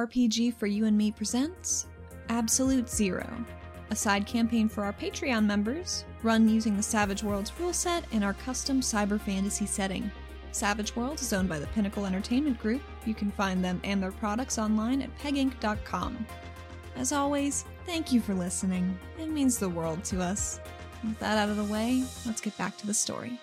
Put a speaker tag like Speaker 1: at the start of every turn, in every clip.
Speaker 1: RPG for You and Me presents Absolute Zero, a side campaign for our Patreon members, run using the Savage Worlds rule set and our custom cyber fantasy setting. Savage Worlds is owned by the Pinnacle Entertainment Group. You can find them and their products online at peginc.com. As always, thank you for listening. It means the world to us. With that out of the way, let's get back to the story.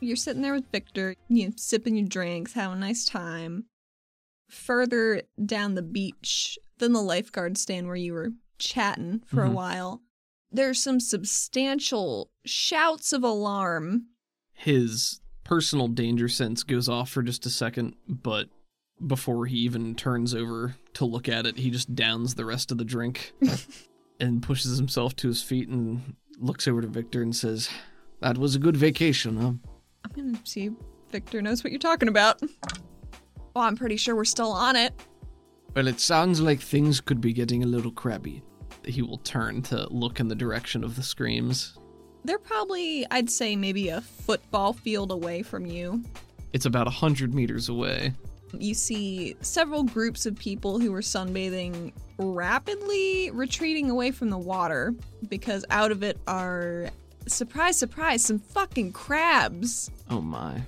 Speaker 1: You're sitting there with Victor, you know, sipping your drinks, having a nice time. Further down the beach than the lifeguard stand where you were chatting for a
Speaker 2: Mhm.
Speaker 1: while, there's some substantial shouts of alarm.
Speaker 2: his personal danger sense goes off for just a second, but before he even turns over to look at it, he just downs the rest of the drink and pushes himself to his feet and looks over to Victor and says, That was a good vacation, huh?
Speaker 1: I'm gonna see if Victor knows what you're talking about. Oh, I'm pretty sure we're still on it.
Speaker 2: Well, it sounds like things could be getting a little crabby. He will turn to look in the direction of the screams.
Speaker 1: They're probably, I'd say, maybe a football field away from you.
Speaker 2: It's about a hundred meters away.
Speaker 1: You see several groups of people who were sunbathing rapidly retreating away from the water because out of it are, surprise, surprise, some fucking crabs.
Speaker 2: Oh my.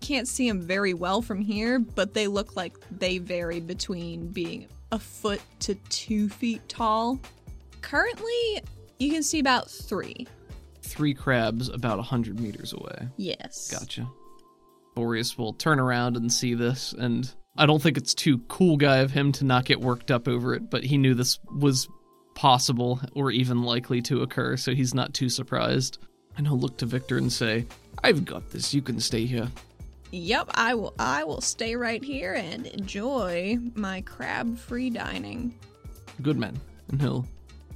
Speaker 1: Can't see them very well from here, but they look like they vary between being a foot to two feet tall. Currently, you can see about three.
Speaker 2: Three crabs about a hundred meters away.
Speaker 1: Yes.
Speaker 2: Gotcha. Boreas will turn around and see this, and I don't think it's too cool guy of him to not get worked up over it, but he knew this was possible or even likely to occur, so he's not too surprised. And he'll look to Victor and say, I've got this, you can stay here.
Speaker 1: Yep, I will I will stay right here and enjoy my crab-free dining.
Speaker 2: Good man. And he'll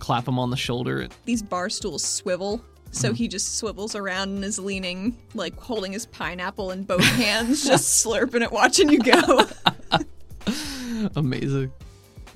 Speaker 2: clap him on the shoulder.
Speaker 1: These bar stools swivel, so
Speaker 2: Mm-hmm.
Speaker 1: he just swivels around and is leaning, like holding his pineapple in both hands, just slurping it, watching you go.
Speaker 2: Amazing.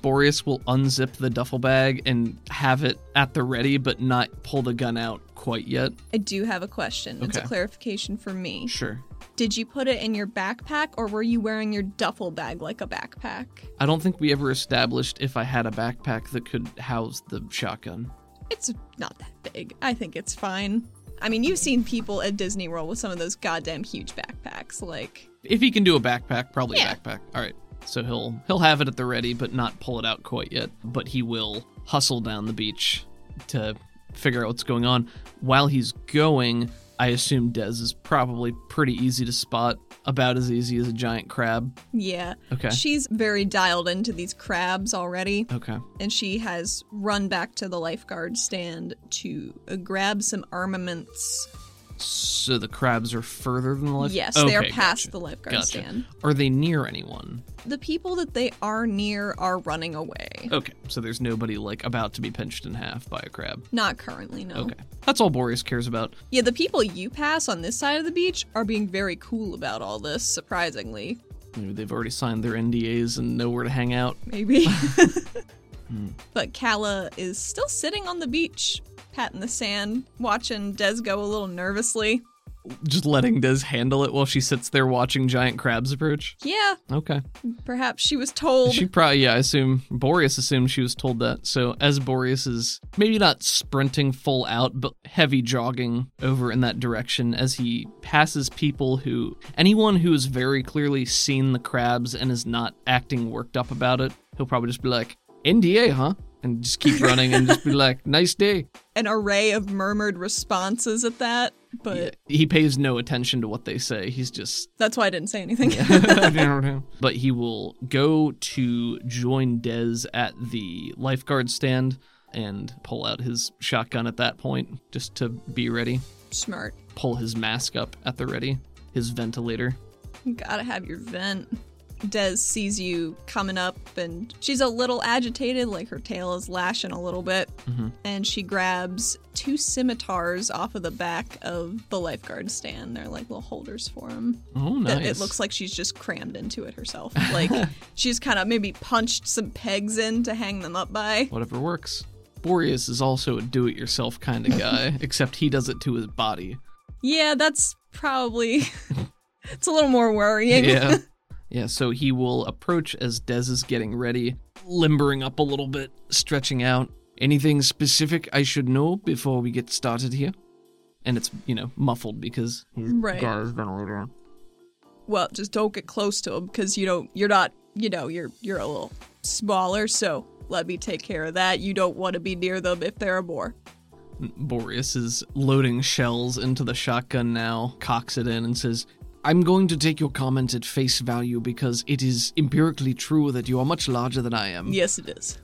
Speaker 2: Boreas will unzip the duffel bag and have it at the ready, but not pull the gun out quite yet.
Speaker 1: I do have a question. It's a
Speaker 2: Okay.
Speaker 1: clarification for me.
Speaker 2: Sure.
Speaker 1: Did you put it in your backpack or were you wearing your duffel bag like a backpack?
Speaker 2: I don't think we ever established if I had a backpack that could house the shotgun.
Speaker 1: It's not that big. I think it's fine. I mean, you've seen people at Disney World with some of those goddamn huge backpacks. Like,
Speaker 2: If he can do a backpack, probably
Speaker 1: Yeah.
Speaker 2: a backpack. All right. So he'll he'll have it at the ready but not pull it out quite yet, but he will hustle down the beach to figure out what's going on. While he's going, I assume Dez is probably pretty easy to spot, about as easy as a giant crab.
Speaker 1: yeah.
Speaker 2: Okay.
Speaker 1: She's very dialed into these crabs already,
Speaker 2: okay.
Speaker 1: and she has run back to the lifeguard stand to uh, grab some armaments.
Speaker 2: So the crabs are further than the left.
Speaker 1: yes, they are
Speaker 2: Okay,
Speaker 1: past
Speaker 2: gotcha.
Speaker 1: the lifeguard
Speaker 2: Gotcha.
Speaker 1: stand.
Speaker 2: Are they near anyone?
Speaker 1: The people that they are near are running away.
Speaker 2: Okay. So there's nobody like about to be pinched in half by a crab.
Speaker 1: Not currently, no.
Speaker 2: Okay. That's all Boreas cares about.
Speaker 1: Yeah, the people you pass on this side of the beach are being very cool about all this, surprisingly.
Speaker 2: Maybe they've already signed their NDAs and know where to hang out.
Speaker 1: Maybe.
Speaker 2: Hmm.
Speaker 1: but Kala is still sitting on the beach, patting the sand, watching Des go a little nervously.
Speaker 2: Just letting Des handle it while she sits there watching giant crabs approach.
Speaker 1: Yeah,
Speaker 2: Okay.
Speaker 1: perhaps she was told.
Speaker 2: She probably, yeah, I assume Boreas assumed she was told that. So as Boreas is maybe not sprinting full out, but heavy jogging over in that direction as he passes people who, anyone who has very clearly seen the crabs and is not acting worked up about it, he'll probably just be like, NDA, huh? And just keep running and just be like, nice day.
Speaker 1: an array of murmured responses at that, but
Speaker 2: Yeah, he pays no attention to what they say. He's just.
Speaker 1: that's why I didn't say anything.
Speaker 2: but he will go to join Dez at the lifeguard stand and pull out his shotgun at that point just to be ready.
Speaker 1: Smart.
Speaker 2: Pull his mask up at the ready, his ventilator.
Speaker 1: You gotta have your vent. Des sees you coming up and she's a little agitated, like her tail is lashing a little bit.
Speaker 2: Mhm.
Speaker 1: And she grabs two scimitars off of the back of the lifeguard stand. They're like little holders for them.
Speaker 2: Oh, nice.
Speaker 1: It looks like she's just crammed into it herself. Like she's kind of maybe punched some pegs in to hang them up by.
Speaker 2: whatever works. Boreas is also a do-it-yourself kind of guy, except he does it to his body.
Speaker 1: Yeah, that's probably. it's a little more worrying.
Speaker 2: Yeah. Yeah, so he will approach as Dez is getting ready, limbering up a little bit, stretching out. Anything specific I should know before we get started here? And it's, you know, muffled because he's
Speaker 1: Right.
Speaker 2: got his ventilator on.
Speaker 1: Well, just don't get close to him because you don't. You're not. You know, you're you're a little smaller. So let me take care of that. You don't want to be near them if there are more.
Speaker 2: Boreas is loading shells into the shotgun now, cocks it in, and says, I'm going to take your comment at face value because it is empirically true that you are much larger than I am.
Speaker 1: Yes, it is.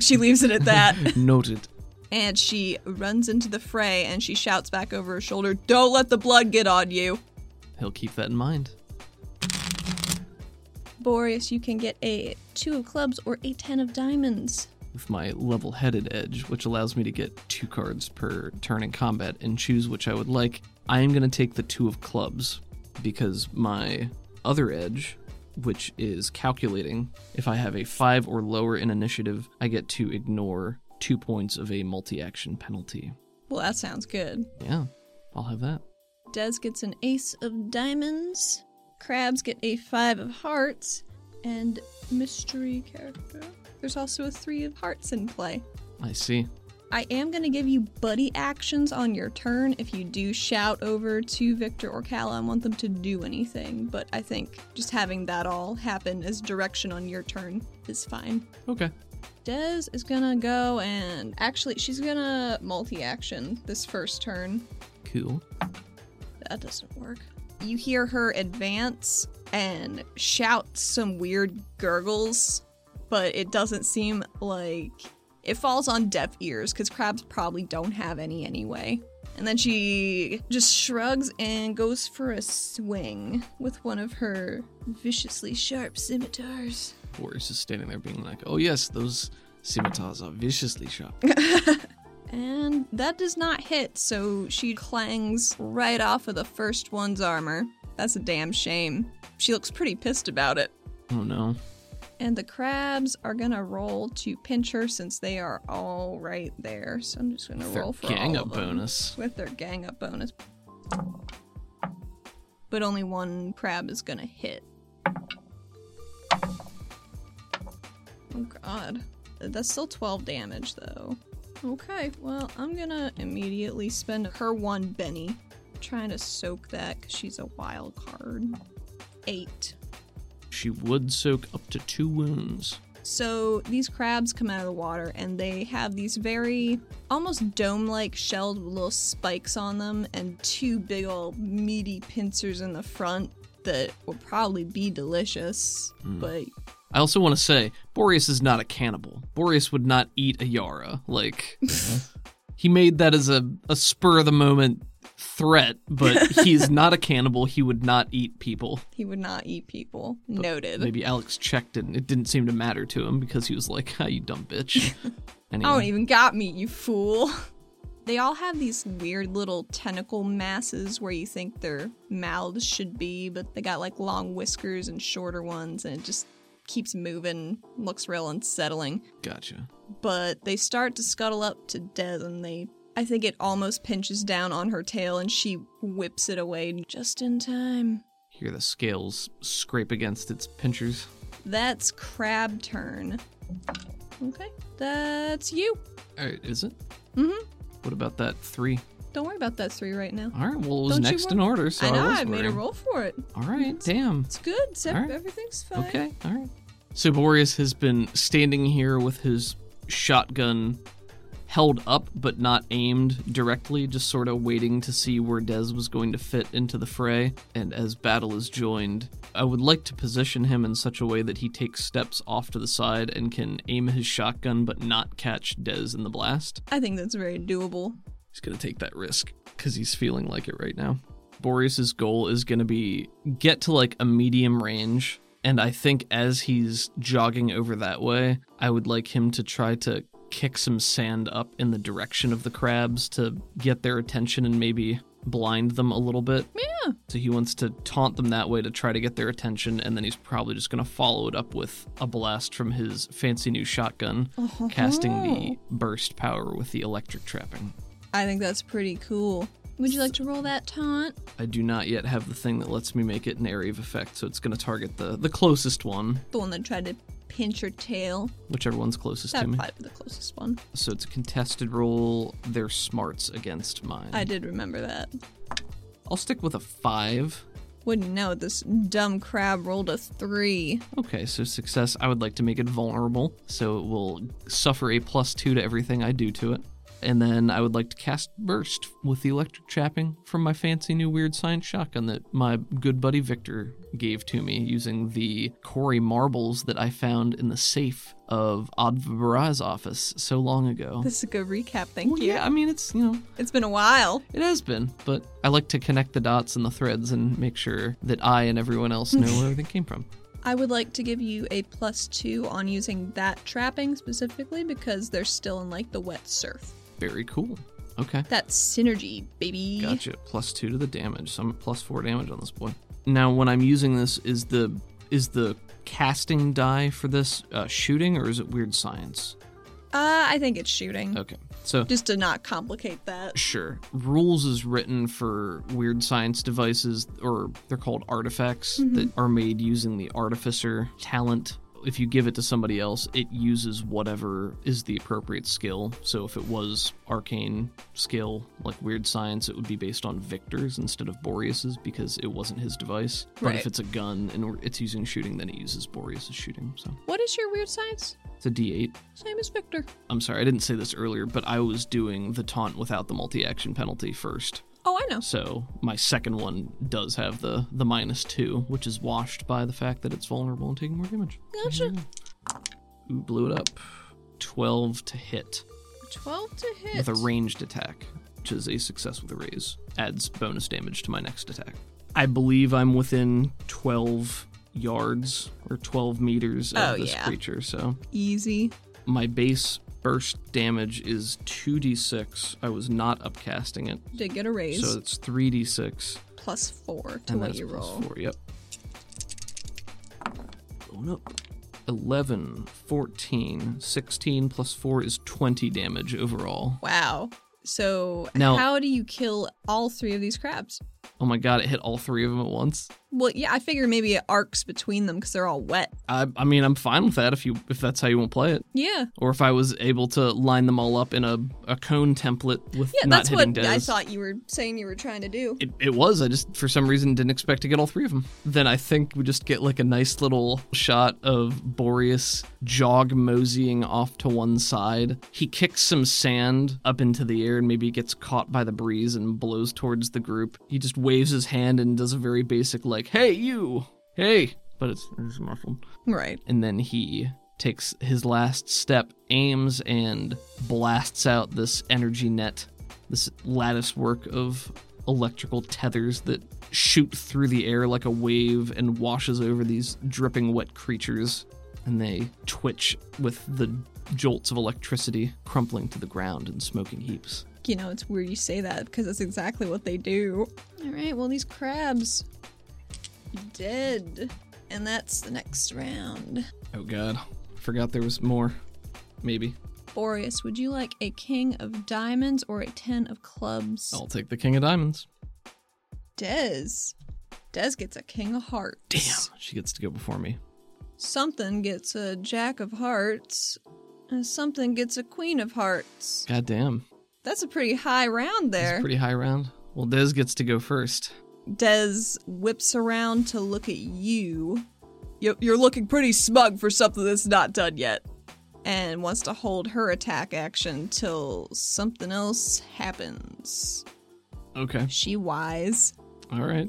Speaker 1: She leaves it at that,
Speaker 2: Noted.
Speaker 1: and she runs into the fray and she shouts back over her shoulder, "Don't let the blood get on you."
Speaker 2: He'll keep that in mind.
Speaker 1: Boreas, you can get a two of clubs or a ten of diamonds.
Speaker 2: with my level headed edge, which allows me to get two cards per turn in combat and choose which I would like. I am going to take the two of clubs because my other edge, which is calculating, if I have a five or lower in initiative, I get to ignore two points of a multi action penalty.
Speaker 1: Well, that sounds good.
Speaker 2: Yeah, I'll have that.
Speaker 1: Des gets an ace of diamonds. Crabs get a five of hearts. And mystery character. There's also a three of hearts in play.
Speaker 2: I see.
Speaker 1: I am going to give you buddy actions on your turn if you do shout over to Victor or Calla and want them to do anything, but I think just having that all happen as direction on your turn is fine.
Speaker 2: Okay.
Speaker 1: Des is gonna go and actually, she's gonna multi action this first turn.
Speaker 2: Cool.
Speaker 1: That doesn't work. You hear her advance and shout some weird gurgles, but it doesn't seem like it falls on deaf ears because crabs probably don't have any anyway. And then she just shrugs and goes for a swing with one of her viciously sharp scimitars.
Speaker 2: Boris is standing there being like, oh, yes, those scimitars are viciously sharp.
Speaker 1: And that does not hit, so she clangs right off of the first one's armor. That's a damn shame. She looks pretty pissed about it.
Speaker 2: oh, no.
Speaker 1: And the crabs are gonna roll to pinch her since they are all right there. So I'm just gonna
Speaker 2: Their
Speaker 1: roll for
Speaker 2: gang
Speaker 1: all
Speaker 2: up
Speaker 1: of them.
Speaker 2: bonus.
Speaker 1: with their gang up bonus. But only one crab is gonna hit. Oh god. That's still 12 damage though. Okay, well, I'm gonna immediately spend her one Benny trying to soak that because she's a wild card. Eight.
Speaker 2: She would soak up to two wounds.
Speaker 1: So these crabs come out of the water and they have these very almost dome like shelled with little spikes on them and two big old meaty pincers in the front that will probably be delicious. But
Speaker 2: I also want to say, Boreas is not a cannibal. Boreas would not eat a Yara. Like, he made that as a, a spur of the moment threat, but he's not a cannibal. He would not eat people.
Speaker 1: he would not eat people. Noted.
Speaker 2: Maybe Alex checked it and it didn't seem to matter to him because he was like, ah, you dumb bitch. Anyway,
Speaker 1: I don't even got meat, you fool. They all have these weird little tentacle masses where you think their mouths should be, but they got like long whiskers and shorter ones, and it just keeps moving. Looks real unsettling.
Speaker 2: gotcha.
Speaker 1: but they start to scuttle up to Des and they I think it almost pinches down on her tail and she whips it away just in time.
Speaker 2: Hear the scales scrape against its pinchers.
Speaker 1: That's crab turn. Okay. That's you.
Speaker 2: All right, is it?
Speaker 1: Mhm.
Speaker 2: What about that three?
Speaker 1: Don't worry about that three right now.
Speaker 2: All right, well, it was
Speaker 1: Don't you
Speaker 2: next
Speaker 1: wor-
Speaker 2: in order, so
Speaker 1: I
Speaker 2: I,
Speaker 1: know,
Speaker 2: was
Speaker 1: I made a
Speaker 2: worrying.
Speaker 1: roll for it.
Speaker 2: All right, damn.
Speaker 1: It's good. It's ev-
Speaker 2: All right.
Speaker 1: Everything's fine.
Speaker 2: Okay, all right. So Boreas has been standing here with his shotgun held up but not aimed directly, just sort of waiting to see where Dez was going to fit into the fray. And as battle is joined, I would like to position him in such a way that he takes steps off to the side and can aim his shotgun but not catch Dez in the blast.
Speaker 1: I think that's very doable.
Speaker 2: He's going to take that risk because he's feeling like it right now. Boreas's goal is going to be get to like a medium range And I think as he's jogging over that way, I would like him to try to kick some sand up in the direction of the crabs to get their attention and maybe blind them a little bit.
Speaker 1: Yeah.
Speaker 2: So he wants to taunt them that way to try to get their attention, and then he's probably just going to follow it up with a blast from his fancy new shotgun, casting the burst power with the electric trapping.
Speaker 1: I think that's pretty cool. Would you like to roll that taunt?
Speaker 2: I do not yet have the thing that lets me make it an area of effect, so it's going to target the, the closest one,
Speaker 1: The one that tried to pinch your tail.
Speaker 2: whichever one's closest
Speaker 1: That
Speaker 2: to me.
Speaker 1: probably be the closest one.
Speaker 2: So it's a contested roll, their smarts against mine.
Speaker 1: I did remember that.
Speaker 2: I'll stick with a five.
Speaker 1: Wouldn't know it, this dumb crab rolled a three.
Speaker 2: Okay, so success. I would like to make it vulnerable, so it will suffer a plus two to everything I do to it. And then I would like to cast Burst with the electric trapping from my fancy new weird science shotgun that my good buddy Victor gave to me using the quarry marbles that I found in the safe of Advara's office so long ago.
Speaker 1: This is a good recap, thank
Speaker 2: Well,
Speaker 1: you.
Speaker 2: yeah, I mean, it's, you know,
Speaker 1: It's been a while.
Speaker 2: it has been, but I like to connect the dots and the threads and make sure that I and everyone else know where they came from.
Speaker 1: I would like to give you a plus two on using that trapping specifically because they're still in like the wet surf.
Speaker 2: Very cool. Okay.
Speaker 1: That's synergy, baby.
Speaker 2: Gotcha. Plus two to the damage. So I'm at plus four damage on this boy. Now, when I'm using this, is the is the casting die for this uh, shooting, or is it weird science?
Speaker 1: Uh, I think it's shooting.
Speaker 2: Okay. So
Speaker 1: Just to not complicate that.
Speaker 2: sure, rules is written for weird science devices, or they're called artifacts that are made using the artificer talent. If you give it to somebody else, it uses whatever is the appropriate skill. So if it was arcane skill, like weird science, it would be based on Victor's instead of Boreas's because it wasn't his device. But
Speaker 1: Right.
Speaker 2: if it's a gun and it's using shooting, then it uses Boreas's shooting. So
Speaker 1: What is your weird science?
Speaker 2: it's a D8.
Speaker 1: Same as Victor.
Speaker 2: I'm sorry, I didn't say this earlier, but I was doing the taunt without the multi action penalty first.
Speaker 1: Oh, I know.
Speaker 2: So my second one does have the the minus two, which is washed by the fact that it's vulnerable and taking more damage.
Speaker 1: Gotcha.
Speaker 2: Mm. Ooh, blew it up. Twelve to hit
Speaker 1: 12 to hit.
Speaker 2: with a ranged attack, which is a success with a raise. Adds bonus damage to my next attack. I believe I'm within twelve yards or twelve meters of
Speaker 1: Oh,
Speaker 2: this
Speaker 1: yeah.
Speaker 2: creature, so
Speaker 1: Easy.
Speaker 2: my base burst damage is two D six. I was not upcasting it.
Speaker 1: Did get a raise.
Speaker 2: So it's three D six.
Speaker 1: plus four to
Speaker 2: And
Speaker 1: what
Speaker 2: that's
Speaker 1: you
Speaker 2: plus
Speaker 1: roll.
Speaker 2: Four, yep. Oh, Going up. 11, 14, 16 plus 4 is 20 damage overall.
Speaker 1: Wow. So
Speaker 2: Now-
Speaker 1: how do you kill all three of these crabs?
Speaker 2: Oh my god, it hit all three of them at once.
Speaker 1: Well, yeah, I figure maybe it arcs between them because they're all wet.
Speaker 2: I, I mean, I'm fine with that if you if that's how you want to play it.
Speaker 1: Yeah.
Speaker 2: Or if I was able to line them all up in a, a cone template with
Speaker 1: Yeah,
Speaker 2: not
Speaker 1: that's
Speaker 2: hitting
Speaker 1: what I
Speaker 2: Dez.
Speaker 1: thought you were saying you were trying to do.
Speaker 2: It, it was. I just, for some reason, didn't expect to get all three of them. Then I think we just get like a nice little shot of Boreas jog moseying off to one side. He kicks some sand up into the air and maybe gets caught by the breeze and blows towards the group. He just waves his hand and does a very basic, like, hey, you, hey, but it's, it's muffled.
Speaker 1: Right.
Speaker 2: And then he takes his last step, aims, and blasts out this energy net, this lattice work of electrical tethers that shoot through the air like a wave and washes over these dripping wet creatures. And they twitch with the jolts of electricity, crumpling to the ground in smoking heaps.
Speaker 1: You know, it's weird you say that because that's exactly what they do. All right, well, these crabs. Dead. And that's the next round.
Speaker 2: Oh god, forgot there was more. Maybe.
Speaker 1: Boreas, would you like a king of diamonds or a ten of clubs?
Speaker 2: I'll take the King of Diamonds.
Speaker 1: Dez. Dez gets a king of hearts.
Speaker 2: She gets to go before me.
Speaker 1: Something gets a jack of hearts. And something gets a queen of hearts.
Speaker 2: God damn.
Speaker 1: That's a pretty high round
Speaker 2: It's
Speaker 1: there.
Speaker 2: a pretty high round. Well, Dez gets to go first.
Speaker 1: Dez whips around to look at you. You- You're looking pretty smug for something that's not done yet. And wants to hold her attack action till something else happens.
Speaker 2: Okay.
Speaker 1: She wise.
Speaker 2: All right.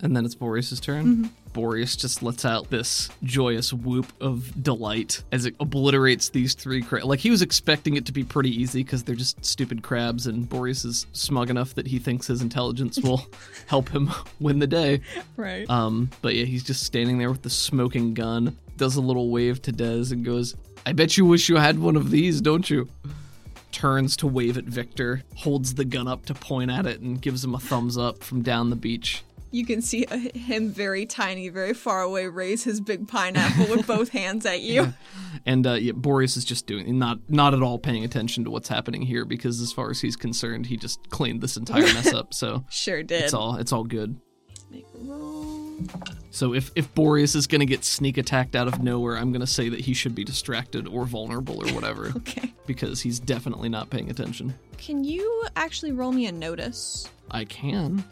Speaker 2: And then it's Boreas's turn. Boreas just lets out this joyous whoop of delight as it obliterates these three crabs. Like he was expecting it to be pretty easy because they're just stupid crabs, and Boreas is smug enough that he thinks his intelligence will help him win the day.
Speaker 1: Right.
Speaker 2: Um, but yeah, he's just standing there with the smoking gun, does a little wave to Dez and goes, I bet you wish you had one of these, don't you? Turns to wave at Victor, holds the gun up to point at it, and gives him a thumbs up from down the beach.
Speaker 1: You can see uh, him very tiny, very far away, raise his big pineapple with both hands at you.
Speaker 2: And uh, yeah, Boreas is just doing not not at all paying attention to what's happening here because as far as he's concerned, he just cleaned this entire mess up. So
Speaker 1: Sure did.
Speaker 2: it's all it's all good.
Speaker 1: Make a roll.
Speaker 2: So if if Boreas is gonna get sneak attacked out of nowhere, I'm gonna say that he should be distracted or vulnerable or whatever
Speaker 1: Okay.
Speaker 2: because he's definitely not paying attention.
Speaker 1: Can you actually roll me a notice?
Speaker 2: I can.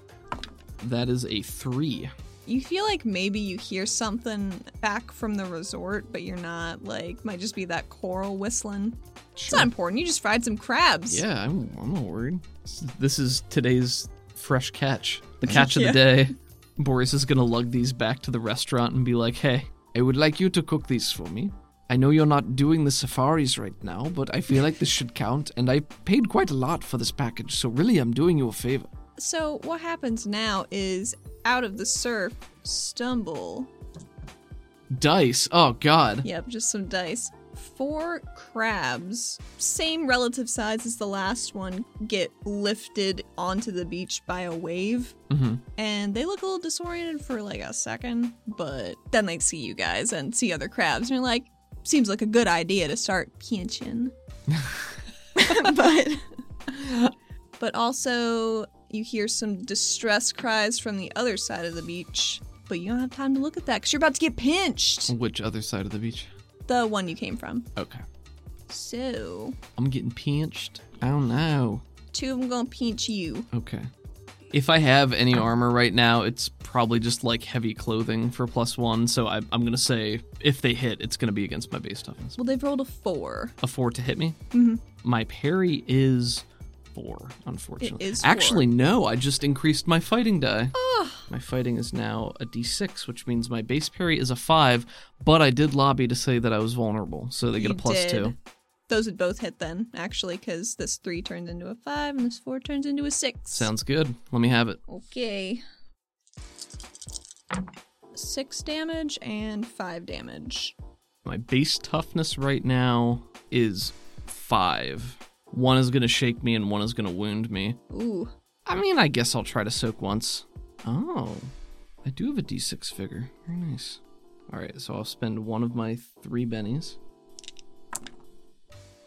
Speaker 2: That is a three.
Speaker 1: You feel like maybe you hear something back from the resort, but you're not like might just be that coral whistling. It's not important. You just fried some crabs.
Speaker 2: Yeah, I'm, I'm not worried. S- This is today's fresh catch, the catch of
Speaker 1: Yeah.
Speaker 2: the day. Boris is gonna lug these back to the restaurant and be like, "Hey, I would like you to cook these for me. I know you're not doing the safaris right now, but I feel like this should count, and I paid quite a lot for this package, so really, I'm doing you a favor."
Speaker 1: So what happens now is out of the surf stumble.
Speaker 2: Dice. Oh God.
Speaker 1: Yep, just some dice. Four crabs, same relative size as the last one, get lifted onto the beach by a wave.
Speaker 2: hmm
Speaker 1: and they look a little disoriented for like a second, but then they see you guys and see other crabs and are like, seems like a good idea to start pinching. but but also you hear some distress cries from the other side of the beach, but you don't have time to look at that because you're about to get pinched.
Speaker 2: Which other side of the beach?
Speaker 1: The one you came from.
Speaker 2: Okay.
Speaker 1: So
Speaker 2: I'm getting pinched. I don't know.
Speaker 1: two of them gonna pinch you.
Speaker 2: Okay. If I have any armor right now, it's probably just like heavy clothing for plus one. So I, I'm gonna say if they hit, it's gonna be against my base toughness.
Speaker 1: Well, they've rolled a four.
Speaker 2: A four to hit me.
Speaker 1: Mhm.
Speaker 2: My parry is four. Unfortunately,
Speaker 1: It is
Speaker 2: actually no. I just increased my fighting die.
Speaker 1: Ugh.
Speaker 2: My fighting is now a d6, which means my base parry is a five. But I did lobby to say that I was vulnerable, so they get a
Speaker 1: You
Speaker 2: plus
Speaker 1: did.
Speaker 2: two.
Speaker 1: Those would both hit then, actually, because this three turned into a five and this four turns into a six.
Speaker 2: Sounds good. Let me have it.
Speaker 1: okay. Six damage and five damage.
Speaker 2: My base toughness right now is five. One is gonna shake me and one is gonna wound me.
Speaker 1: Ooh,
Speaker 2: I mean, I guess I'll try to soak once. Oh, I do have a d6 figure. Very nice. All right, so I'll spend one of my three bennies.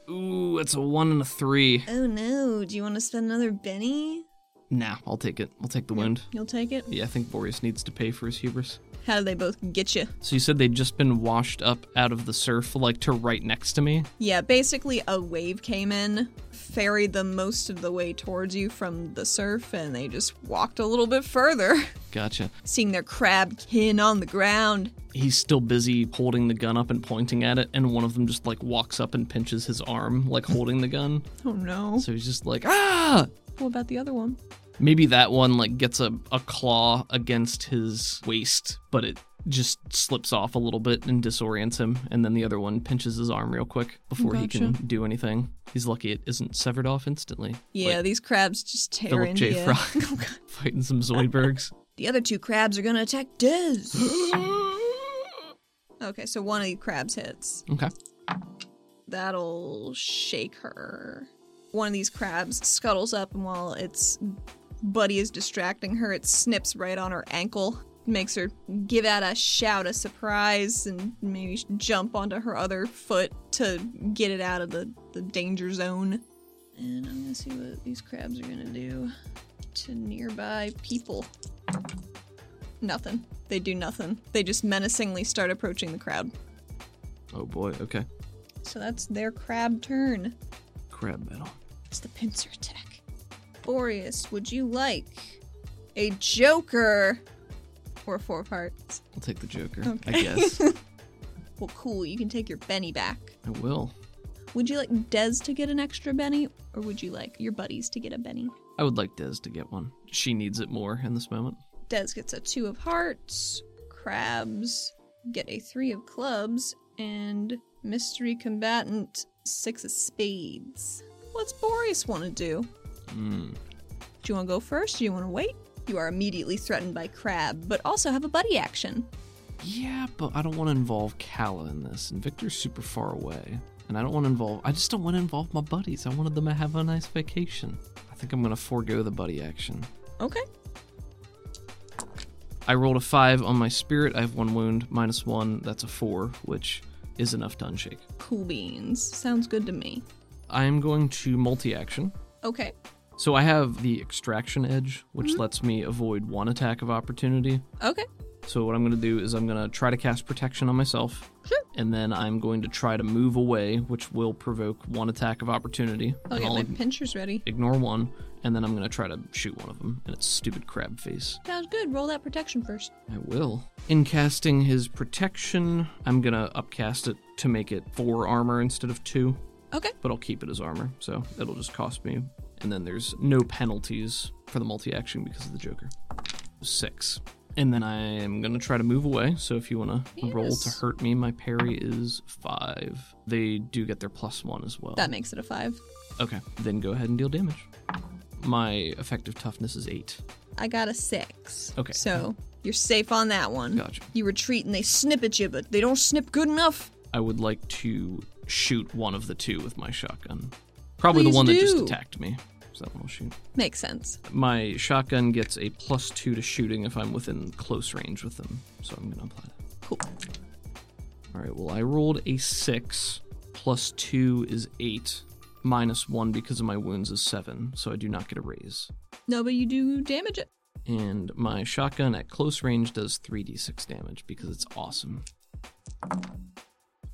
Speaker 2: Ooh, it's a one and a three.
Speaker 1: oh no! Do you want to spend another Benny?
Speaker 2: Nah, I'll take it. I'll take the wound.
Speaker 1: You'll take it.
Speaker 2: Yeah, I think Boreas needs to pay for his hubris.
Speaker 1: How do they both get you?
Speaker 2: So you said they'd just been washed up out of the surf, like to right next to me.
Speaker 1: Yeah, basically a wave came in, ferried them most of the way towards you from the surf, and they just walked a little bit further,
Speaker 2: Gotcha.
Speaker 1: seeing their crab kin on the ground.
Speaker 2: he's still busy holding the gun up and pointing at it and one of them just like walks up and pinches his arm like holding the gun
Speaker 1: Oh no!
Speaker 2: so he's just like ah
Speaker 1: What about the other one?
Speaker 2: maybe that one like gets a, a claw against his waist but it just slips off a little bit and disorients him and then the other one pinches his arm real quick before he can
Speaker 1: Gotcha.
Speaker 2: do anything he's lucky it isn't severed off instantly
Speaker 1: Yeah,
Speaker 2: like
Speaker 1: these crabs just tear
Speaker 2: philip
Speaker 1: into
Speaker 2: j
Speaker 1: you.
Speaker 2: fry fighting some zoidbergs
Speaker 1: The other two crabs are gonna attack Dez. okay, so one of the crabs hits.
Speaker 2: okay
Speaker 1: That'll shake her. One of these crabs scuttles up, and while its buddy is distracting her, it snips right on her ankle. Makes her give out a shout of surprise and maybe jump onto her other foot to get it out of the, the danger zone. And I'm gonna see what these crabs are gonna do to nearby people. Nothing. They do nothing. They just menacingly start approaching the crowd.
Speaker 2: oh boy okay
Speaker 1: So that's their crab turn.
Speaker 2: crab battle
Speaker 1: It's the pincer attack. Boreas, would you like a joker or four parts?
Speaker 2: i'll take the joker i
Speaker 1: Okay.
Speaker 2: guess
Speaker 1: Well, cool. You can take your Benny back.
Speaker 2: i will
Speaker 1: Would you like Dez to get an extra Benny, or would you like your buddies to get a Benny?
Speaker 2: I would like Des to get one. She needs it more in this moment.
Speaker 1: Dez gets a two of hearts. crabs get a three of clubs, and mystery combatant six of spades. What's Boreas want to do?
Speaker 2: Hmm.
Speaker 1: Do you want to go first? Do you want to wait? You are immediately threatened by crab, but also have a buddy action.
Speaker 2: Yeah, but I don't want to involve Kala in this, and Victor's super far away. And I don't want to involve. I just don't want to involve my buddies. I wanted them to have a nice vacation. I think I'm gonna forego the buddy action.
Speaker 1: Okay.
Speaker 2: I rolled a five on my spirit. I have one wound, minus one. That's a four, which is enough to unshake.
Speaker 1: Cool beans. Sounds good to me.
Speaker 2: I am going to multi action.
Speaker 1: Okay.
Speaker 2: So I have the extraction edge, which lets me avoid one attack of opportunity.
Speaker 1: Okay.
Speaker 2: So what I'm going to do is I'm going to try to cast protection on myself.
Speaker 1: Sure.
Speaker 2: And then I'm going to try to move away, which will provoke one attack of opportunity.
Speaker 1: I'll
Speaker 2: And
Speaker 1: get
Speaker 2: I'll
Speaker 1: my
Speaker 2: ig-
Speaker 1: pinchers ready.
Speaker 2: ignore one, and then I'm going to try to shoot one of them in its stupid crab face.
Speaker 1: Sounds good. Roll that protection first.
Speaker 2: I will. In casting his protection, I'm going to upcast it to make it four armor instead of two,
Speaker 1: Okay.
Speaker 2: but I'll keep it as armor, so it'll just cost me. And then there's no penalties for the multi action because of the Joker. Six. And then I am going to try to move away, so if you want to roll to
Speaker 1: Yes.
Speaker 2: hurt me, my parry is five. They do get their plus one as well.
Speaker 1: That makes it a five.
Speaker 2: Okay, then go ahead and deal damage. My effective toughness is eight.
Speaker 1: I got a six.
Speaker 2: Okay.
Speaker 1: So you're safe on that one.
Speaker 2: Gotcha.
Speaker 1: You retreat and they snip at you, but they don't snip good enough.
Speaker 2: I would like to shoot one of the two with my shotgun. Probably
Speaker 1: Please
Speaker 2: the one that just
Speaker 1: do.
Speaker 2: attacked me. So that one will shoot.
Speaker 1: Makes sense.
Speaker 2: My shotgun gets a plus two to shooting if I'm within close range with them. So I'm going to apply that.
Speaker 1: Cool.
Speaker 2: All right, well, I rolled a six. Plus two is eight. Minus one because of my wounds is seven. So I do not get a raise.
Speaker 1: No, but you do damage it.
Speaker 2: And my shotgun at close range does 3d6 damage because it's awesome.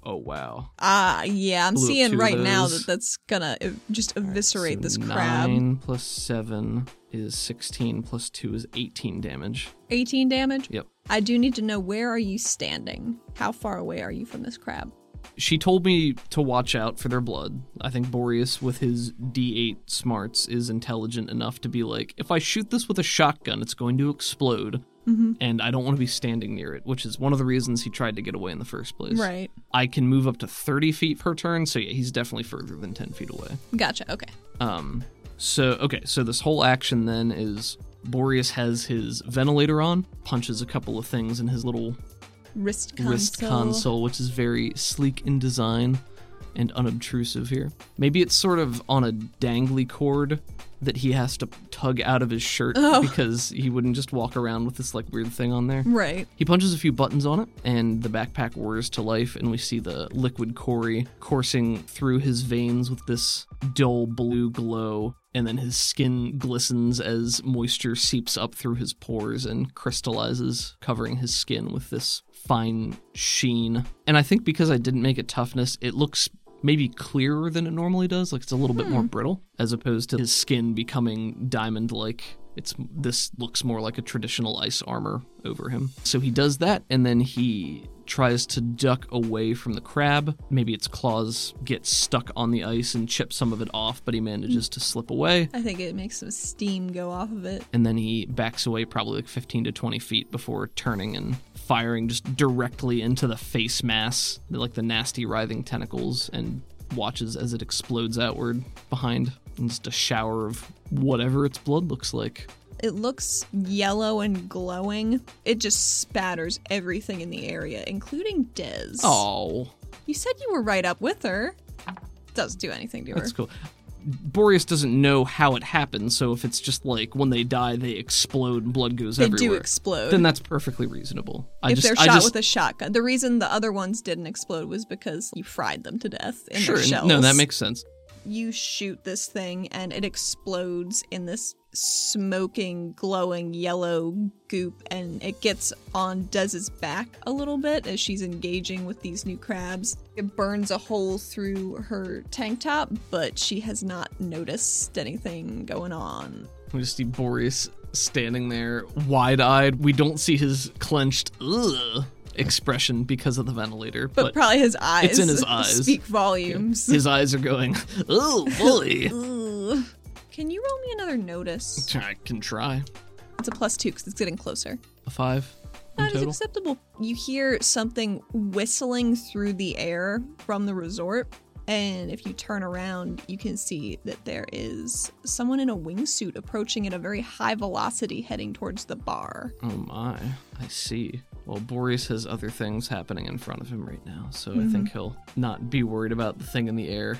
Speaker 2: Oh, wow.
Speaker 1: Ah, yeah. I'm
Speaker 2: Blew up two
Speaker 1: seeing
Speaker 2: of
Speaker 1: right now
Speaker 2: those.
Speaker 1: that that's gonna ev- just eviscerate
Speaker 2: So
Speaker 1: this crab.
Speaker 2: Nine plus seven is sixteen. Plus two is eighteen damage.
Speaker 1: 18 damage.
Speaker 2: Yep.
Speaker 1: I do need to know where are you standing? How far away are you from this crab?
Speaker 2: She told me to watch out for their blood. I think Boreas, with his D8 smarts, is intelligent enough to be like, if I shoot this with a shotgun, it's going to explode, and I don't want to be standing near it, which is one of the reasons he tried to get away in the first place.
Speaker 1: Right.
Speaker 2: I can move up to 30 feet per turn, so yeah, he's definitely further than 10 feet away.
Speaker 1: Gotcha. Okay.
Speaker 2: Um, so okay, so this whole action then is Boreas has his ventilator on, punches a couple of things in his little
Speaker 1: Wrist console.
Speaker 2: wrist console, which is very sleek in design and unobtrusive here. Maybe it's sort of on a dangly cord that he has to tug out of his shirt because he wouldn't just walk around with this like weird thing on there.
Speaker 1: Right.
Speaker 2: He punches a few buttons on it, and the backpack whirs to life, and we see the liquid Cory coursing through his veins with this dull blue glow, and then his skin glistens as moisture seeps up through his pores and crystallizes, covering his skin with this fine sheen. And I think because I didn't make it toughness, it looks maybe clearer than it normally does like it's a little bit more brittle as opposed to his skin becoming diamond like it's this looks more like a traditional ice armor over him so he does that and then he tries to duck away from the crab maybe its claws get stuck on the ice and chip some of it off but he manages to slip away
Speaker 1: I think it makes some steam go off of it.
Speaker 2: and then he backs away probably like 15 to 20 feet before turning and firing just directly into the face mass, like the nasty writhing tentacles, and watches as it explodes outward behind in just a shower of whatever its blood looks like.
Speaker 1: It looks yellow and glowing. It just spatters everything in the area, including Dez.
Speaker 2: Oh,
Speaker 1: You said you were right up with her. Doesn't do anything to her.
Speaker 2: that's cool. Boreas doesn't know how it happened, so if it's just like when they die, they explode and blood goes
Speaker 1: They
Speaker 2: everywhere.
Speaker 1: do explode.
Speaker 2: Then that's perfectly reasonable. I
Speaker 1: if
Speaker 2: just,
Speaker 1: they're
Speaker 2: I
Speaker 1: shot
Speaker 2: just,
Speaker 1: with a shotgun. The reason the other ones didn't explode was because you fried them to death in
Speaker 2: sure,
Speaker 1: their shells.
Speaker 2: no, that makes sense.
Speaker 1: you shoot this thing and it explodes in this smoking, glowing yellow goop, and it gets on Dez's back a little bit as she's engaging with these new crabs. It burns a hole through her tank top, but she has not noticed anything going on.
Speaker 2: We just see Boris standing there, wide eyed. We don't see his clenched "Ugh" expression because of the ventilator,
Speaker 1: But,
Speaker 2: but,
Speaker 1: probably his eyes.
Speaker 2: it's in his eyes.
Speaker 1: Speak volumes.
Speaker 2: his eyes are going, oh boy.
Speaker 1: Ugh. Can you roll me another notice?
Speaker 2: I can try.
Speaker 1: It's a plus two because it's getting closer.
Speaker 2: A five. in
Speaker 1: That is
Speaker 2: total?
Speaker 1: acceptable. You hear something whistling through the air from the resort, and if you turn around, you can see that there is someone in a wingsuit approaching at a very high velocity heading towards the bar.
Speaker 2: Oh my, I see. Well, Boreas has other things happening in front of him right now, so I think he'll not be worried about the thing in the air.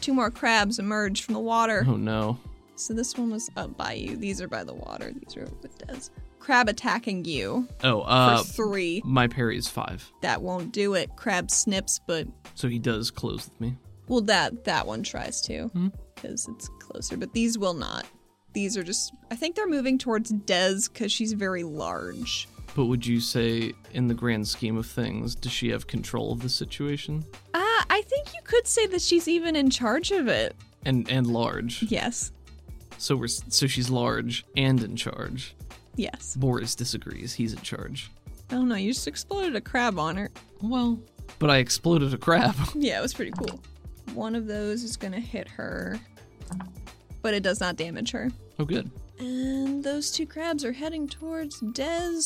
Speaker 1: Two more crabs emerge from the water.
Speaker 2: Oh no.
Speaker 1: So this one was up by you. These are by the water. These are with Des. Crab attacking you
Speaker 2: Oh,
Speaker 1: for
Speaker 2: uh,
Speaker 1: three.
Speaker 2: my parry is five,
Speaker 1: That won't do it. Crab snips, but
Speaker 2: so he does close with me.
Speaker 1: Well, that that one tries to because it's closer, but these will not. These are just. I think they're moving towards Des because she's very large.
Speaker 2: But would you say, in the grand scheme of things, does she have control of the situation?
Speaker 1: Uh, I think you could say that she's even in charge of it.
Speaker 2: And and large.
Speaker 1: Yes,
Speaker 2: So we're s- so she's large and in charge.
Speaker 1: yes.
Speaker 2: Boris disagrees. He's in charge.
Speaker 1: I don't know. Oh, You just exploded a crab on her.
Speaker 2: Well, but I exploded a crab.
Speaker 1: Yeah, it was pretty cool. One of those is gonna hit her, but it does not damage her.
Speaker 2: oh, good.
Speaker 1: And those two crabs are heading towards Des.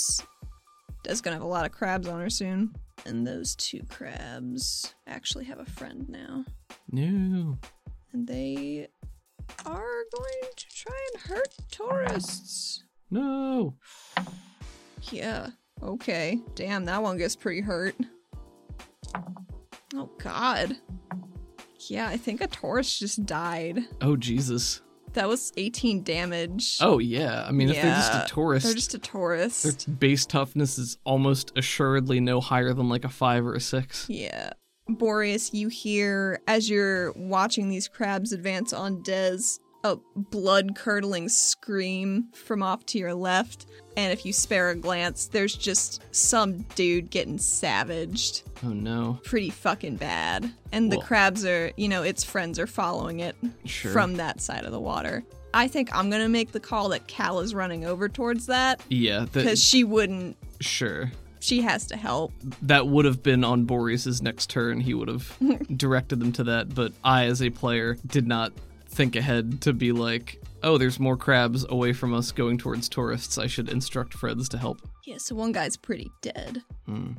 Speaker 1: Des gonna have a lot of crabs on her soon. And those two crabs actually have a friend now.
Speaker 2: No.
Speaker 1: And they are going to try and hurt tourists.
Speaker 2: No.
Speaker 1: Yeah, okay. Damn, that one gets pretty hurt. Oh god. Yeah, I think a tourist just died.
Speaker 2: Oh Jesus.
Speaker 1: That was 18 damage.
Speaker 2: Oh yeah. I mean, if they're just
Speaker 1: Yeah,
Speaker 2: a tourist,
Speaker 1: They're just a tourist.
Speaker 2: their base toughness is almost assuredly no higher than like a five or a six.
Speaker 1: Yeah. Boreas, you hear as you're watching these crabs advance on Des a blood curdling scream from off to your left. And if you spare a glance, there's just some dude getting savaged
Speaker 2: Oh no.
Speaker 1: pretty fucking bad. And the
Speaker 2: Whoa.
Speaker 1: crabs are, you know, its friends are following it
Speaker 2: Sure.
Speaker 1: from that side of the water. I think I'm gonna make the call that Cal is running over towards that
Speaker 2: yeah. That
Speaker 1: because she wouldn't,
Speaker 2: sure.
Speaker 1: she has to help.
Speaker 2: that would have been on Boreas's next turn. He would have directed them to that, but I, as a player, did not think ahead to be like, oh, there's more crabs away from us going towards tourists. I should instruct friends to help.
Speaker 1: Yeah, so one guy's pretty dead.
Speaker 2: Hmm.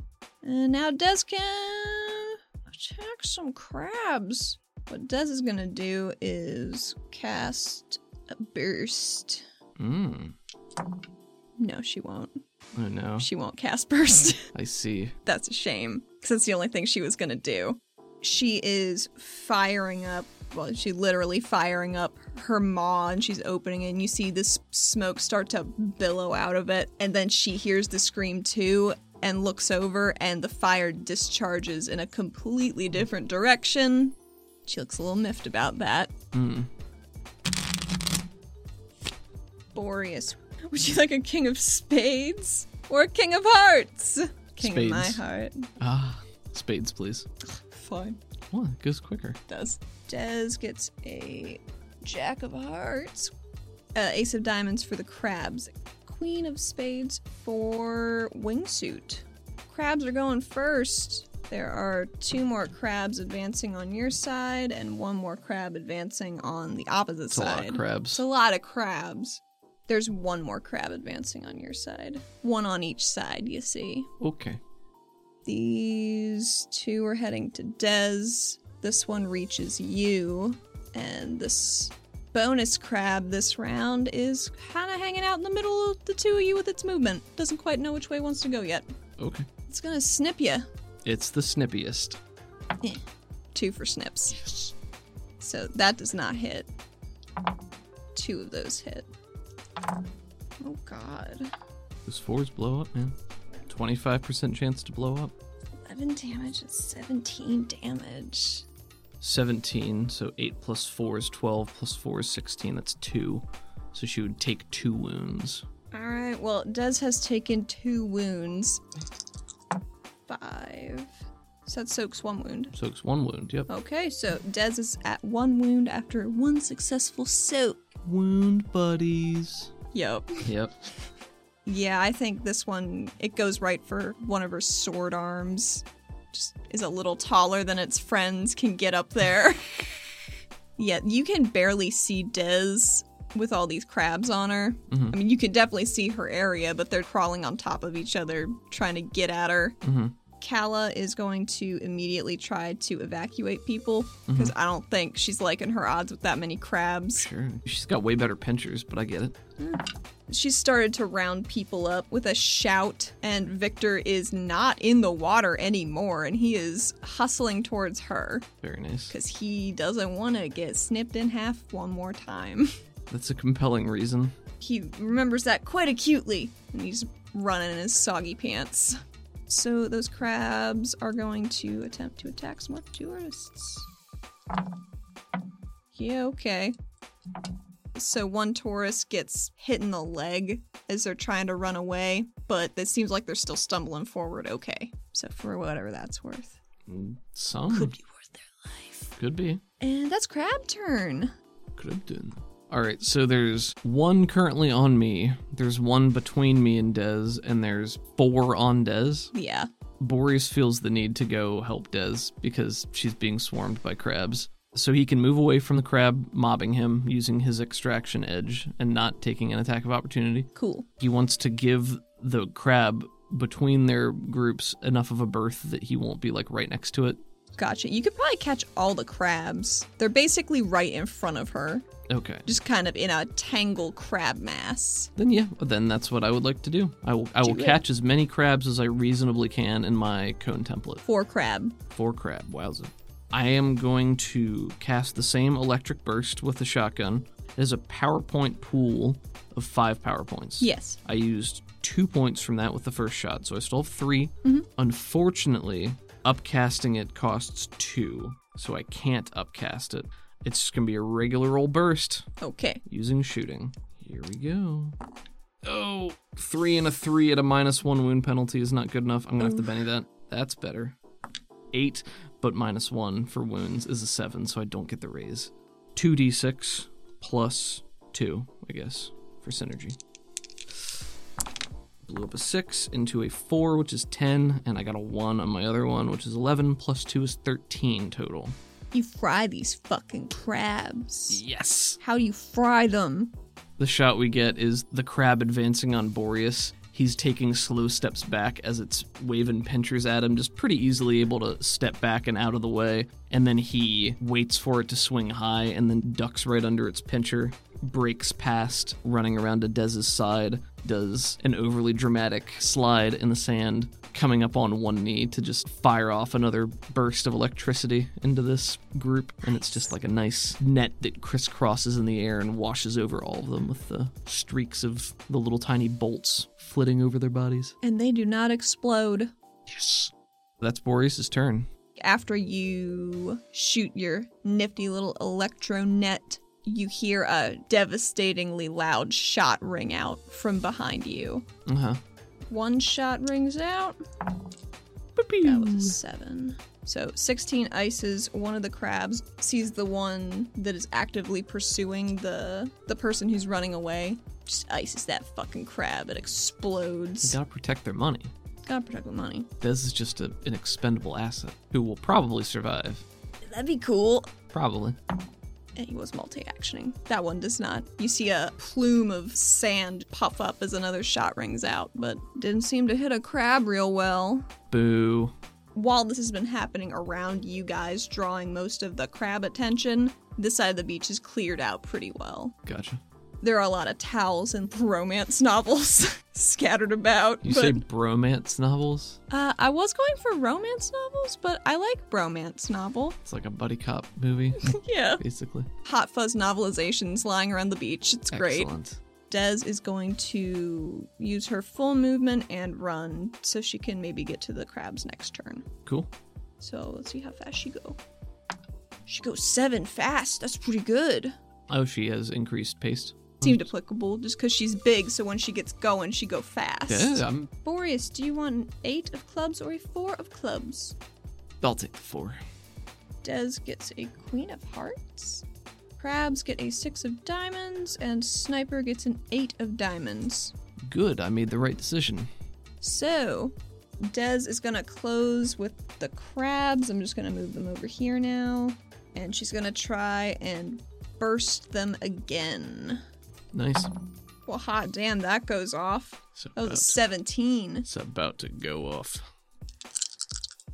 Speaker 1: And now Des can attack some crabs. What Des is gonna do is cast a burst.
Speaker 2: Mm.
Speaker 1: No, she won't.
Speaker 2: Oh no.
Speaker 1: She won't cast burst.
Speaker 2: I see.
Speaker 1: that's a shame, because that's the only thing she was gonna do. She is firing up. Well, she literally firing up her maw, and she's opening it, and you see this smoke start to billow out of it. And then she hears the scream too, and looks over, and the fire discharges in a completely different direction. She looks a little miffed about that.
Speaker 2: Mm.
Speaker 1: Boreas, would you like a king of spades or a king of hearts? King of my
Speaker 2: Spades.
Speaker 1: heart.
Speaker 2: Ah, spades, please.
Speaker 1: Fine.
Speaker 2: Well, it goes quicker.
Speaker 1: does. Des gets a Jack of Hearts, uh, Ace of Diamonds for the crabs, Queen of Spades for wingsuit. Crabs are going first. There are two more crabs advancing on your side and one more crab advancing on the opposite
Speaker 2: It's a
Speaker 1: side.
Speaker 2: lot of crabs.
Speaker 1: It's a lot of crabs. There's one more crab advancing on your side. One on each side, you see.
Speaker 2: okay.
Speaker 1: These two are heading to Dez. This one reaches you. And this bonus crab this round is kind of hanging out in the middle of the two of you with its movement. Doesn't quite know which way it wants to go yet.
Speaker 2: Okay.
Speaker 1: It's gonna snip you.
Speaker 2: It's the snippiest.
Speaker 1: Two for snips. So that does not hit. Two of those hit. Oh god.
Speaker 2: Those fours blow up, man. 25% chance to blow up.
Speaker 1: 11 damage and 17 damage.
Speaker 2: 17, so 8 plus 4 is 12, plus 4 is 16, that's 2. So she would take 2 wounds.
Speaker 1: All right. Well, Des has taken two wounds. Five. So that soaks one wound.
Speaker 2: So it's 1 wound, yep.
Speaker 1: Okay, so Des is at one wound after one successful soak.
Speaker 2: Wound buddies.
Speaker 1: Yep.
Speaker 2: Yep.
Speaker 1: Yeah, I think this one it goes right for one of her sword arms. Just is a little taller than its friends can get up there. yeah, you can barely see Des with all these crabs on her.
Speaker 2: Mhm.
Speaker 1: I mean, you could definitely see her area, but they're crawling on top of each other, trying to get at her.
Speaker 2: Mhm.
Speaker 1: Kala is going to immediately try to evacuate people because I don't think she's liking her odds with that many crabs.
Speaker 2: Sure. She's got way better pinchers, but I get it.
Speaker 1: She started to round people up with a shout, and Victor is not in the water anymore, and he is hustling towards her
Speaker 2: Very nice.
Speaker 1: because he doesn't want to get snipped in half one more time.
Speaker 2: That's a compelling reason.
Speaker 1: He remembers that quite acutely, and he's running in his soggy pants. So those crabs are going to attempt to attack some of two artists. Yeah, okay. So one tourist gets hit in the leg as they're trying to run away, but it seems like they're still stumbling forward okay. So for whatever that's worth.
Speaker 2: Some
Speaker 1: Could be worth their life.
Speaker 2: Could be.
Speaker 1: And that's crab turn.
Speaker 2: Krypton. All right, so there's one currently on me. There's one between me and Dez, and there's four on Dez.
Speaker 1: Yeah.
Speaker 2: Boreas feels the need to go help Dez because she's being swarmed by crabs. So he can move away from the crab mobbing him using his extraction edge and not taking an attack of opportunity.
Speaker 1: Cool.
Speaker 2: He wants to give the crab between their groups enough of a berth that he won't be like right next to it.
Speaker 1: Gotcha. You could probably catch all the crabs. They're basically right in front of her,
Speaker 2: Okay.
Speaker 1: just kind of in a tangle crab mass.
Speaker 2: Then yeah, then that's what I would like to do. I will I will
Speaker 1: Do it.
Speaker 2: catch as many crabs as I reasonably can in my cone template.
Speaker 1: Four crab.
Speaker 2: Four crab, wowza. I am going to cast the same electric burst with the shotgun. It is a power point pool of five power points.
Speaker 1: Yes.
Speaker 2: I used two points from that with the first shot, so I still have 3 Unfortunately, upcasting it costs two, so I can't upcast it. It's just gonna be a regular old burst
Speaker 1: Okay.
Speaker 2: using shooting. Here we go. Oh, three and a three at a minus one wound penalty is not good enough. I'm gonna have to Benny that. That's better. Eight, but minus one for wounds is a seven, so I don't get the raise. 2d6 plus two, I guess, for synergy. Blew up a six into a four, which is 10, and I got a one on my other one, which is 11, plus two is 13 total.
Speaker 1: You fry these fucking crabs.
Speaker 2: Yes!
Speaker 1: How do you fry them?
Speaker 2: The shot we get is the crab advancing on Boreas. He's taking slow steps back as it's waving pinchers at him, just pretty easily able to step back and out of the way. And then he waits for it to swing high and then ducks right under its pincher, breaks past, running around to Dez's side, does an overly dramatic slide in the sand, coming up on one knee to just fire off another burst of electricity into this group. And it's just like a nice net that crisscrosses in the air and washes over all of them with the streaks of the little tiny bolts flitting over their bodies.
Speaker 1: And they do not explode.
Speaker 2: Yes. That's Boreas' turn.
Speaker 1: After you shoot your nifty little electro net, you hear a devastatingly loud shot ring out from behind you.
Speaker 2: Uh huh.
Speaker 1: One shot rings out. That
Speaker 2: Hmm.
Speaker 1: was a seven. So 16 ices. One of the crabs sees the one that is actively pursuing the the person who's running away. Just ices that fucking crab. It explodes.
Speaker 2: Gotta protect their money.
Speaker 1: Gotta protect the money.
Speaker 2: This is just a, an expendable asset who will probably survive.
Speaker 1: That'd be cool.
Speaker 2: Probably.
Speaker 1: And he was multi-actioning. That one does not. You see a plume of sand puff up as another shot rings out, but didn't seem to hit a crab real well.
Speaker 2: Boo.
Speaker 1: while this has been happening around you guys, drawing most of the crab attention, this side of the beach is cleared out pretty well.
Speaker 2: Gotcha.
Speaker 1: There are a lot of towels and romance novels scattered about.
Speaker 2: You
Speaker 1: but,
Speaker 2: say bromance novels?
Speaker 1: uh, I was going for romance novels, but I like bromance novel.
Speaker 2: It's like a buddy cop movie,
Speaker 1: yeah.
Speaker 2: basically.
Speaker 1: Hot fuzz novelizations lying around the beach. It's great.
Speaker 2: Excellent.
Speaker 1: Dez is going to use her full movement and run so she can maybe get to the crabs next turn.
Speaker 2: Cool.
Speaker 1: So let's see how fast she go. She goes seven fast. That's pretty good.
Speaker 2: Oh, she has increased pace.
Speaker 1: Seemed applicable just because she's big, so when she gets going, she go fast.
Speaker 2: Yeah, I'm,
Speaker 1: Boreas, do you want an eight of clubs or a four of clubs?
Speaker 2: I'll take the four.
Speaker 1: Dez gets a queen of hearts. Crabs get a six of diamonds, and Sniper gets an eight of diamonds.
Speaker 2: Good, I made the right decision.
Speaker 1: So, Dez is gonna close with the crabs. I'm just gonna move them over here now. And she's gonna try and burst them again.
Speaker 2: Nice.
Speaker 1: Well, hot damn, that goes off.
Speaker 2: It's
Speaker 1: That was
Speaker 2: about-
Speaker 1: a 17.
Speaker 2: it's about to go off.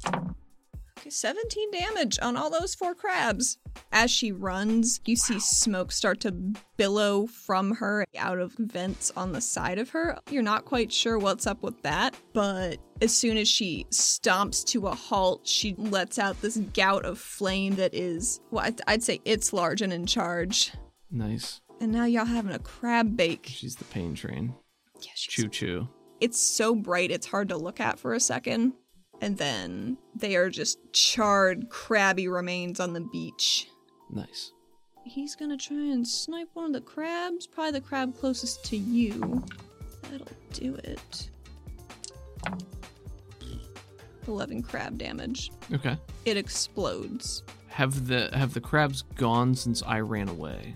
Speaker 1: Okay, 17 damage on all those four crabs. As she runs, you see smoke start to billow from her out of vents on the side of her. You're not quite sure what's up with that, but as soon as she stomps to a halt, she lets out this gout of flame that is, well, I'd- I'd say it's large and in charge.
Speaker 2: Nice.
Speaker 1: And now y'all having a crab bake.
Speaker 2: She's the pain train.
Speaker 1: Yeah, she's
Speaker 2: Choo choo.
Speaker 1: it's so bright it's hard to look at for a second. And then they are just charred, crabby remains on the beach.
Speaker 2: Nice.
Speaker 1: He's gonna try and snipe one of the crabs, probably the crab closest to you. That'll do it. 11 crab damage.
Speaker 2: Okay.
Speaker 1: It explodes.
Speaker 2: Have the have the crabs gone since I ran away?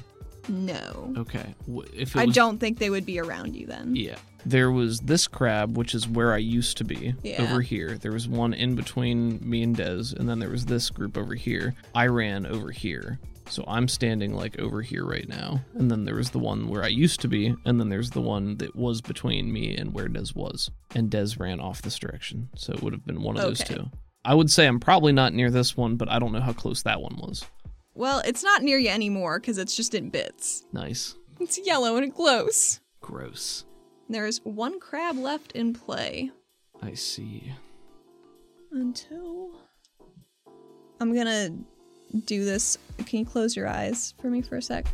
Speaker 1: No.
Speaker 2: Okay. W- If it
Speaker 1: I
Speaker 2: was-
Speaker 1: don't think they would be around you then.
Speaker 2: Yeah. There was this crab, which is where I used to be,
Speaker 1: Yeah.
Speaker 2: over here. There was one in between me and Dez, and then there was this group over here. I ran over here. So I'm standing like over here right now. And then there was the one where I used to be, and then there's the one that was between me and where Dez was. And Dez ran off this direction. So it would have been one of those
Speaker 1: Okay.
Speaker 2: two. I would say I'm probably not near this one, but I don't know how close that one was.
Speaker 1: Well, it's not near you anymore because it's just in bits.
Speaker 2: Nice.
Speaker 1: It's yellow and it glows.
Speaker 2: Gross.
Speaker 1: There is one crab left in play
Speaker 2: I see.
Speaker 1: until. I'm gonna do this. Can you close your eyes for me for a sec?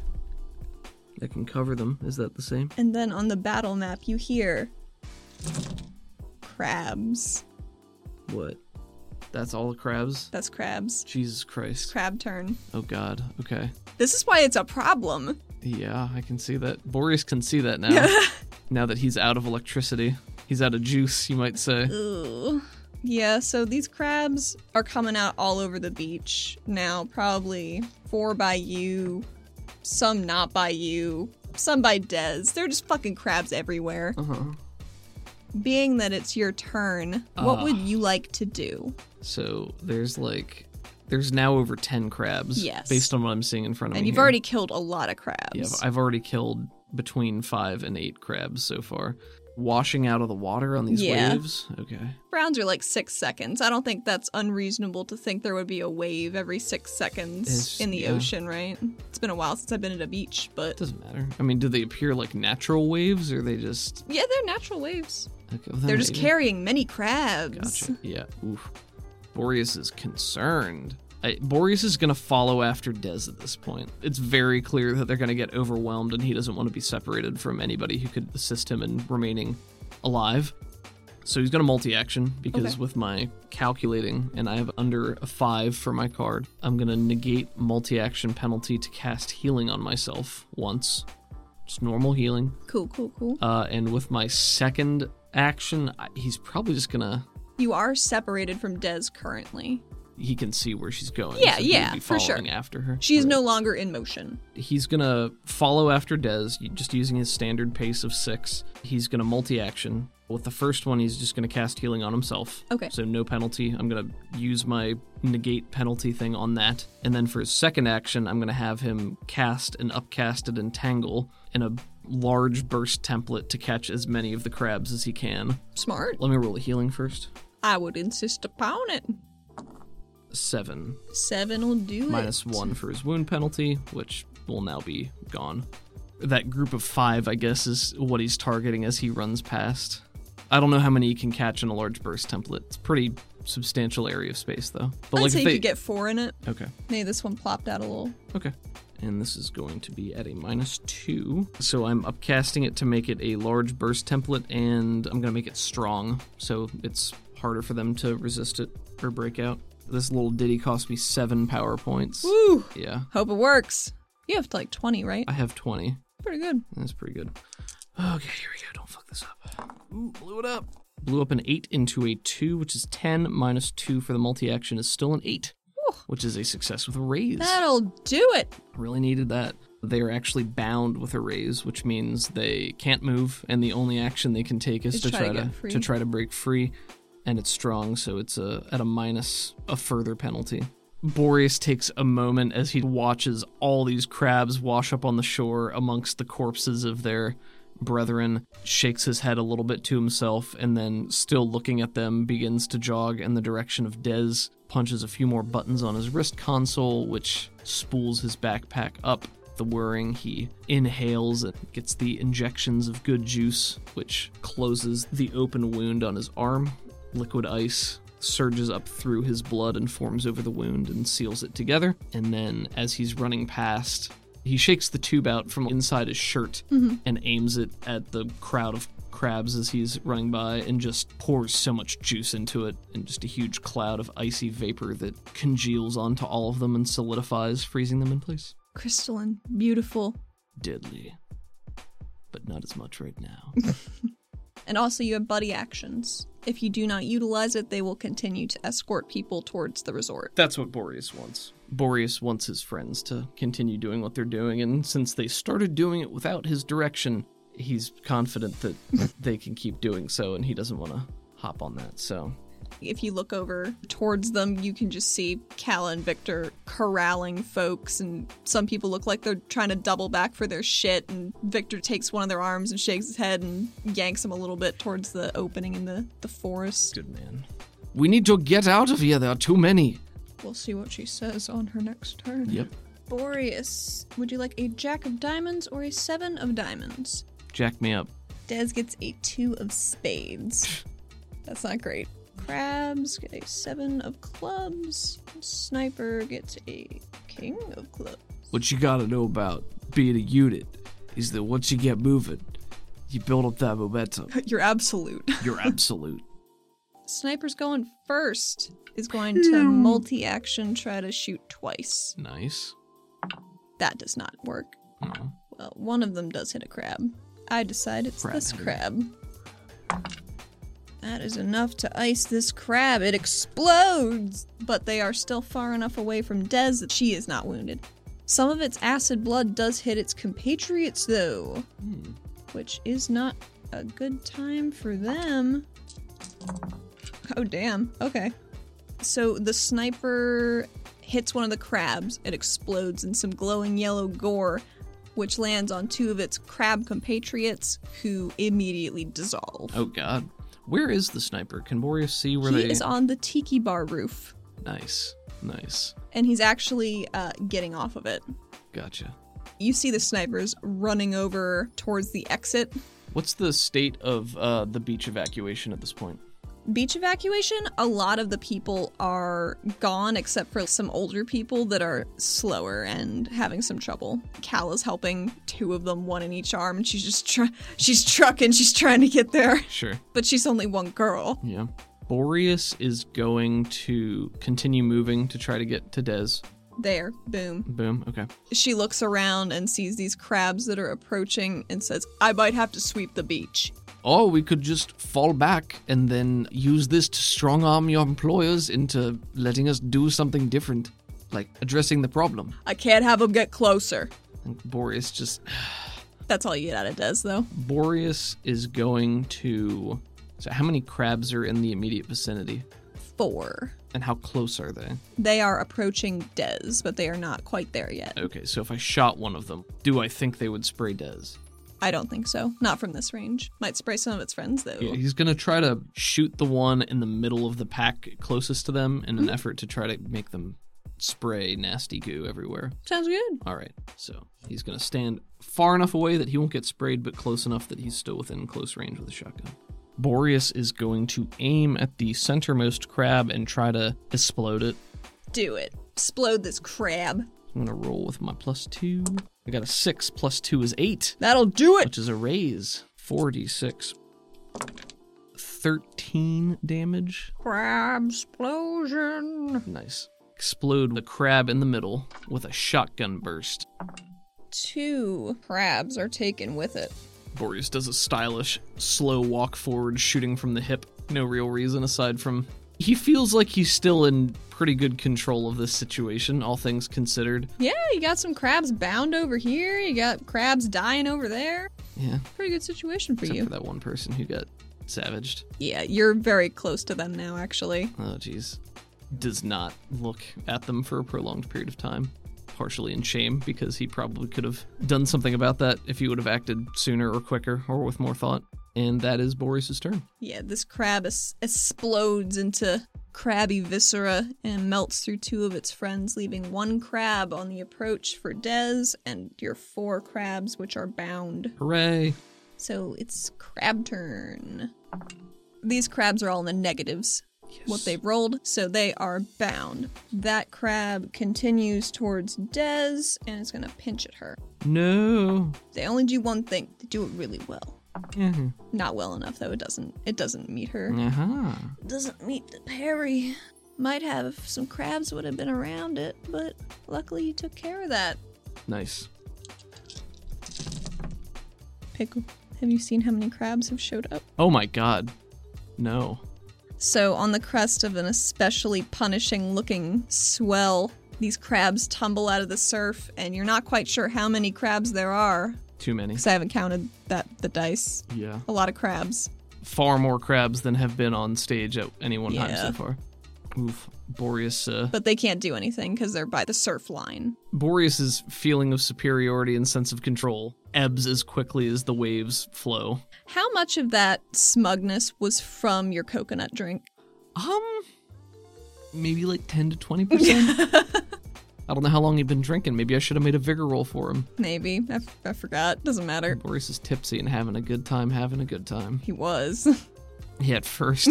Speaker 2: I can cover them. Is that the same?
Speaker 1: And then on the battle map, you hear. Crabs.
Speaker 2: What? That's all the crabs?
Speaker 1: That's crabs.
Speaker 2: Jesus Christ.
Speaker 1: Crab turn.
Speaker 2: Oh god. Okay.
Speaker 1: This is why it's a problem.
Speaker 2: Yeah, I can see that. Boris can see that now. now that he's out of electricity. He's out of juice, you might say.
Speaker 1: Ugh. Yeah, so these crabs are coming out all over the beach now, probably four by you, some not by you, some by Dez. They're just fucking crabs everywhere.
Speaker 2: Uh-huh.
Speaker 1: Being that it's your turn, what
Speaker 2: Ah.
Speaker 1: would you like to do?
Speaker 2: So there's like there's now over ten crabs.
Speaker 1: Yes.
Speaker 2: Based on what I'm seeing in front of me.
Speaker 1: And you've
Speaker 2: here.
Speaker 1: already killed a lot of crabs.
Speaker 2: Yeah, I've- I've already killed between five and eight crabs so far. Washing out of the water on these
Speaker 1: Yeah.
Speaker 2: waves. Okay.
Speaker 1: Rounds are like six seconds. I don't think that's unreasonable to think there would be a wave every six seconds
Speaker 2: It's-
Speaker 1: in the
Speaker 2: yeah.
Speaker 1: ocean, right? It's been a while since I've been at a beach, but
Speaker 2: Doesn't matter. I mean, do they appear like natural waves or they just
Speaker 1: yeah, they're natural waves.
Speaker 2: okay, well, then
Speaker 1: They're just
Speaker 2: maybe.
Speaker 1: carrying many crabs.
Speaker 2: Gotcha. Yeah. Oof. Boreas is concerned. I, Boreas is going to follow after Dez at this point. It's very clear that they're going to get overwhelmed, and he doesn't want to be separated from anybody who could assist him in remaining alive. So he's going to multi action because
Speaker 1: Okay.
Speaker 2: with my calculating, and I have under a five for my card, I'm going to negate multi action penalty to cast healing on myself once. Just normal healing.
Speaker 1: Cool, cool, cool.
Speaker 2: Uh, and with my second action, I, he's probably just going to
Speaker 1: You are separated from Dez currently.
Speaker 2: he can see where she's going.
Speaker 1: Yeah,
Speaker 2: so he would
Speaker 1: yeah,
Speaker 2: be
Speaker 1: for sure.
Speaker 2: following After her,
Speaker 1: She's no longer in motion.
Speaker 2: He's gonna follow after Dez, just using his standard pace of six. He's gonna multi-action. With the first one, he's just gonna cast healing on himself.
Speaker 1: Okay.
Speaker 2: So no penalty. I'm gonna use my negate penalty thing on that, and then for his second action, I'm gonna have him cast an upcasted entangle in a large burst template to catch as many of the crabs as he can.
Speaker 1: Smart.
Speaker 2: Let me roll a healing first.
Speaker 1: I would insist upon it.
Speaker 2: Seven.
Speaker 1: Seven will do
Speaker 2: minus
Speaker 1: it.
Speaker 2: one for his wound penalty, which will now be gone. That group of five, I guess, is what he's targeting as he runs past. I don't know how many he can catch in a large burst template. It's a pretty substantial area of space, though. But
Speaker 1: I'd
Speaker 2: like,
Speaker 1: say
Speaker 2: if
Speaker 1: you
Speaker 2: they
Speaker 1: could get four in it.
Speaker 2: okay,
Speaker 1: Maybe this one plopped out a little.
Speaker 2: okay, and this is going to be at a minus two. So I'm upcasting it to make it a large burst template, and I'm gonna make it strong, so it's harder for them to resist it or break out. This little ditty cost me seven power points.
Speaker 1: Woo!
Speaker 2: Yeah,
Speaker 1: Hope it works. You have to like 20, right?
Speaker 2: I have twenty.
Speaker 1: Pretty good.
Speaker 2: That's pretty good. Okay, here we go. Don't fuck this up. Ooh, blew it up. Blew up an 8 into a 2, which is 10 minus 2 for the multi action is still an 8,
Speaker 1: Whew.
Speaker 2: which is a success with a raise.
Speaker 1: That'll do it.
Speaker 2: Really needed that. They are actually bound with a raise, which means they can't move, and the only action they can take is
Speaker 1: Is
Speaker 2: to
Speaker 1: try to
Speaker 2: try
Speaker 1: get
Speaker 2: to,
Speaker 1: free.
Speaker 2: to uh, try to break free. And it's strong, so it's a, at a minus a further penalty. Boreas takes a moment as he watches all these crabs wash up on the shore amongst the corpses of their brethren, shakes his head a little bit to himself, and then, still looking at them, begins to jog in the direction of Dez, punches a few more buttons on his wrist console, which spools his backpack up. The whirring, he inhales and gets the injections of good juice, which closes the open wound on his arm. Liquid ice surges up through his blood and forms over the wound and seals it together. And then, as he's running past, he shakes the tube out from inside his shirt and aims it at the crowd of crabs as he's running by and just pours so much juice into it and just a huge cloud of icy vapor that congeals onto all of them and solidifies, freezing them in place.
Speaker 1: Crystalline, beautiful.
Speaker 2: Deadly. But not as much right now.
Speaker 1: And also, you have buddy actions. If you do not utilize it, they will continue to escort people towards the resort.
Speaker 2: That's what Boreas wants. Boreas wants his friends to continue doing what they're doing, and since they started doing it without his direction, he's confident that they can keep doing so, and he doesn't want to hop on that. So,
Speaker 1: If you look over towards them, you can just see Calla and Victor corralling folks, and some people look like they're trying to double back for their shit. And Victor takes one of their arms and shakes his head and yanks him a little bit towards the opening in the, the forest.
Speaker 2: good man. We need to get out of here. There are too many.
Speaker 1: We'll see what she says on her next turn.
Speaker 2: Yep.
Speaker 1: Boreas, would you like a Jack of Diamonds or a Seven of Diamonds?
Speaker 2: Jack me up.
Speaker 1: Dez gets a two of spades. That's not great. Crabs get a seven of clubs. Sniper gets a king of clubs.
Speaker 3: What you gotta know about being a unit is that once you get moving, you build up that momentum.
Speaker 1: You're absolute.
Speaker 3: You're absolute.
Speaker 1: Sniper's going first. Is going to multi action try to shoot twice.
Speaker 2: Nice.
Speaker 1: That does not work.
Speaker 2: No.
Speaker 1: Well, one of them does hit a crab. I decide it's
Speaker 2: Crab
Speaker 1: this
Speaker 2: hitter.
Speaker 1: crab. That is enough to ice this crab. It explodes! But they are still far enough away from Dez that she is not wounded. Some of its acid blood does hit its compatriots, though, which is not a good time for them. Oh, damn. Okay. So the sniper hits one of the crabs. It explodes in some glowing yellow gore, which lands on two of its crab compatriots, who immediately dissolve.
Speaker 2: Oh God. Where is the sniper? Can Boreas see where
Speaker 1: he
Speaker 2: they?
Speaker 1: is on the tiki bar roof,
Speaker 2: nice. Nice.
Speaker 1: and he's actually uh, getting off of it.
Speaker 2: Gotcha.
Speaker 1: You see the snipers running over towards the exit.
Speaker 2: What's the state of uh, the beach evacuation at this point?
Speaker 1: Beach evacuation, a lot of the people are gone except for some older people that are slower and having some trouble. Cal is helping two of them, one in each arm, and she's just try- she's trucking, she's trying to get there,
Speaker 2: Sure.
Speaker 1: but she's only one girl.
Speaker 2: Yeah. Boreas is going to continue moving to try to get to Dez.
Speaker 1: There, boom.
Speaker 2: Boom. Okay.
Speaker 1: She looks around and sees these crabs that are approaching and says, I might have to sweep the beach.
Speaker 3: Or we could just fall back and then use this to strong arm your employers into letting us do something different, like addressing the problem.
Speaker 1: I can't have them get closer.
Speaker 2: And Boreas just
Speaker 1: That's all you get out of Des, though.
Speaker 2: Boreas is going to So how many crabs are in the immediate vicinity?
Speaker 1: Four.
Speaker 2: And how close are they?
Speaker 1: They are approaching Des, but they are not quite there yet.
Speaker 2: Okay, so if I shot one of them, do I think they would spray Dez?
Speaker 1: I don't think so. Not from this range. Might spray some of its friends, though.
Speaker 2: Yeah, he's gonna try to shoot the one in the middle of the pack closest to them in an effort to try to make them spray nasty goo everywhere.
Speaker 1: Sounds good.
Speaker 2: All right, so he's gonna stand far enough away that he won't get sprayed, but close enough that he's still within close range with a shotgun. Boreas is going to aim at the centermost crab and try to explode it.
Speaker 1: Do it. Explode this crab.
Speaker 2: I'm gonna roll with my plus two. I got a six plus two is eight,
Speaker 1: That'll do it.
Speaker 2: which is a raise. 46. 13 damage.
Speaker 1: Crab explosion.
Speaker 2: Nice. Explode the crab in the middle with a shotgun burst.
Speaker 1: Two crabs are taken with it.
Speaker 2: Boreas does a stylish, slow walk forward, shooting from the hip. No real reason aside from. He feels like he's still in pretty good control of this situation, all things considered.
Speaker 1: Yeah, you got some crabs bound over here. You got crabs dying over there.
Speaker 2: Yeah,
Speaker 1: Pretty good situation for
Speaker 2: except
Speaker 1: you.
Speaker 2: for that one person who got savaged.
Speaker 1: Yeah, you're very close to them now, actually.
Speaker 2: Oh, jeez. does not look at them for a prolonged period of time, partially in shame because he probably could have done something about that if he would have acted sooner or quicker or with more thought. And that is Boris's turn.
Speaker 1: Yeah, this crab es- explodes into crabby viscera and melts through two of its friends, leaving one crab on the approach for Dez and your four crabs, which are bound.
Speaker 2: Hooray!
Speaker 1: So it's crab turn. These crabs are all in the negatives, what they've rolled, so they are bound. That crab continues towards Dez and is going to pinch at her.
Speaker 2: No.
Speaker 1: They only do one thing, they do it really well.
Speaker 2: Mhm.
Speaker 1: Not well enough though. It doesn't. It doesn't meet her.
Speaker 2: Uh-huh.
Speaker 1: doesn't meet the parry. Might have some crabs would have been around it, but luckily you took care of that.
Speaker 2: Nice.
Speaker 1: Pickle, have you seen how many crabs have showed up?
Speaker 2: Oh my god. No.
Speaker 1: So, on the crest of an especially punishing looking swell, these crabs tumble out of the surf, and you're not quite sure how many crabs there are,
Speaker 2: Too many.
Speaker 1: because I haven't counted that the dice.
Speaker 2: Yeah.
Speaker 1: A lot of crabs.
Speaker 2: Far more crabs than have been on stage at any one time
Speaker 1: Yeah.
Speaker 2: so far. Oof. Boreas uh,
Speaker 1: But they can't do anything because they're by the surf line.
Speaker 2: Boreas's feeling of superiority and sense of control ebbs as quickly as the waves flow.
Speaker 1: How much of that smugness was from your coconut drink?
Speaker 2: Um, maybe like ten to twenty percent. I don't know how long he'd been drinking. Maybe I should have made a vigor roll for him.
Speaker 1: Maybe. I, f- I forgot. Doesn't matter.
Speaker 2: Boreas is tipsy and having a good time, having a good time.
Speaker 1: He was.
Speaker 2: Yeah, at first,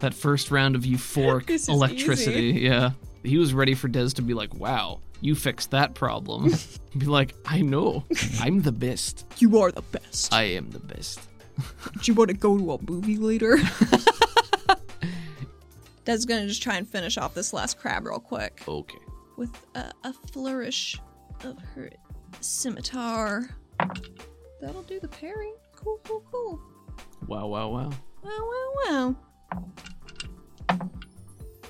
Speaker 2: that first round of euphoric
Speaker 1: This is
Speaker 2: electricity. Yeah, he was ready for Des to be like, "Wow, you fixed that problem." He'd be like, "I know, I'm the best.
Speaker 1: You are the best.
Speaker 2: I am the best."
Speaker 1: Do you want to go to a movie later? That's gonna just try and finish off this last crab real quick
Speaker 2: Okay.
Speaker 1: with a, a flourish of her scimitar. That'll do the parry. Cool, cool, cool.
Speaker 2: Wow, wow, wow.
Speaker 1: Wow, wow, wow.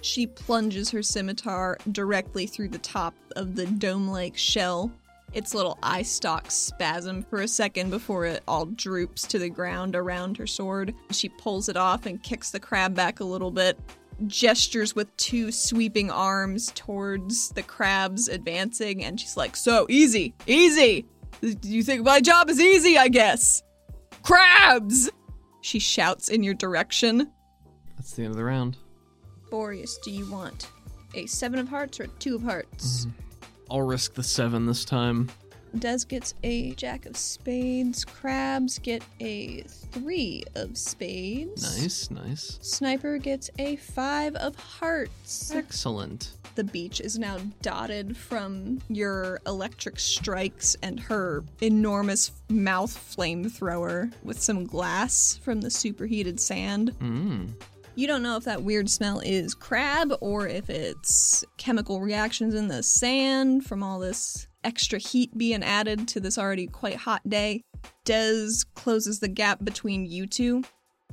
Speaker 1: She plunges her scimitar directly through the top of the dome like shell. Its little eye stalks spasm for a second before it all droops to the ground around her sword. She pulls it off and kicks the crab back a little bit, gestures with two sweeping arms towards the crabs advancing, and she's like, So easy, easy! You think my job is easy, I guess! Crabs! She shouts in your direction.
Speaker 2: That's the end of the round.
Speaker 1: Boreas, do you want a seven of hearts or a two of hearts?
Speaker 2: I'll risk the seven this time.
Speaker 1: Des gets a jack of spades. Crabs get a three of spades.
Speaker 2: Nice, nice.
Speaker 1: Sniper gets a five of hearts.
Speaker 2: Excellent.
Speaker 1: The beach is now dotted from your electric strikes and her enormous mouth flamethrower with some glass from the superheated sand.
Speaker 2: Mm.
Speaker 1: You don't know if that weird smell is crab or if it's chemical reactions in the sand from all this extra heat being added to this already quite hot day. Dez closes the gap between you two.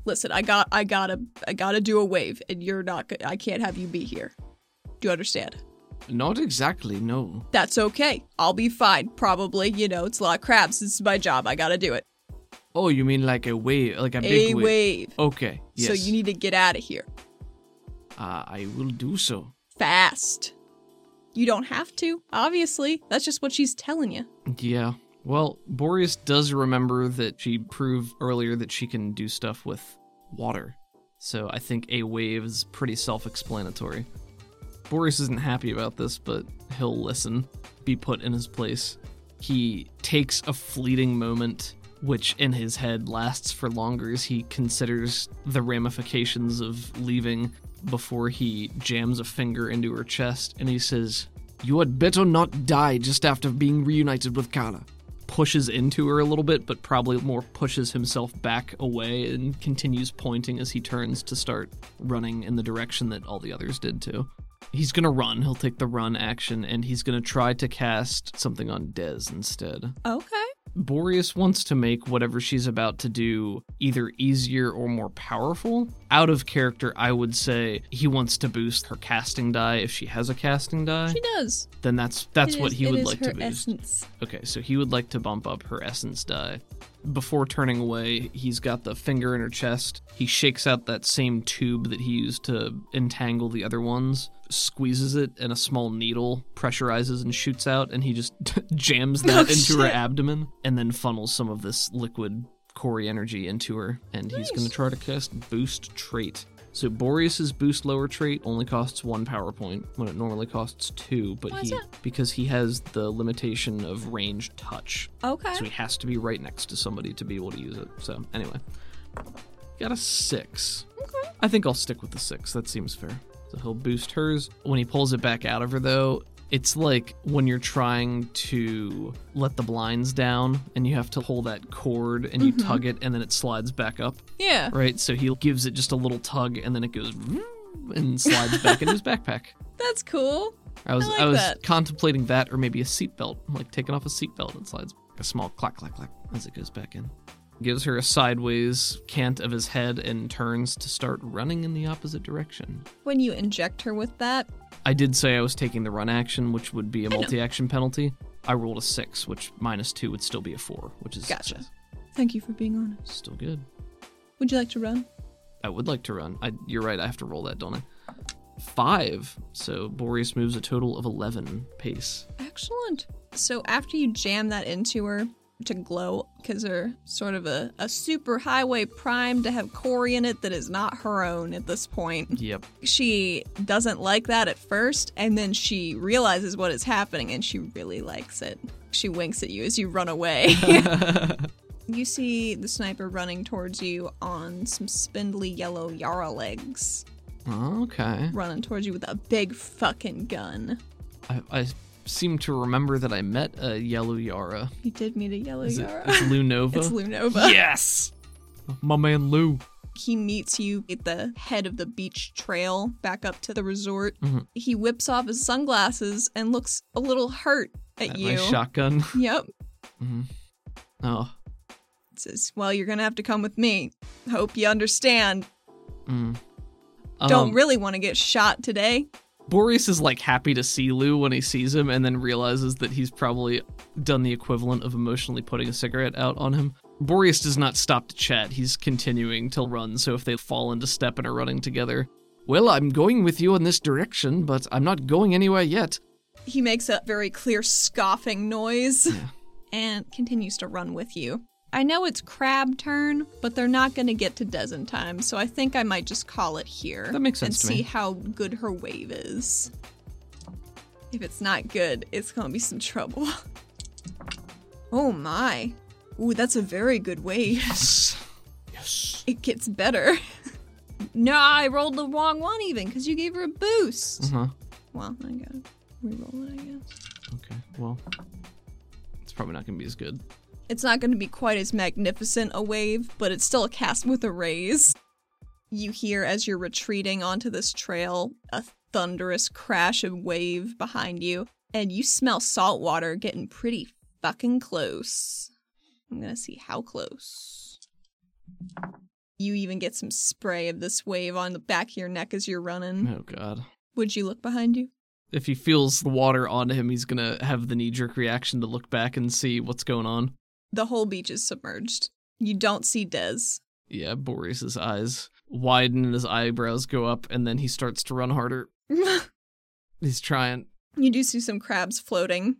Speaker 1: Listen, I got I gotta I gotta do a wave and you're not go- I can't have you be here. Do you understand?
Speaker 3: Not exactly, no.
Speaker 1: That's okay. I'll be fine, probably. You know, it's a lot of crabs. This is my job. I gotta do it.
Speaker 3: Oh, you mean like a wave, like a big
Speaker 1: a
Speaker 3: wave?
Speaker 1: wave.
Speaker 3: Okay, yes.
Speaker 1: So you need to get out of here.
Speaker 2: Uh,
Speaker 3: Ah, I will do so.
Speaker 1: fast. You don't have to, obviously. That's just what she's telling you.
Speaker 2: Yeah. Well, Boreas does remember that she proved earlier that she can do stuff with water. So I think a wave is pretty self explanatory. Boreas isn't happy about this, but he'll listen, be put in his place. He takes a fleeting moment, which in his head lasts for longer as he considers the ramifications of leaving before he jams a finger into her chest and he says,
Speaker 3: You had better not die just after being reunited with Carla.
Speaker 2: pushes into her a little bit, but probably more pushes himself back away and continues pointing as he turns to start running in the direction that all the others did too. He's gonna run, he'll take the run action, and he's gonna try to cast something on Dez instead.
Speaker 1: Okay.
Speaker 2: Boreas wants to make whatever she's about to do either easier or more powerful. Out of character, I would say he wants to boost her casting die if she has a casting die.
Speaker 1: She does.
Speaker 2: Then that's that's
Speaker 1: It
Speaker 2: what
Speaker 1: is-
Speaker 2: he
Speaker 1: it
Speaker 2: would
Speaker 1: is
Speaker 2: like
Speaker 1: her
Speaker 2: to boost.
Speaker 1: essence.
Speaker 2: Okay, so he would like to bump up her essence die. Before turning away, he's got the finger in her chest. He shakes out that same tube that he used to entangle the other ones, squeezes it, and a small needle pressurizes and shoots out, and he just jams that into her
Speaker 1: shit.
Speaker 2: abdomen, and then funnels some of this liquid Cory energy into her, and he's going to try to cast Boost Trait. So Boreas's Boost Lower Trait only costs one power point when it normally costs two, but
Speaker 1: Why is
Speaker 2: he
Speaker 1: that?
Speaker 2: because he has the limitation of range touch.
Speaker 1: Okay.
Speaker 2: So he has to be right next to somebody to be able to use it. So anyway, got a six.
Speaker 1: Okay.
Speaker 2: I think I'll stick with the six. That seems fair. So he'll boost hers. When he pulls it back out of her, though, it's like when you're trying to let the blinds down and you have to pull that cord and you tug it and then it slides back up,
Speaker 1: Yeah.
Speaker 2: right? So he gives it just a little tug and then it goes and slides back into his backpack.
Speaker 1: That's cool.
Speaker 2: I was I,
Speaker 1: like
Speaker 2: was
Speaker 1: that.
Speaker 2: contemplating that or maybe a seatbelt, like taking off a seatbelt and slides a small clack clack clack as it goes back in. Gives her a sideways cant of his head and turns to start running in the opposite direction.
Speaker 1: When you inject her with that,
Speaker 2: I did say I was taking the run action, which would be a multi action penalty. I rolled a six, which minus two would still be a four, which is
Speaker 1: Gotcha. thank you for being honest.
Speaker 2: still good.
Speaker 1: Would you like to run?
Speaker 2: I would like to run. I, you're right, I have to roll that, don't I? Five. So Boreas moves a total of 11 pace.
Speaker 1: Excellent. So after you jam that into her to glow, because they're sort of a, a super highway prime to have Cory in it that is not her own at this point,
Speaker 2: Yep.
Speaker 1: she doesn't like that at first, and then she realizes what is happening and she really likes it. She winks at you as you run away. you see the sniper running towards you on some spindly yellow Yara legs,
Speaker 2: Okay.
Speaker 1: running towards you with a big fucking gun.
Speaker 2: I, I seem to remember that I met a yellow Yara.
Speaker 1: You did meet a yellow
Speaker 2: Is it,
Speaker 1: Yara.
Speaker 2: it's Lou Nova.
Speaker 1: It's Lunova.
Speaker 2: yes, my man Lou.
Speaker 1: He meets you at the head of the beach trail back up to the resort.
Speaker 2: Mm-hmm.
Speaker 1: He whips off his sunglasses and looks a little hurt at,
Speaker 2: At
Speaker 1: you.
Speaker 2: my shotgun.
Speaker 1: Yep.
Speaker 2: Oh,
Speaker 1: Says, well, you're going to have to come with me. Hope you understand.
Speaker 2: um,
Speaker 1: Don't really want to get shot today.
Speaker 2: Boreas is like happy to see Lou when he sees him, and then realizes that he's probably done the equivalent of emotionally putting a cigarette out on him. Boreas does not stop to chat. He's continuing to run. So if they fall into step and are running together, well, I'm going with you in this direction, but I'm not going anywhere yet.
Speaker 1: He makes a very clear scoffing noise and continues to run with you. I know it's crab turn, but they're not going to get to Des in time, so I think I might just call it here.
Speaker 2: That makes sense
Speaker 1: And
Speaker 2: to
Speaker 1: see
Speaker 2: me.
Speaker 1: how good her wave is. If it's not good, it's going to be some trouble. Oh my. Ooh, that's a very good wave.
Speaker 2: Yes. Yes.
Speaker 1: It gets better. no, I rolled the wrong one even because you gave her a boost.
Speaker 2: Uh-huh.
Speaker 1: Well, I gotta reroll it, I guess.
Speaker 2: Okay. Well, it's probably not going to be as good.
Speaker 1: It's not going to be quite as magnificent a wave, but it's still a cast with a raise. You hear as you're retreating onto this trail a thunderous crash of wave behind you, and you smell salt water getting pretty fucking close. I'm going to see how close. You even get some spray of this wave on the back of your neck as you're running.
Speaker 2: Oh god.
Speaker 1: Would you look behind you?
Speaker 2: If he feels the water on him, he's going to have the knee-jerk reaction to look back and see what's going on.
Speaker 1: The whole beach is submerged. You don't see Des.
Speaker 2: Yeah, Boreas's eyes widen and his eyebrows go up and then he starts to run harder. He's trying.
Speaker 1: You do see some crabs floating,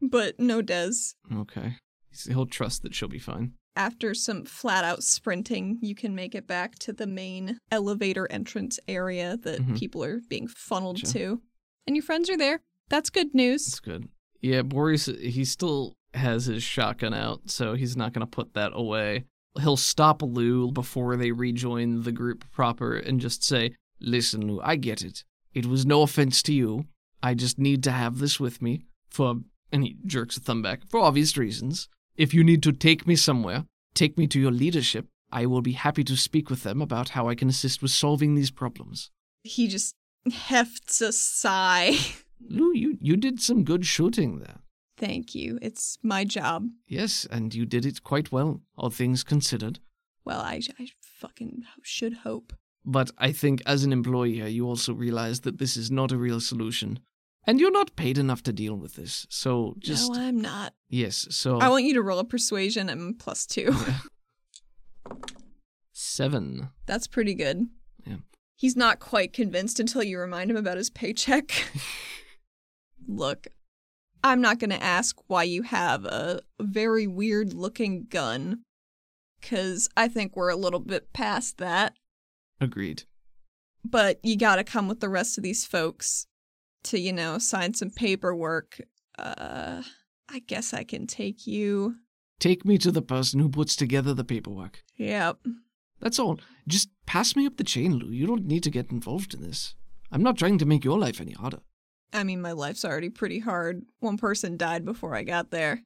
Speaker 1: but no Des.
Speaker 2: Okay. He's- He'll trust that she'll be fine.
Speaker 1: After some flat out sprinting, you can make it back to the main elevator entrance area that
Speaker 2: Mhm.
Speaker 1: people are being funneled
Speaker 2: Sure.
Speaker 1: to. And your friends are there. That's good
Speaker 2: That's
Speaker 1: news.
Speaker 2: good. Yeah, Boris, he still has his shotgun out, so he's not going to put that away. He'll stop Lou before they rejoin the group proper and just say, Listen, Lou, I get it. It was no offense to you. I just need to have this with me for. And he jerks a thumb back for obvious reasons. If you need to take me somewhere, take me to your leadership. I will be happy to speak with them about how I can assist with solving these problems.
Speaker 1: He just hefts a sigh.
Speaker 2: Lou, you, you did some good shooting there.
Speaker 1: Thank you. It's my job.
Speaker 2: Yes, and you did it quite well, all things considered.
Speaker 1: Well, I, I fucking should hope.
Speaker 2: But I think as an employer, you also realize that this is not a real solution. And you're not paid enough to deal with this. So just.
Speaker 1: no, I'm not.
Speaker 2: yes, so.
Speaker 1: I want you to roll a persuasion and plus two.
Speaker 2: Seven.
Speaker 1: That's pretty good.
Speaker 2: Yeah.
Speaker 1: He's not quite convinced until you remind him about his paycheck. Look, I'm not going to ask why you have a very weird looking gun, because I think we're a little bit past that.
Speaker 2: Agreed.
Speaker 1: But you got to come with the rest of these folks to, you know, sign some paperwork. Uh, I guess I can take you.
Speaker 3: Take me to the person who puts together the paperwork.
Speaker 1: Yep.
Speaker 3: That's all. Just pass me up the chain, Lou. You don't need to get involved in this. I'm not trying to make your life any harder.
Speaker 1: I mean, my life's already pretty hard. One person died before I got there.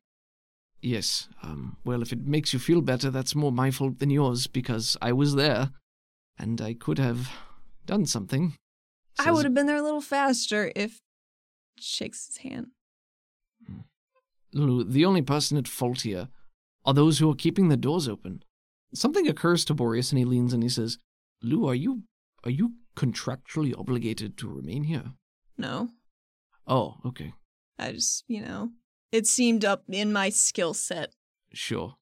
Speaker 3: Yes. Um, well, if it makes you feel better, that's more my fault than yours because I was there and I could have done something.
Speaker 1: I
Speaker 3: Says-
Speaker 1: would have been there a little faster if. Shakes his hand.
Speaker 3: Lulu, the only person at fault here are those who are keeping the doors open. Something occurs to Boreas and he leans and he says, Lou, are you are you contractually obligated to remain here?
Speaker 1: No,
Speaker 3: Oh, okay.
Speaker 1: I just, you know, it seemed up in my skill set.
Speaker 3: Sure.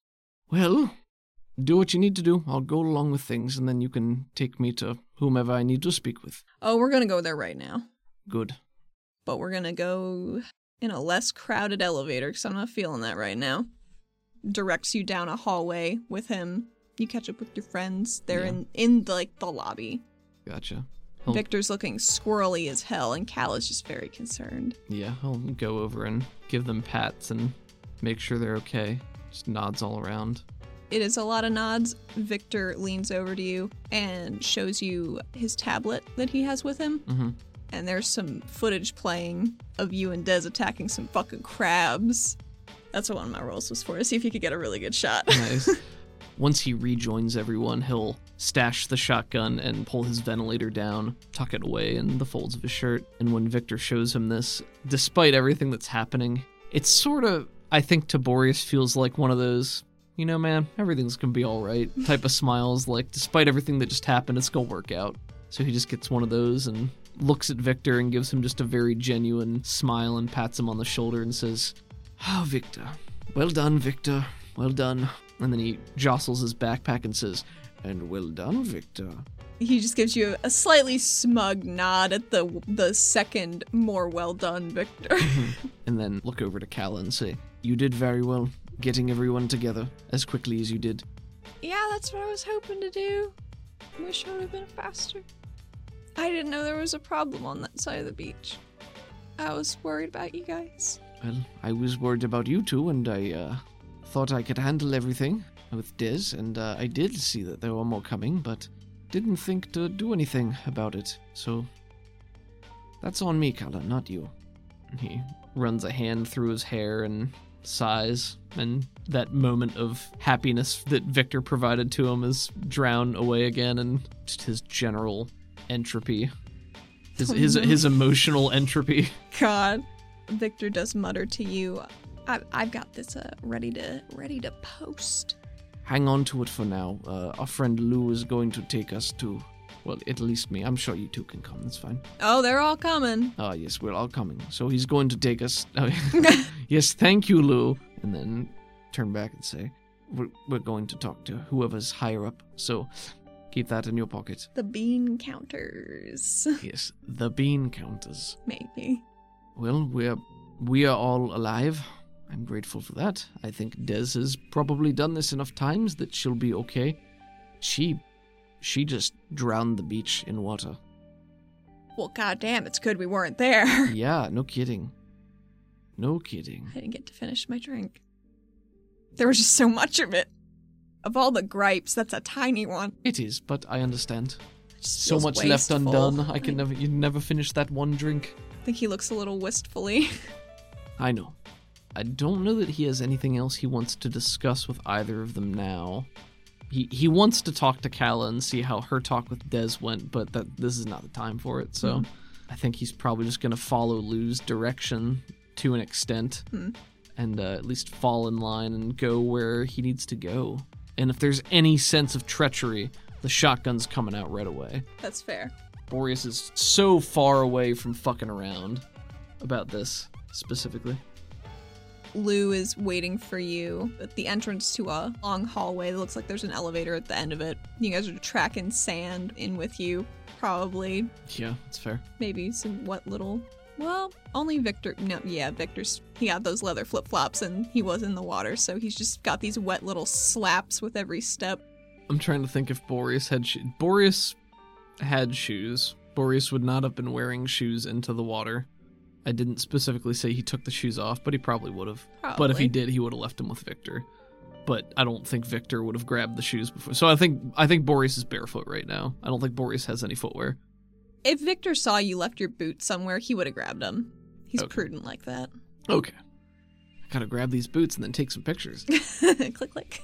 Speaker 3: Well, do what you need to do. I'll go along with things and then you can take me to whomever I need to speak with.
Speaker 1: Oh, we're gonna go there right now,
Speaker 3: Good.
Speaker 1: but we're gonna go in a less crowded elevator because I'm not feeling that right now. Directs you down a hallway with him. You catch up with your friends. They're
Speaker 3: Yeah.
Speaker 1: in in like the lobby.
Speaker 3: Gotcha. He'll-
Speaker 1: Victor's looking squirrely as hell, and Cal is just very concerned.
Speaker 2: Yeah, I'll go over and give them pats and make sure they're okay. Just nods all around.
Speaker 1: It is a lot of nods. Victor leans over to you and shows you his tablet that he has with him.
Speaker 2: Mhm.
Speaker 1: And there's some footage playing of you and Dez attacking some fucking crabs. That's what one of my rolls was for, to see if you could get a really good shot.
Speaker 2: Nice. Once he rejoins everyone, he'll stash the shotgun and pull his ventilator down, tuck it away in the folds of his shirt. And when Victor shows him this, despite everything that's happening, it's sort of, I think, to Boreas feels like one of those, you know, man, everything's gonna be all right type of smiles. Like, despite everything that just happened, it's gonna work out. So he just gets one of those and looks at Victor and gives him just a very genuine smile and pats him on the shoulder and says,
Speaker 3: Oh, Victor. Well done, Victor. Well done.
Speaker 2: and then he jostles his backpack and says,
Speaker 3: And well done, Victor.
Speaker 1: he just gives you a slightly smug nod at the the second more well done Victor.
Speaker 2: and then look over to Cal and say,
Speaker 3: You did very well getting everyone together as quickly as you did.
Speaker 1: yeah, that's what I was hoping to do. Wish I would have been faster. I didn't know there was a problem on that side of the beach. I was worried about you guys.
Speaker 3: Well, I was worried about you two, and I uh, thought I could handle everything with Diz, and uh, I did see that there were more coming, but didn't think to do anything about it. So that's on me, Kala, not you.
Speaker 2: He runs a hand through his hair and sighs, and that moment of happiness that Victor provided to him is drowned away again, and just his general entropy, his
Speaker 1: Oh,
Speaker 2: his,
Speaker 1: no.
Speaker 2: his emotional entropy.
Speaker 1: God. Victor does mutter to you, I, I've got this uh, ready to ready to post.
Speaker 3: Hang on to it for now. Uh, our friend Lou is going to take us to, well, at least me. I'm sure you two can come. That's fine.
Speaker 1: Oh, they're all coming.
Speaker 3: Ah, yes, we're all coming. So he's going to take us. Oh, yes, thank you, Lou. And then turn back and say, we're, we're going to talk to whoever's higher up. So keep that in your pocket.
Speaker 1: The bean counters.
Speaker 3: Yes, the bean counters.
Speaker 1: Maybe.
Speaker 3: Well, we're we are all alive. I'm grateful for that. I think Des has probably done this enough times that she'll be okay. She she just drowned the beach in water.
Speaker 1: Well, goddamn, it's good we weren't there. I
Speaker 3: Yeah, no kidding. No kidding.
Speaker 1: didn't get to finish my drink. There was just so much of it. Of all the gripes, that's a tiny one.
Speaker 3: It is, but I understand.
Speaker 1: It just
Speaker 3: so
Speaker 1: feels
Speaker 3: much
Speaker 1: wasteful.
Speaker 3: left undone. I can never you never finish that one drink.
Speaker 1: I think he looks a little wistfully.
Speaker 3: I know.
Speaker 2: I don't know that he has anything else he wants to discuss with either of them now. He he wants to talk to Kala and see how her talk with Dez went, but that this is not the time for it. So I think he's probably just gonna follow Lou's direction to an extent, and uh, at least fall in line and go where he needs to go. And if there's any sense of treachery, the shotgun's coming out right away.
Speaker 1: that's fair.
Speaker 2: Boreas is so far away from fucking around about this specifically.
Speaker 1: Lou is waiting for you at the entrance to a long hallway that looks like there's an elevator at the end of it. You guys are tracking sand in with you, probably.
Speaker 2: Yeah, it's fair.
Speaker 1: Maybe some what little. Well, only Victor. No, yeah, Victor's. He had those leather flip flops and he was in the water, so he's just got these wet little slaps with every step.
Speaker 2: I'm trying to think if Boreas had sho- Boreas had shoes. Boreas would not have been wearing shoes into the water. I didn't specifically say he took the shoes off, but he probably would have. But if
Speaker 1: Probably.
Speaker 2: he did, he would have left them with Victor. But I don't think Victor would have grabbed the shoes before. So I think I think Boreas is barefoot right now. I don't think Boreas has any footwear.
Speaker 1: If Victor saw you left your boot somewhere, he would have grabbed them. He's
Speaker 2: Okay.
Speaker 1: prudent like that.
Speaker 2: Okay. I gotta grab these boots and then take some pictures.
Speaker 1: click, click.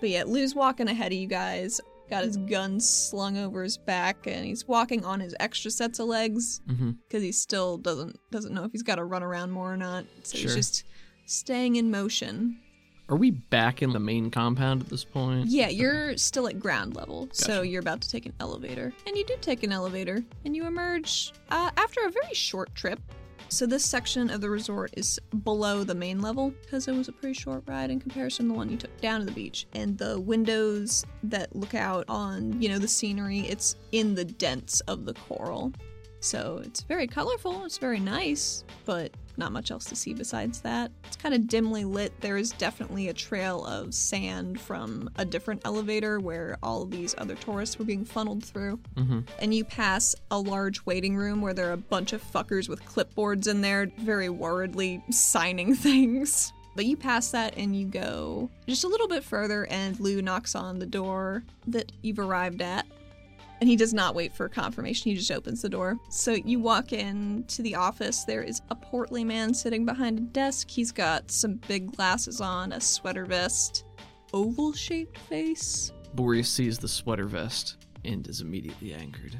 Speaker 1: but yeah, Lou's walking ahead of you guys. Got his gun slung over his back, and he's walking on his extra sets of legs
Speaker 2: Mhm.
Speaker 1: because he still doesn't doesn't know if he's got to run around more or not. So
Speaker 2: Sure.
Speaker 1: he's just staying in motion.
Speaker 2: Are we back in the main compound at this point?
Speaker 1: Yeah, you're still at ground level, so
Speaker 2: Mm-hmm. Gotcha.
Speaker 1: you're about to take an elevator. And you do take an elevator, and you emerge uh, after a very short trip. So, this section of the resort is below the main level because it was a pretty short ride in comparison to the one you took down to the beach. And the windows that look out on, you know, the scenery, it's in the dents of the coral. So, it's very colorful, it's very nice, but not much else to see besides that. It's kind of dimly lit. There is definitely a trail of sand from a different elevator where all these other tourists were being funneled through.
Speaker 2: Mhm.
Speaker 1: And you pass a large waiting room where there are a bunch of fuckers with clipboards in there, very worriedly signing things. But you pass that and you go just a little bit further, and Lou knocks on the door that you've arrived at. And he does not wait for confirmation, he just opens the door. So you walk in to the office. There is a portly man sitting behind a desk. He's got some big glasses on, a sweater vest, oval shaped face.
Speaker 2: Boreas sees the sweater vest and is immediately angered.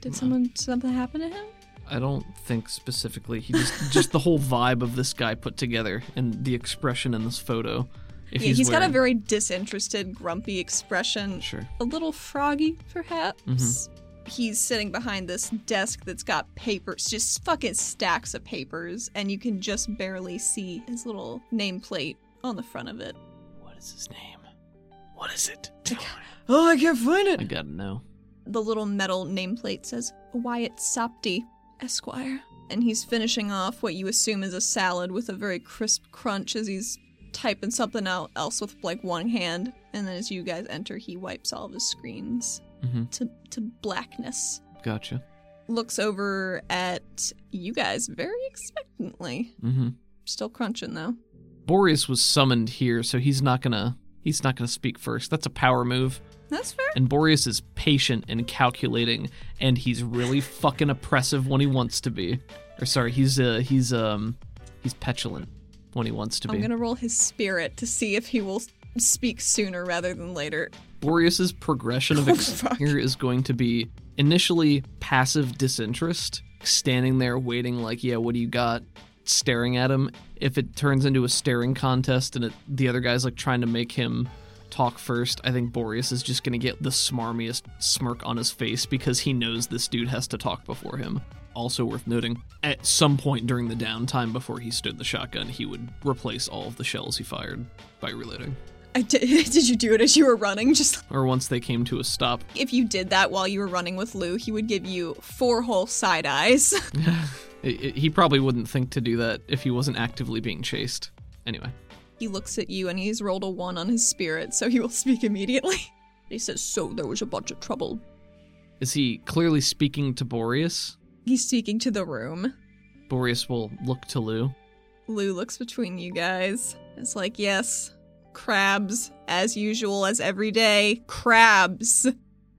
Speaker 1: Did someone something happen to him?
Speaker 2: I don't think specifically. He just just the whole vibe of this guy put together and the expression in this photo. If
Speaker 1: yeah,
Speaker 2: he's
Speaker 1: he's got a
Speaker 2: wearing-
Speaker 1: very disinterested, grumpy expression.
Speaker 2: sure.
Speaker 1: A little froggy, perhaps.
Speaker 2: Mm-hmm.
Speaker 1: He's sitting behind this desk that's got papers, just fucking stacks of papers, and you can just barely see his little nameplate on the front of it.
Speaker 2: What is his name? What is it?
Speaker 1: Oh, I can't find
Speaker 2: I gotta know.
Speaker 1: The little metal nameplate says Wyatt Sopty, Esquire. And he's finishing off what you assume is a salad with a very crisp crunch as he's typing something out else with like one hand. And then as you guys enter, he wipes all of his screens
Speaker 2: Mhm.
Speaker 1: to, to blackness.
Speaker 2: Gotcha.
Speaker 1: Looks over at you guys very expectantly.
Speaker 2: Mm-hmm.
Speaker 1: Still crunching though.
Speaker 2: Boreas was summoned here, so he's not gonna he's not gonna speak first. That's a power move.
Speaker 1: That's fair.
Speaker 2: And Boreas is patient and calculating, and he's really fucking oppressive when he wants to be. Or sorry, he's uh he's um he's petulant when he wants to be.
Speaker 1: I'm gonna roll his spirit to see if he will speak sooner rather than later.
Speaker 2: Boreas's progression of ex-
Speaker 1: fuck.
Speaker 2: here is going to be initially passive disinterest, standing there waiting, like, yeah, what do you got? Staring at him. If it turns into a staring contest and it, the other guy's like trying to make him talk first, I think Boreas is just going to get the smarmiest smirk on his face because he knows this dude has to talk before him. Also worth noting, at some point during the downtime before he stood the shotgun, he would replace all of the shells he fired by reloading.
Speaker 1: I did, did you do it as you were running? Just
Speaker 2: Or once they came to a stop,
Speaker 1: if you did that while you were running with Lou, he would give you four whole side eyes.
Speaker 2: I- I- he probably wouldn't think to do that if he wasn't actively being chased. Anyway,
Speaker 1: he looks at you and he's rolled a one on his spirit, so he will speak immediately. he says, So there was a bunch of trouble.
Speaker 2: is he clearly speaking to Boreas?
Speaker 1: He's speaking to the room.
Speaker 2: Boreas will look to Lou.
Speaker 1: Lou looks between you guys. It's like, Yes, crabs, as usual, as every day, crabs.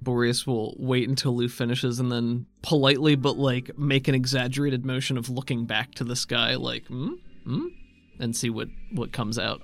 Speaker 2: Boreas will wait until Lou finishes and then politely but like make an exaggerated motion of looking back to the sky, like, hmm? Hmm? And see what, what comes out.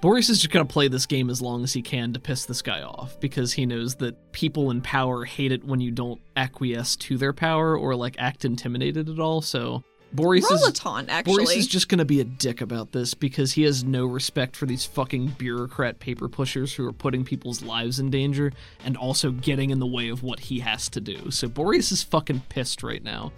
Speaker 2: Boreas is just gonna play this game as long as he can to piss this guy off because he knows that people in power hate it when you don't acquiesce to their power or like act intimidated at all. So Boreas is
Speaker 1: Rollaton,
Speaker 2: Boris
Speaker 1: actually.
Speaker 2: is just going to be a dick about this because he has no respect for these fucking bureaucrat paper pushers who are putting people's lives in danger and also getting in the way of what he has to do. So Boris is fucking pissed right now.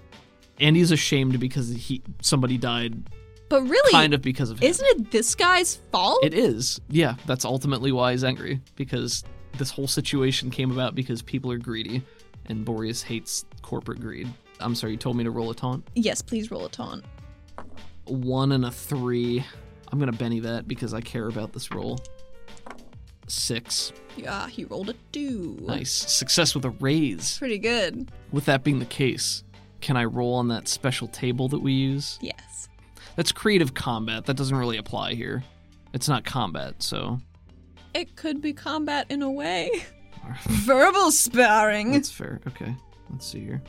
Speaker 2: And he's ashamed because he somebody died
Speaker 1: But really,
Speaker 2: kind of because of him.
Speaker 1: isn't it this guy's fault?
Speaker 2: It is. Yeah, that's ultimately why he's angry because this whole situation came about because people are greedy and Boreas hates corporate greed. I'm sorry, you told me to roll a taunt.
Speaker 1: yes, please roll a taunt.
Speaker 2: One and a three. I'm going to Benny that because I care about this roll. Six.
Speaker 1: Yeah, he rolled a two.
Speaker 2: Nice. Success with a raise.
Speaker 1: Pretty good.
Speaker 2: With that being the case, can I roll on that special table that we use?
Speaker 1: Yes.
Speaker 2: That's creative combat. That doesn't really apply here. It's not combat, so
Speaker 1: It could be combat in a way. Verbal sparring.
Speaker 2: That's fair. Okay. Let's see here.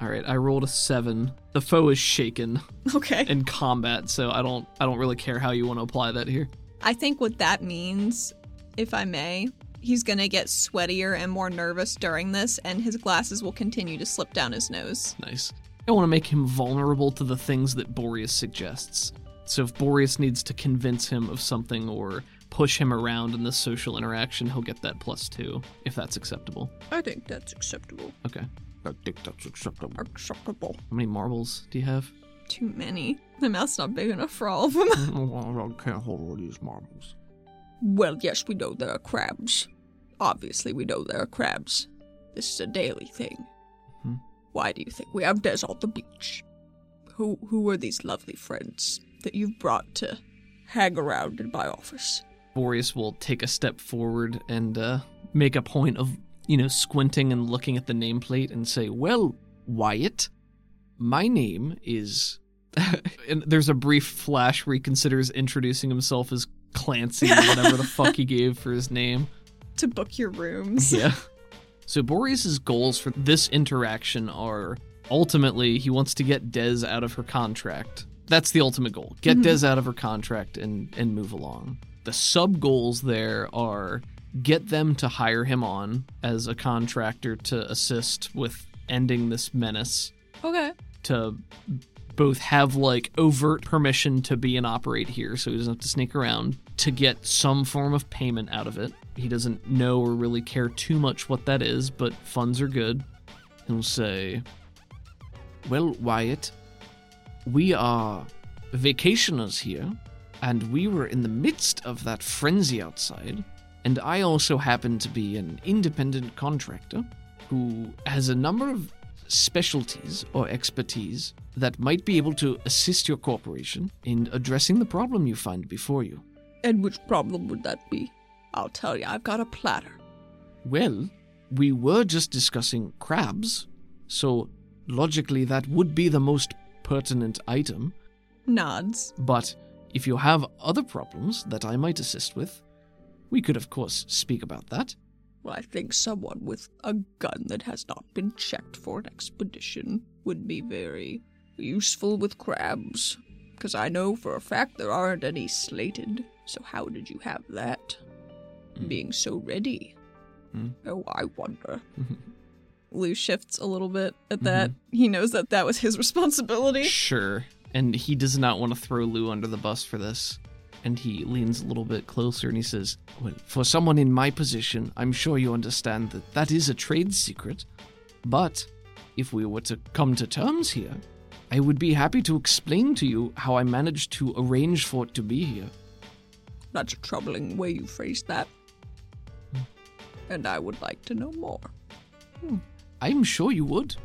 Speaker 2: All right, I rolled a 7. The foe is shaken
Speaker 1: okay.
Speaker 2: in combat, so I don't I don't really care how you want to apply that here.
Speaker 1: I think what that means, if I may, he's gonna get sweatier and more nervous during this, and his glasses will continue to slip down his nose.
Speaker 2: Nice. I want to make him vulnerable to the things that Boreas suggests. So if Boreas needs to convince him of something or push him around in this social interaction, he'll get that plus 2 if that's acceptable.
Speaker 1: I think that's acceptable.
Speaker 2: Okay.
Speaker 3: I think that's acceptable.
Speaker 1: Acceptable.
Speaker 2: How many marbles do you have?
Speaker 1: Too many. The mouth's not big enough for all of them.
Speaker 3: I can't hold all these marbles.
Speaker 1: well, yes, we know there are crabs. Obviously, we know there are crabs. This is a daily thing.
Speaker 2: Hmm.
Speaker 1: Why do you think we have Des on the beach? Who who are these lovely friends that you've brought to hang around in my office?
Speaker 2: Boreas will take a step forward and uh, make a point of, you know, squinting and looking at the nameplate and say, Well, Wyatt, my name is. and there's a brief flash where he considers introducing himself as Clancy, whatever the fuck he gave for his name.
Speaker 1: To book your rooms.
Speaker 2: Yeah. So Boreas's goals for this interaction are ultimately he wants to get Dez out of her contract. That's the ultimate goal. Get Dez out of her contract and and move along. The sub goals there are get them to hire him on as a contractor to assist with ending this menace
Speaker 1: Okay.
Speaker 2: to both have like overt permission to be and operate here so he doesn't have to sneak around to get some form of payment out of it. He doesn't know or really care too much what that is, but funds are good. He'll say,
Speaker 3: Well, Wyatt,
Speaker 2: We are
Speaker 3: vacationers here, and we were in the midst of that frenzy outside, and I also happen to be an independent contractor who has a number of specialties or expertise that might be able to assist your corporation in addressing the problem you find before you.
Speaker 1: And which problem would that be? I'll tell you, I've got a platter.
Speaker 3: Well, we were just discussing crabs, so logically that would be the most pertinent item.
Speaker 1: Nods.
Speaker 3: But if you have other problems that I might assist with, we could, of course, speak about that.
Speaker 1: Well, I think someone with a gun that has not been checked for an expedition would be very useful with crabs. Because I know for a fact there aren't any slated. So how did you have that? Being so ready.
Speaker 2: Hmm.
Speaker 1: Oh, I wonder. Lou shifts a little bit at that. He knows that that was his responsibility.
Speaker 2: sure. And he does not want to throw Lou under the bus for this.
Speaker 3: And he leans a little bit closer and he says, Well, for someone in my position, I'm sure you understand that that is a trade secret. But if we were to come to terms here, I would be happy to explain to you how I managed to arrange for it to be here.
Speaker 1: That's a troubling way you phrased that. And I would like to know more.
Speaker 3: I'm sure you would.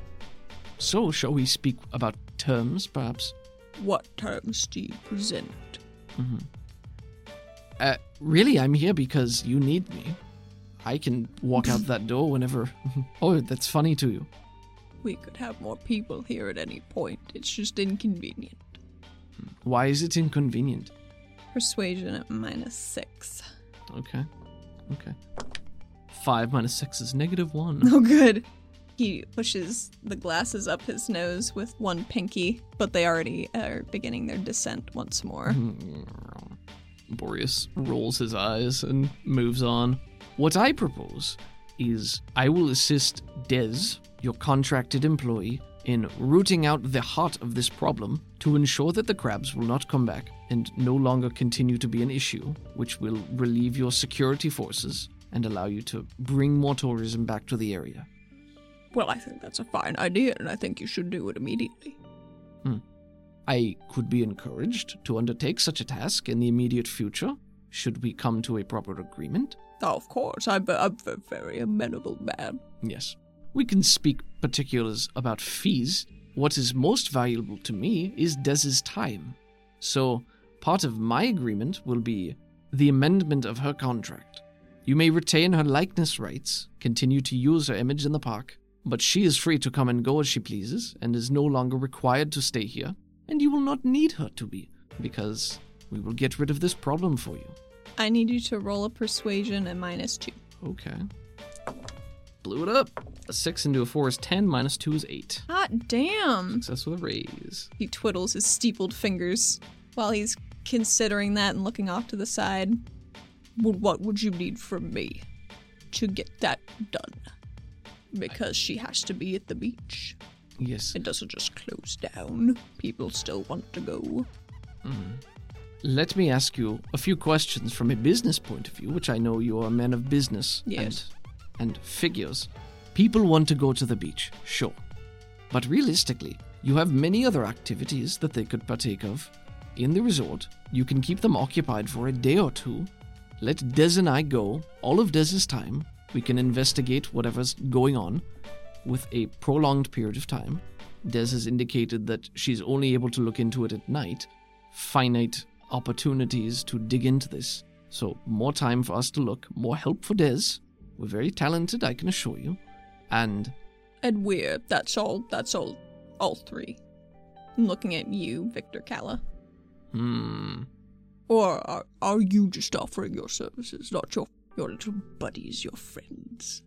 Speaker 3: So, shall we speak about terms, perhaps?
Speaker 1: What terms do you present?
Speaker 3: Uh, really, I'm here because you need me. I can walk out that door whenever. oh, that's funny to you.
Speaker 1: We could have more people here at any point. It's just inconvenient.
Speaker 3: Why is it inconvenient?
Speaker 1: Persuasion at minus six.
Speaker 2: Okay. Okay. Five minus six is negative one.
Speaker 1: Oh, good. He pushes the glasses up his nose with one pinky, but they already are beginning their descent once more.
Speaker 2: Boreas rolls his eyes and moves on.
Speaker 3: What I propose is I will assist Dez, your contracted employee, in rooting out the heart of this problem to ensure that the crabs will not come back and no longer continue to be an issue, which will relieve your security forces and allow you to bring more tourism back to the area.
Speaker 1: Well, I think that's a fine idea, and I think you should do it immediately.
Speaker 2: I could be encouraged to undertake such a task in the immediate future, should we come to a proper agreement.
Speaker 1: Oh, of course, I'm a, I'm a very amenable man.
Speaker 2: Yes. We can speak particulars about fees. What is most valuable to me is Dez's time. So, part of my agreement will be the amendment of her contract. You may retain her likeness rights, continue to use her image in the park, but she is free to come and go as she pleases and is no longer required to stay here, and you will not need her to be, because we will get rid of this problem for you.
Speaker 4: I need you to roll a persuasion and minus two.
Speaker 2: Okay. Blew it up. A six into a four is ten, minus two is eight.
Speaker 4: Hot damn!
Speaker 5: Success with a raise.
Speaker 4: He twiddles his steepled fingers while he's considering that and looking off to the side.
Speaker 1: Well, what would you need from me to get that done? Because she has to be at the beach.
Speaker 2: Yes.
Speaker 1: It doesn't just close down. People still want to go.
Speaker 2: Let me ask you a few questions from a business point of view, which I know you are a man of business.
Speaker 1: Yes.
Speaker 2: And, and figures. People want to go to the beach, sure. But realistically, you have many other activities that they could partake of in the resort. You can keep them occupied for a day or two. Let Des and I go, all of Des's time. We can investigate whatever's going on with a prolonged period of time. Des has indicated that she's only able to look into it at night, finite opportunities to dig into this. So, more time for us to look, more help for Des. We're very talented, I can assure you. And
Speaker 1: And we're that's all that's all all three. I'm looking at you, Victor Calla.
Speaker 2: Hmm.
Speaker 1: Or are, are you just offering your services, not your your little buddies, your friends?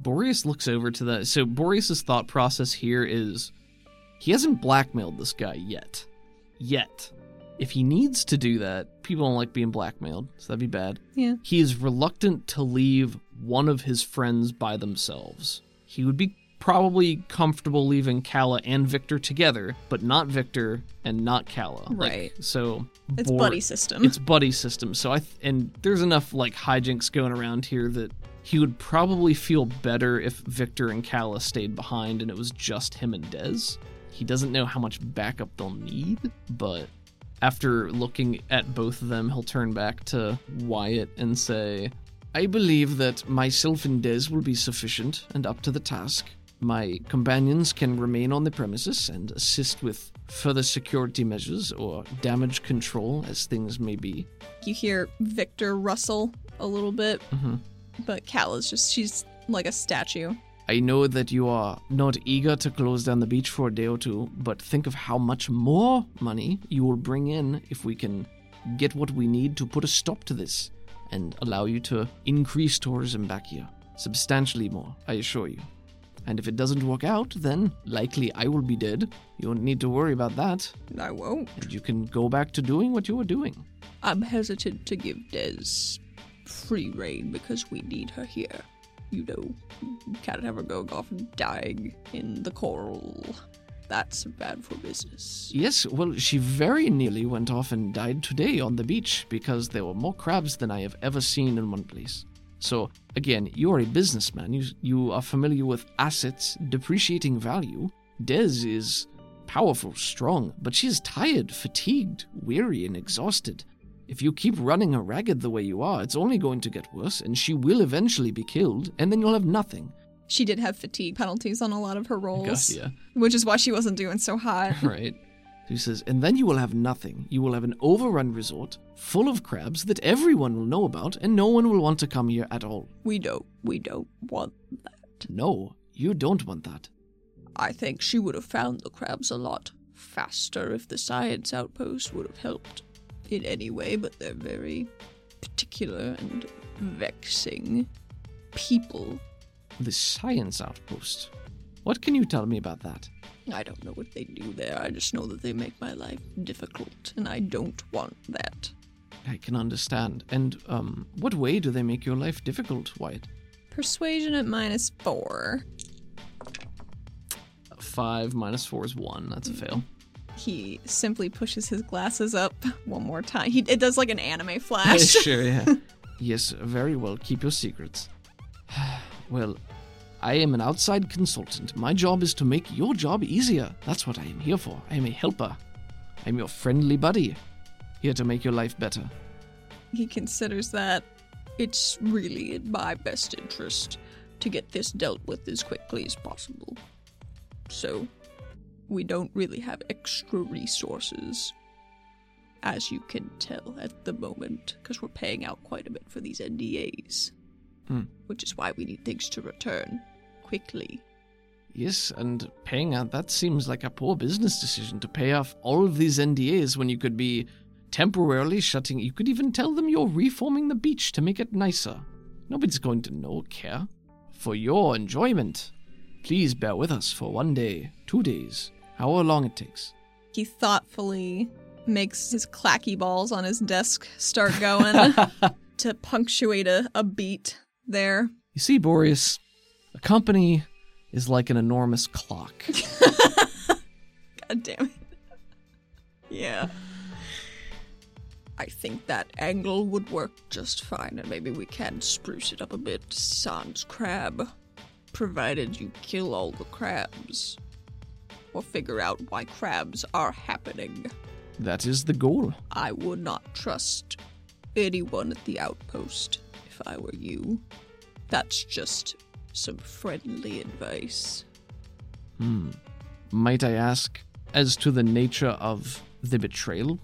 Speaker 5: Boreas looks over to the. So Boreas's thought process here is
Speaker 2: He hasn't blackmailed this guy yet.
Speaker 5: yet. If he needs to do that, people don't like being blackmailed, so that'd be bad.
Speaker 4: Yeah.
Speaker 5: He is reluctant to leave one of his friends by themselves. He would be probably comfortable leaving Kala and Victor together, but not Victor and not Kala. Like,
Speaker 4: Right.
Speaker 5: so
Speaker 4: It's
Speaker 5: Bor-
Speaker 4: buddy system.
Speaker 5: It's buddy system. So I th- and there's enough like hijinks going around here that he would probably feel better if Victor and Kala stayed behind and it was just him and Dez. He doesn't know how much backup they'll need, but after looking at both of them, he'll turn back to Wyatt and say,
Speaker 2: I believe that myself and Des will be sufficient and up to the task. My companions can remain on the premises and assist with further security measures or damage control as things may be.
Speaker 4: You hear Victor rustle a little bit,
Speaker 2: Mhm.
Speaker 4: but Calla's just, she's like a statue.
Speaker 2: I know that you are not eager to close down the beach for a day or two, but think of how much more money you will bring in if we can get what we need to put a stop to this and allow you to increase tourism back here. Substantially more, I assure you. And if it doesn't work out, then likely I will be dead. You won't need to worry about that,
Speaker 1: I won't.
Speaker 2: and you can go back to doing what you were doing.
Speaker 1: I'm hesitant to give Des free reign because we need her here. You know, you can't have her going off and dying in the coral. That's bad for business.
Speaker 2: Yes, well, she very nearly went off and died today on the beach because there were more crabs than I have ever seen in one place. So, again, you are a businessman. You, you are familiar with assets depreciating value. Des is powerful, strong, but she is tired, fatigued, weary, and exhausted. If you keep running her ragged the way you are, it's only going to get worse, and she will eventually be killed, and then you'll have nothing.
Speaker 4: She did have fatigue penalties on a lot of her rolls,
Speaker 5: Gotcha.
Speaker 4: which is why she wasn't doing so hot.
Speaker 5: Right.
Speaker 2: He says, and then you will have nothing. You will have an overrun resort full of crabs that everyone will know about, and no one will want to come here at all.
Speaker 1: We don't, we don't want that.
Speaker 2: No, you don't want that.
Speaker 1: I think she would have found the crabs a lot faster if the science outpost would have helped in any way, but they're very particular and vexing people.
Speaker 2: The science outpost. What can you tell me about that?
Speaker 1: I don't know what they do there. I just know that they make my life difficult, and I don't want that.
Speaker 2: I can understand. And um, what way do they make your life difficult, Wyatt?
Speaker 4: Persuasion at minus four.
Speaker 5: Five minus four is one. That's a fail.
Speaker 4: He simply pushes his glasses up one more time. He, it does like an anime flash.
Speaker 5: sure, yeah.
Speaker 2: Yes, very well. Keep your secrets. well, I am an outside consultant. My job is to make your job easier. That's what I am here for. I am a helper. I'm your friendly buddy, here to make your life better.
Speaker 1: He considers that it's really in my best interest to get this dealt with as quickly as possible. So, we don't really have extra resources, as you can tell at the moment, because we're paying out quite a bit for these NDAs,
Speaker 2: Hmm.
Speaker 1: which is why we need things to return quickly.
Speaker 2: Yes, and paying out, that seems like a poor business decision to pay off all of these NDAs when you could be temporarily shutting. You could even tell them you're reforming the beach to make it nicer. Nobody's going to know or care. For your enjoyment, please bear with us for one day, two days, however long it takes.
Speaker 6: He thoughtfully makes his clacky balls on his desk start going to punctuate a, a beat there.
Speaker 2: You see, Boreas, a company is like an enormous clock.
Speaker 1: God damn it. yeah. I think that angle would work just fine, and maybe we can spruce it up a bit. Sans crab. Provided you kill all the crabs. Or figure out why crabs are happening.
Speaker 2: that is the goal.
Speaker 1: I would not trust anyone at the outpost if I were you. That's just some friendly advice.
Speaker 2: might I ask, as to the nature of the betrayal,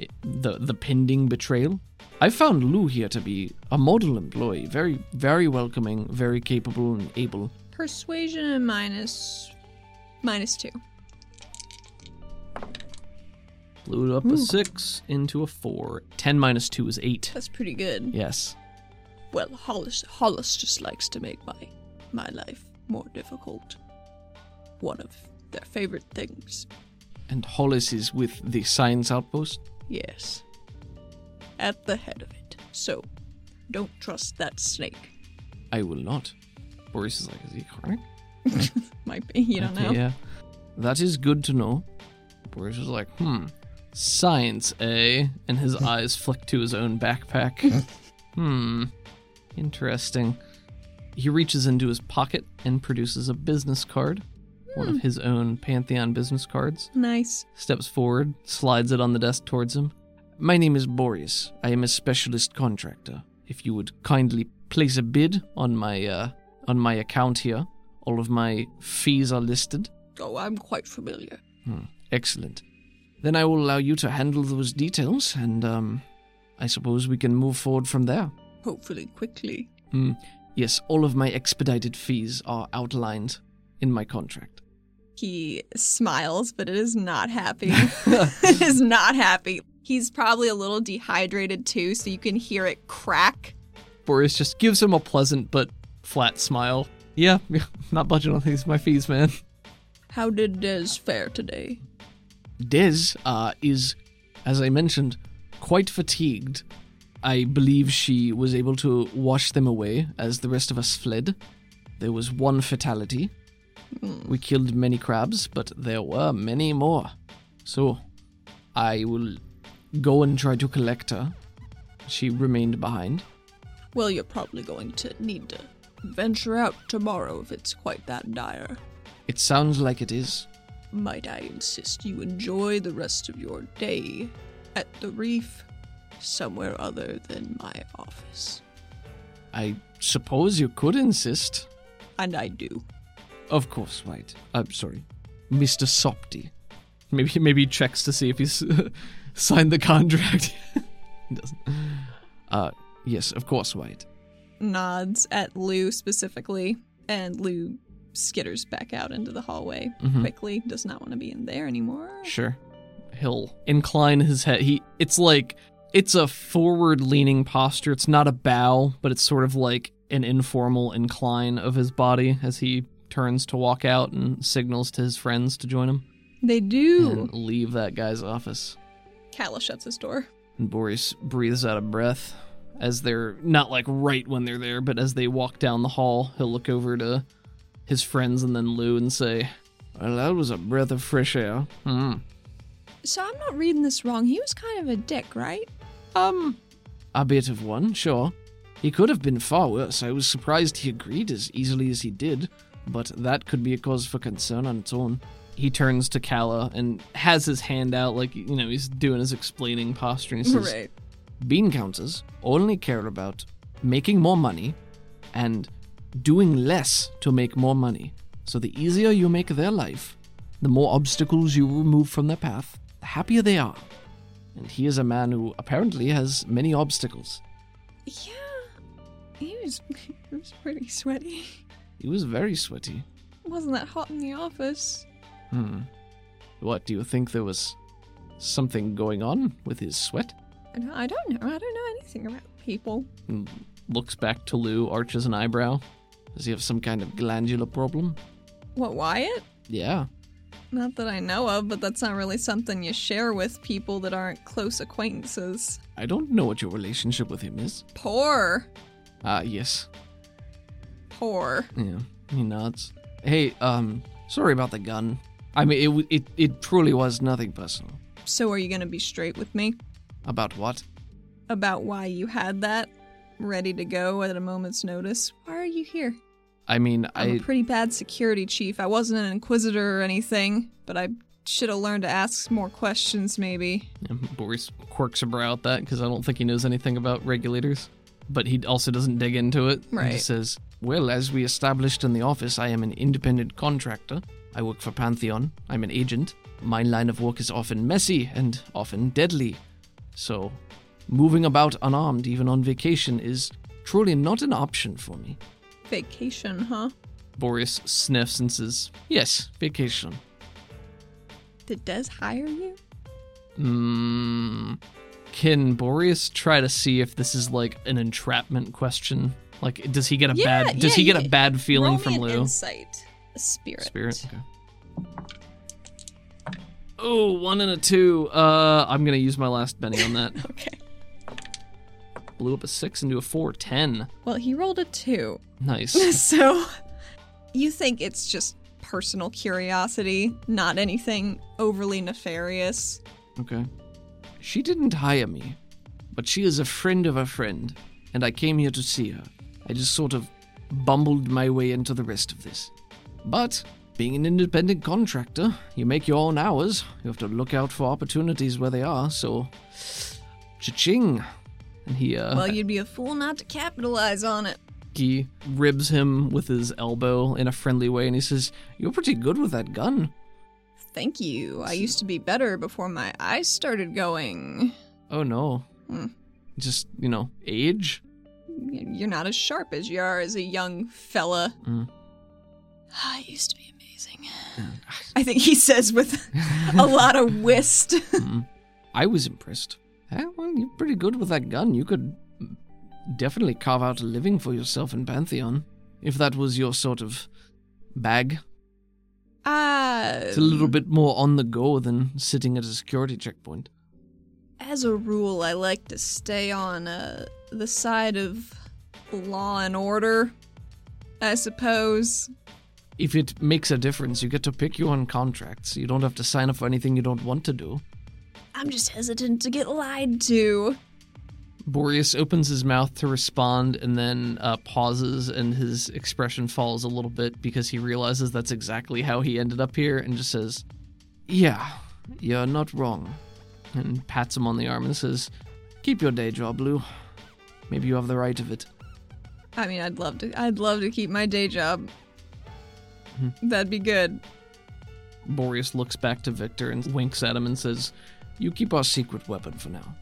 Speaker 2: i- the the pending betrayal? I found Lou here to be a model employee, very very welcoming, very capable and able.
Speaker 6: Persuasion and minus minus two.
Speaker 7: Blew it up a six into a four. Ten minus two is eight.
Speaker 1: That's pretty good.
Speaker 2: Yes,
Speaker 1: Well, Hollis Hollis just likes to make my my life more difficult. One of their favorite things.
Speaker 2: and Hollis is with the science outpost.
Speaker 1: Yes. At the head of it. So, don't trust that snake.
Speaker 2: I will not. Boris is like, is he correct?
Speaker 1: Might be, you don't know.
Speaker 2: Yeah, that is good to know.
Speaker 7: Boris is like, hmm, science, eh? And his eyes flick to his own backpack. hmm, interesting. He reaches into his pocket and produces a business card, one
Speaker 1: Hmm.
Speaker 7: of his own Pantheon business cards.
Speaker 6: Nice.
Speaker 7: Steps forward, slides it on the desk towards him.
Speaker 2: My name is Boreas. I am a specialist contractor. If you would kindly place a bid on my uh, on my account here, all of my fees are listed.
Speaker 1: Oh, I'm quite familiar.
Speaker 2: Hmm. Excellent. Then I will allow you to handle those details, and um, I suppose we can move forward from there.
Speaker 1: Hopefully quickly.
Speaker 2: Hmm. Yes, all of my expedited fees are outlined in my contract.
Speaker 6: He smiles, but it is not happy. it is not happy. He's probably a little dehydrated too, so you can hear it crack.
Speaker 7: Boris just gives him a pleasant but flat smile. Yeah, not budging on these, my fees, man.
Speaker 1: How did Des fare today?
Speaker 2: Des uh, is, as I mentioned, quite fatigued. I believe she was able to wash them away as the rest of us fled. There was one fatality. We killed many crabs, but there were many more. So, I will go and try to collect her. She remained behind.
Speaker 1: Well, you're probably going to need to venture out tomorrow if it's quite that dire.
Speaker 2: It sounds like it is.
Speaker 1: Might I insist you enjoy the rest of your day at the reef somewhere other than my office?
Speaker 2: I suppose you could insist.
Speaker 1: And I do.
Speaker 2: Of course, White.
Speaker 7: Uh,
Speaker 2: I'm sorry. Mr. Sopty.
Speaker 7: Maybe maybe he checks to see if he's signed the contract.
Speaker 2: Uh, yes, of course, White.
Speaker 6: Nods at Lou specifically, and Lou skitters back out into the hallway quickly. Does not want to be in there anymore.
Speaker 2: Sure.
Speaker 7: he'll incline his head. He it's like it's a forward leaning posture. It's not a bow, but it's sort of like an informal incline of his body as he turns to walk out and signals to his friends to join him
Speaker 6: They do.
Speaker 2: Mm-hmm.
Speaker 7: and leave that guy's office.
Speaker 6: Kala shuts his door.
Speaker 7: And Boris breathes out a breath as they're not like right when they're there, but as they walk down the hall, he'll look over to his friends and then Lou and say,
Speaker 2: Well, that was a breath of fresh air.
Speaker 7: "Hmm,
Speaker 6: So I'm not reading this wrong. He was kind of a dick, right?
Speaker 2: Um, a bit of one, sure. He could have been far worse. I was surprised he agreed as easily as he did, but that could be a cause for concern on its own.
Speaker 8: He turns to Kala and has his hand out, like, you know, he's doing his explaining posture. And he says,
Speaker 1: Right.
Speaker 2: bean counters only care about making more money and doing less to make more money. So the easier you make their life, the more obstacles you remove from their path, the happier they are. And he is a man who apparently has many obstacles.
Speaker 1: Yeah. He was he was pretty sweaty.
Speaker 2: He was very sweaty.
Speaker 1: Wasn't that hot in the office?
Speaker 2: Hmm. What, do you think there was something going on with his sweat?
Speaker 1: And I don't know. I don't know anything about people.
Speaker 8: and looks back to Lou, arches an eyebrow.
Speaker 2: Does he have some kind of glandular problem?
Speaker 1: What Wyatt?
Speaker 2: Yeah.
Speaker 1: Not that I know of, but that's not really something you share with people that aren't close acquaintances.
Speaker 2: I don't know what your relationship with him is.
Speaker 1: Poor,
Speaker 2: Ah, yes.
Speaker 1: poor.
Speaker 2: Yeah, he nods. Hey, um, sorry about the gun. I mean, it w- it it truly was nothing personal.
Speaker 1: So are you gonna be straight with me
Speaker 2: About what?
Speaker 1: about why you had that, ready to go at a moment's notice? Why are you here?
Speaker 2: I mean,
Speaker 1: I'm a
Speaker 2: I
Speaker 1: pretty bad security chief. I wasn't an inquisitor or anything, but I should have learned to ask more questions, maybe.
Speaker 8: And Boris quirks a brow at that because I don't think he knows anything about regulators. But he also doesn't dig into it.
Speaker 1: Right.
Speaker 8: He just says,
Speaker 2: well, as we established in the office, I am an independent contractor. I work for Pantheon. I'm an agent. My line of work is often messy and often deadly. So, moving about unarmed, even on vacation, is truly not an option for me.
Speaker 1: Vacation, huh?
Speaker 8: Boris sniffs and says,
Speaker 2: Yes, vacation.
Speaker 1: Did Des hire you?
Speaker 8: mm, Can Boreas try to see if this is like an entrapment question? Like, does he get a
Speaker 1: Yeah,
Speaker 8: bad? Does
Speaker 1: yeah,
Speaker 8: he get
Speaker 1: yeah.
Speaker 8: a bad feeling
Speaker 1: Roll
Speaker 8: from
Speaker 1: me an
Speaker 8: Lou?
Speaker 1: Insight. Spirit.
Speaker 8: Spirit. Okay. Oh, one and a two. Uh, I'm gonna use my last Benny on that.
Speaker 1: Okay.
Speaker 8: Blew up a six into a four. Ten.
Speaker 1: Well, he rolled a two.
Speaker 8: Nice.
Speaker 1: so you think it's just personal curiosity, not anything overly nefarious.
Speaker 2: Okay. She didn't hire me, but she is a friend of a friend, and I came here to see her. I just sort of bumbled my way into the rest of this. But, being an independent contractor, you make your own hours, you have to look out for opportunities where they are, so. Cha-ching!
Speaker 8: And he uh,
Speaker 1: Well, you'd be a fool not to capitalize on it.
Speaker 8: he ribs him with his elbow in a friendly way, and he says,
Speaker 2: Says, You're pretty good with that gun.
Speaker 1: Thank you. I used to be better before my eyes started going.
Speaker 2: Oh no.
Speaker 1: Hmm.
Speaker 2: Just, you know, age?
Speaker 1: You're not as sharp as you are as a young fella.
Speaker 2: Mm.
Speaker 1: I used to be amazing. I think he says with a lot of whist.
Speaker 2: I was impressed. Eh, well, you're pretty good with that gun. You could definitely carve out a living for yourself in Pantheon, if that was your sort of bag.
Speaker 1: Ah.
Speaker 2: It's a little bit more on the go than sitting at a security checkpoint.
Speaker 1: As a rule, I like to stay on uh, the side of law and order, I suppose.
Speaker 2: If it makes a difference, you get to pick your own contracts. You don't have to sign up for anything you don't want to do.
Speaker 1: I'm just hesitant to get lied to.
Speaker 8: Boreas opens his mouth to respond and then uh, pauses, and his expression falls a little bit because he realizes that's exactly how he ended up here and just says,
Speaker 2: Yeah, you're not wrong.
Speaker 8: and pats him on the arm and says,
Speaker 2: Keep your day job, Lou. Maybe you have the right of it.
Speaker 1: I mean, I'd love to. I'd love to keep my day job.
Speaker 2: Mm-hmm.
Speaker 1: That'd be good.
Speaker 8: Boreas looks back to Victor and winks at him and says,
Speaker 2: You keep our secret weapon for now.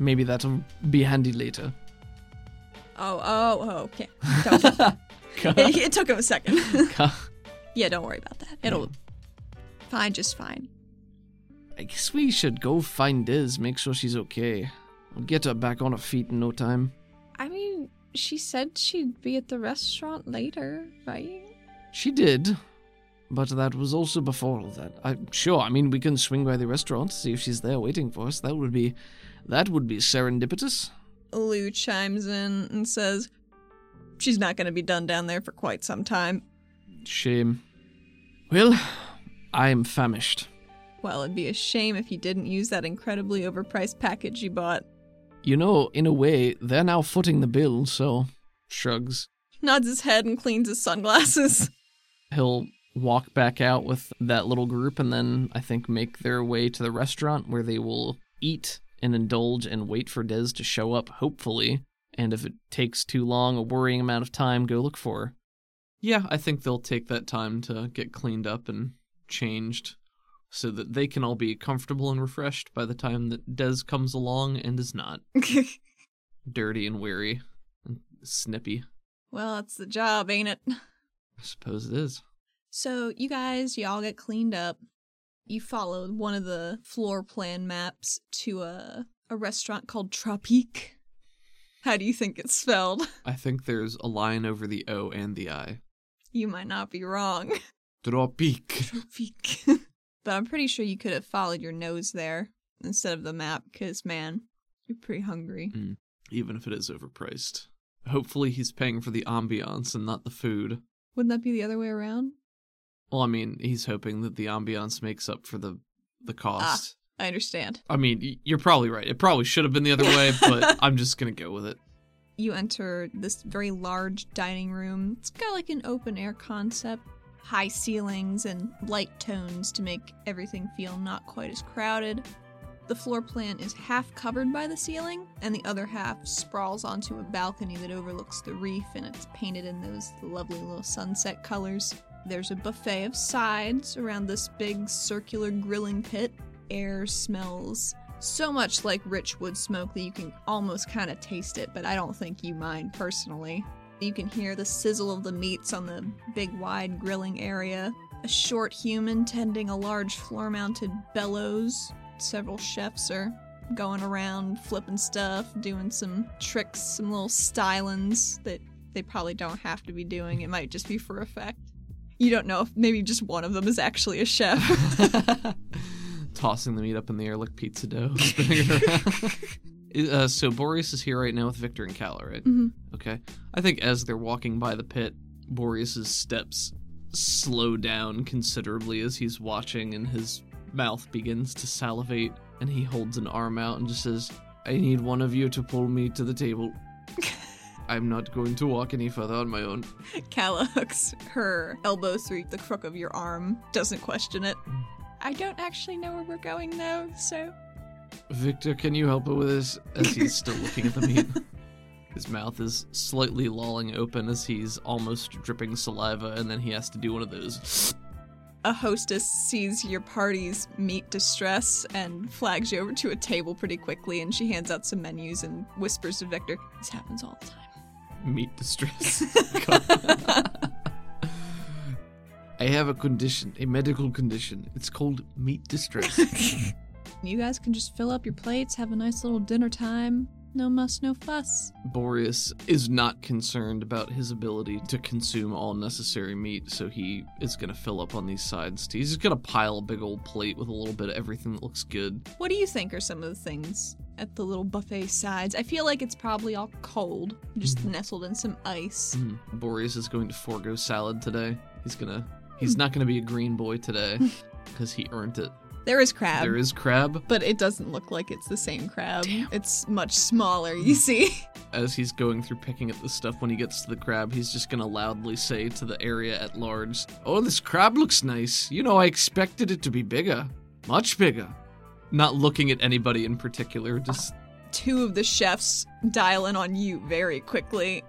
Speaker 2: Maybe that'll be handy later.
Speaker 1: Oh, oh, oh. Okay. Don't- it, it took him a second.
Speaker 8: "Gah."
Speaker 1: yeah, don't worry about that. It'll fine, just fine.
Speaker 2: I guess we should go find Diz, make sure she's okay. We'll get her back on her feet in no time.
Speaker 1: I mean, she said she'd be at the restaurant later, right?
Speaker 2: She did, but that was also before all that. I'm sure. I mean, we can swing by the restaurant, see if she's there waiting for us. That would be, that would be serendipitous.
Speaker 1: Lou chimes in and says, She's not going to be done down there for quite some time.
Speaker 2: Shame. Well, I am famished.
Speaker 1: Well, it'd be a shame if you didn't use that incredibly overpriced package you bought.
Speaker 2: You know, in a way, they're now footing the bill, so
Speaker 8: Shrugs.
Speaker 1: Nods his head and cleans his sunglasses.
Speaker 8: He'll
Speaker 2: walk back out with that little group and then I think make their way to the restaurant where they will eat and indulge and wait for Dez to show up, hopefully. And if it takes too long, a worrying amount of time, go look for her. Yeah, I think they'll take that time to get cleaned up and changed so that they can all be comfortable and refreshed by the time that Dez comes along and is not dirty and weary and snippy.
Speaker 1: well, it's the job, ain't it?
Speaker 2: I suppose it is.
Speaker 1: So you guys, y'all get cleaned up. You follow one of the floor plan maps to a a restaurant called Tropique. How do you think it's spelled?
Speaker 2: I think there's a line over the O and the I.
Speaker 1: You might not be wrong.
Speaker 2: Tropique.
Speaker 1: Tropique. but I'm pretty sure you could have followed your nose there instead of the map, because man, you're pretty hungry.
Speaker 2: Even if it is overpriced. Hopefully he's paying for the ambiance and not the food.
Speaker 1: Wouldn't that be the other way around?
Speaker 2: Well, I mean, he's hoping that the ambiance makes up for the the cost.
Speaker 1: I understand.
Speaker 2: I mean, y- you're probably right. It probably should have been the other way, but I'm just gonna go with it.
Speaker 1: You enter this very large dining room. It's got like an open air concept, high ceilings and light tones to make everything feel not quite as crowded. The floor plan is half covered by the ceiling, and the other half sprawls onto a balcony that overlooks the reef, and it's painted in those lovely little sunset colors. There's a buffet of sides around this big circular grilling pit. Air smells so much like rich wood smoke that you can almost kind of taste it, but I don't think you mind personally. You can hear the sizzle of the meats on the big wide grilling area. A short human tending a large floor mounted bellows. Several chefs are going around flipping stuff, doing some tricks, some little stylings that they probably don't have to be doing. It might just be for effect. You don't know if maybe just one of them is actually a chef.
Speaker 2: Tossing the meat up in the air like pizza dough, spinning it around. uh, so Boreas is here right now with Victor and Cal, right?
Speaker 1: Mhm.
Speaker 2: Okay. I think as they're walking by the pit, Boreas's steps slow down considerably as he's watching, and his mouth begins to salivate. And he holds an arm out and just says, "I need one of you to pull me to the table. I'm not going to walk any further on my own."
Speaker 1: Kala hooks her elbow through the crook of your arm, doesn't question it. I don't actually know where we're going though, so.
Speaker 2: Victor, can you help her with this? As he's still looking at the meat. His mouth is slightly lolling open as he's almost dripping saliva, and then he has to do one of those.
Speaker 1: A hostess sees your party's meat distress and flags you over to a table pretty quickly, and she hands out some menus and whispers to Victor, This happens all the time.
Speaker 2: meat distress.
Speaker 3: I have a condition, a medical condition. It's called meat distress.
Speaker 1: You guys can just fill up your plates, have a nice little dinner time. No muss, no fuss.
Speaker 2: Boreas is not concerned about his ability to consume all necessary meat, so he is going to fill up on these sides. He's just going to pile a big old plate with a little bit of everything that looks good.
Speaker 1: What do you think are some of the things at the little buffet sides? I feel like it's probably all cold, just nestled in some ice.
Speaker 2: Mm. Boreas is going to forego salad today. He's gonna.
Speaker 1: Hmm.
Speaker 2: He's not gonna be a green boy today because he earned it.
Speaker 1: There is crab.
Speaker 2: There is crab
Speaker 1: But it doesn't look like it's the same crab. It's much smaller, you see.
Speaker 2: as he's going through picking at the stuff. When he gets to the crab, he's just gonna loudly say to the area at large,
Speaker 3: oh, this crab looks nice. You know, I expected it to be bigger, much bigger.
Speaker 2: not looking at anybody in particular. Just
Speaker 1: Two of the chefs dial in on you very quickly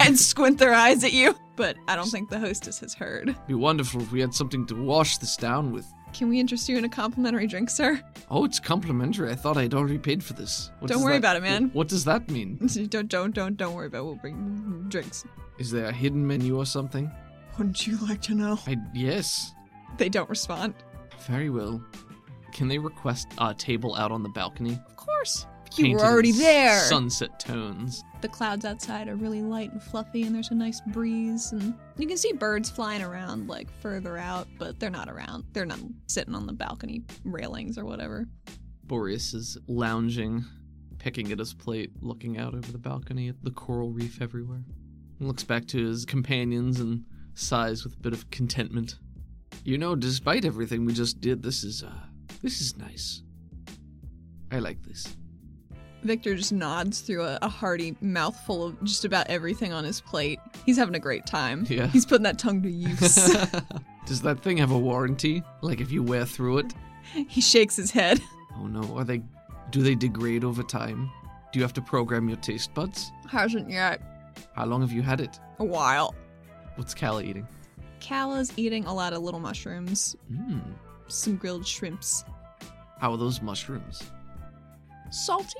Speaker 1: and squint their eyes at you. But I don't think the hostess has heard.
Speaker 3: It'd be wonderful if we had something to wash this down with.
Speaker 1: Can we interest you in a complimentary drink, sir?
Speaker 3: Oh, it's complimentary. I thought I'd already paid for this. What
Speaker 1: Don't
Speaker 3: does
Speaker 1: worry
Speaker 3: that-
Speaker 1: about it, man.
Speaker 3: What does that mean?
Speaker 1: don't, don't, don't, don't worry about. It. We'll bring drinks.
Speaker 3: Is there a hidden menu or something?
Speaker 1: Wouldn't you like to know?
Speaker 3: I yes.
Speaker 1: They don't respond.
Speaker 3: Very well.
Speaker 2: can they request a table out on the balcony?
Speaker 1: Of course. You
Speaker 2: Painted
Speaker 1: were
Speaker 2: in
Speaker 1: already
Speaker 2: s-
Speaker 1: there.
Speaker 2: Sunset tones.
Speaker 1: The clouds outside are really light and fluffy, and there's a nice breeze, and you can see birds flying around like further out, but they're not around. They're not sitting on the balcony railings or whatever.
Speaker 2: Boreas is lounging, picking at his plate, looking out over the balcony at the coral reef everywhere. He looks back to his companions and sighs with a bit of contentment.
Speaker 3: You know, despite everything we just did, this is uh this is nice. I like this.
Speaker 1: Victor just nods through a, a hearty mouthful of just about everything on his plate. He's having a great time.
Speaker 2: Yeah.
Speaker 1: He's putting that tongue to use.
Speaker 2: Does that thing have a warranty? Like if you wear through it?
Speaker 1: he shakes his head.
Speaker 2: Oh no, are they do they degrade over time? Do you have to program your taste buds?
Speaker 1: Hasn't yet.
Speaker 2: How long have you had it?
Speaker 1: A while.
Speaker 2: What's Calla eating?
Speaker 1: Calla's eating a lot of little mushrooms,
Speaker 2: Mmm.
Speaker 1: some grilled shrimps.
Speaker 2: How are those mushrooms?
Speaker 1: Salty?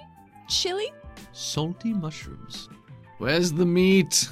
Speaker 1: Chili?
Speaker 2: Salty mushrooms. Where's the meat?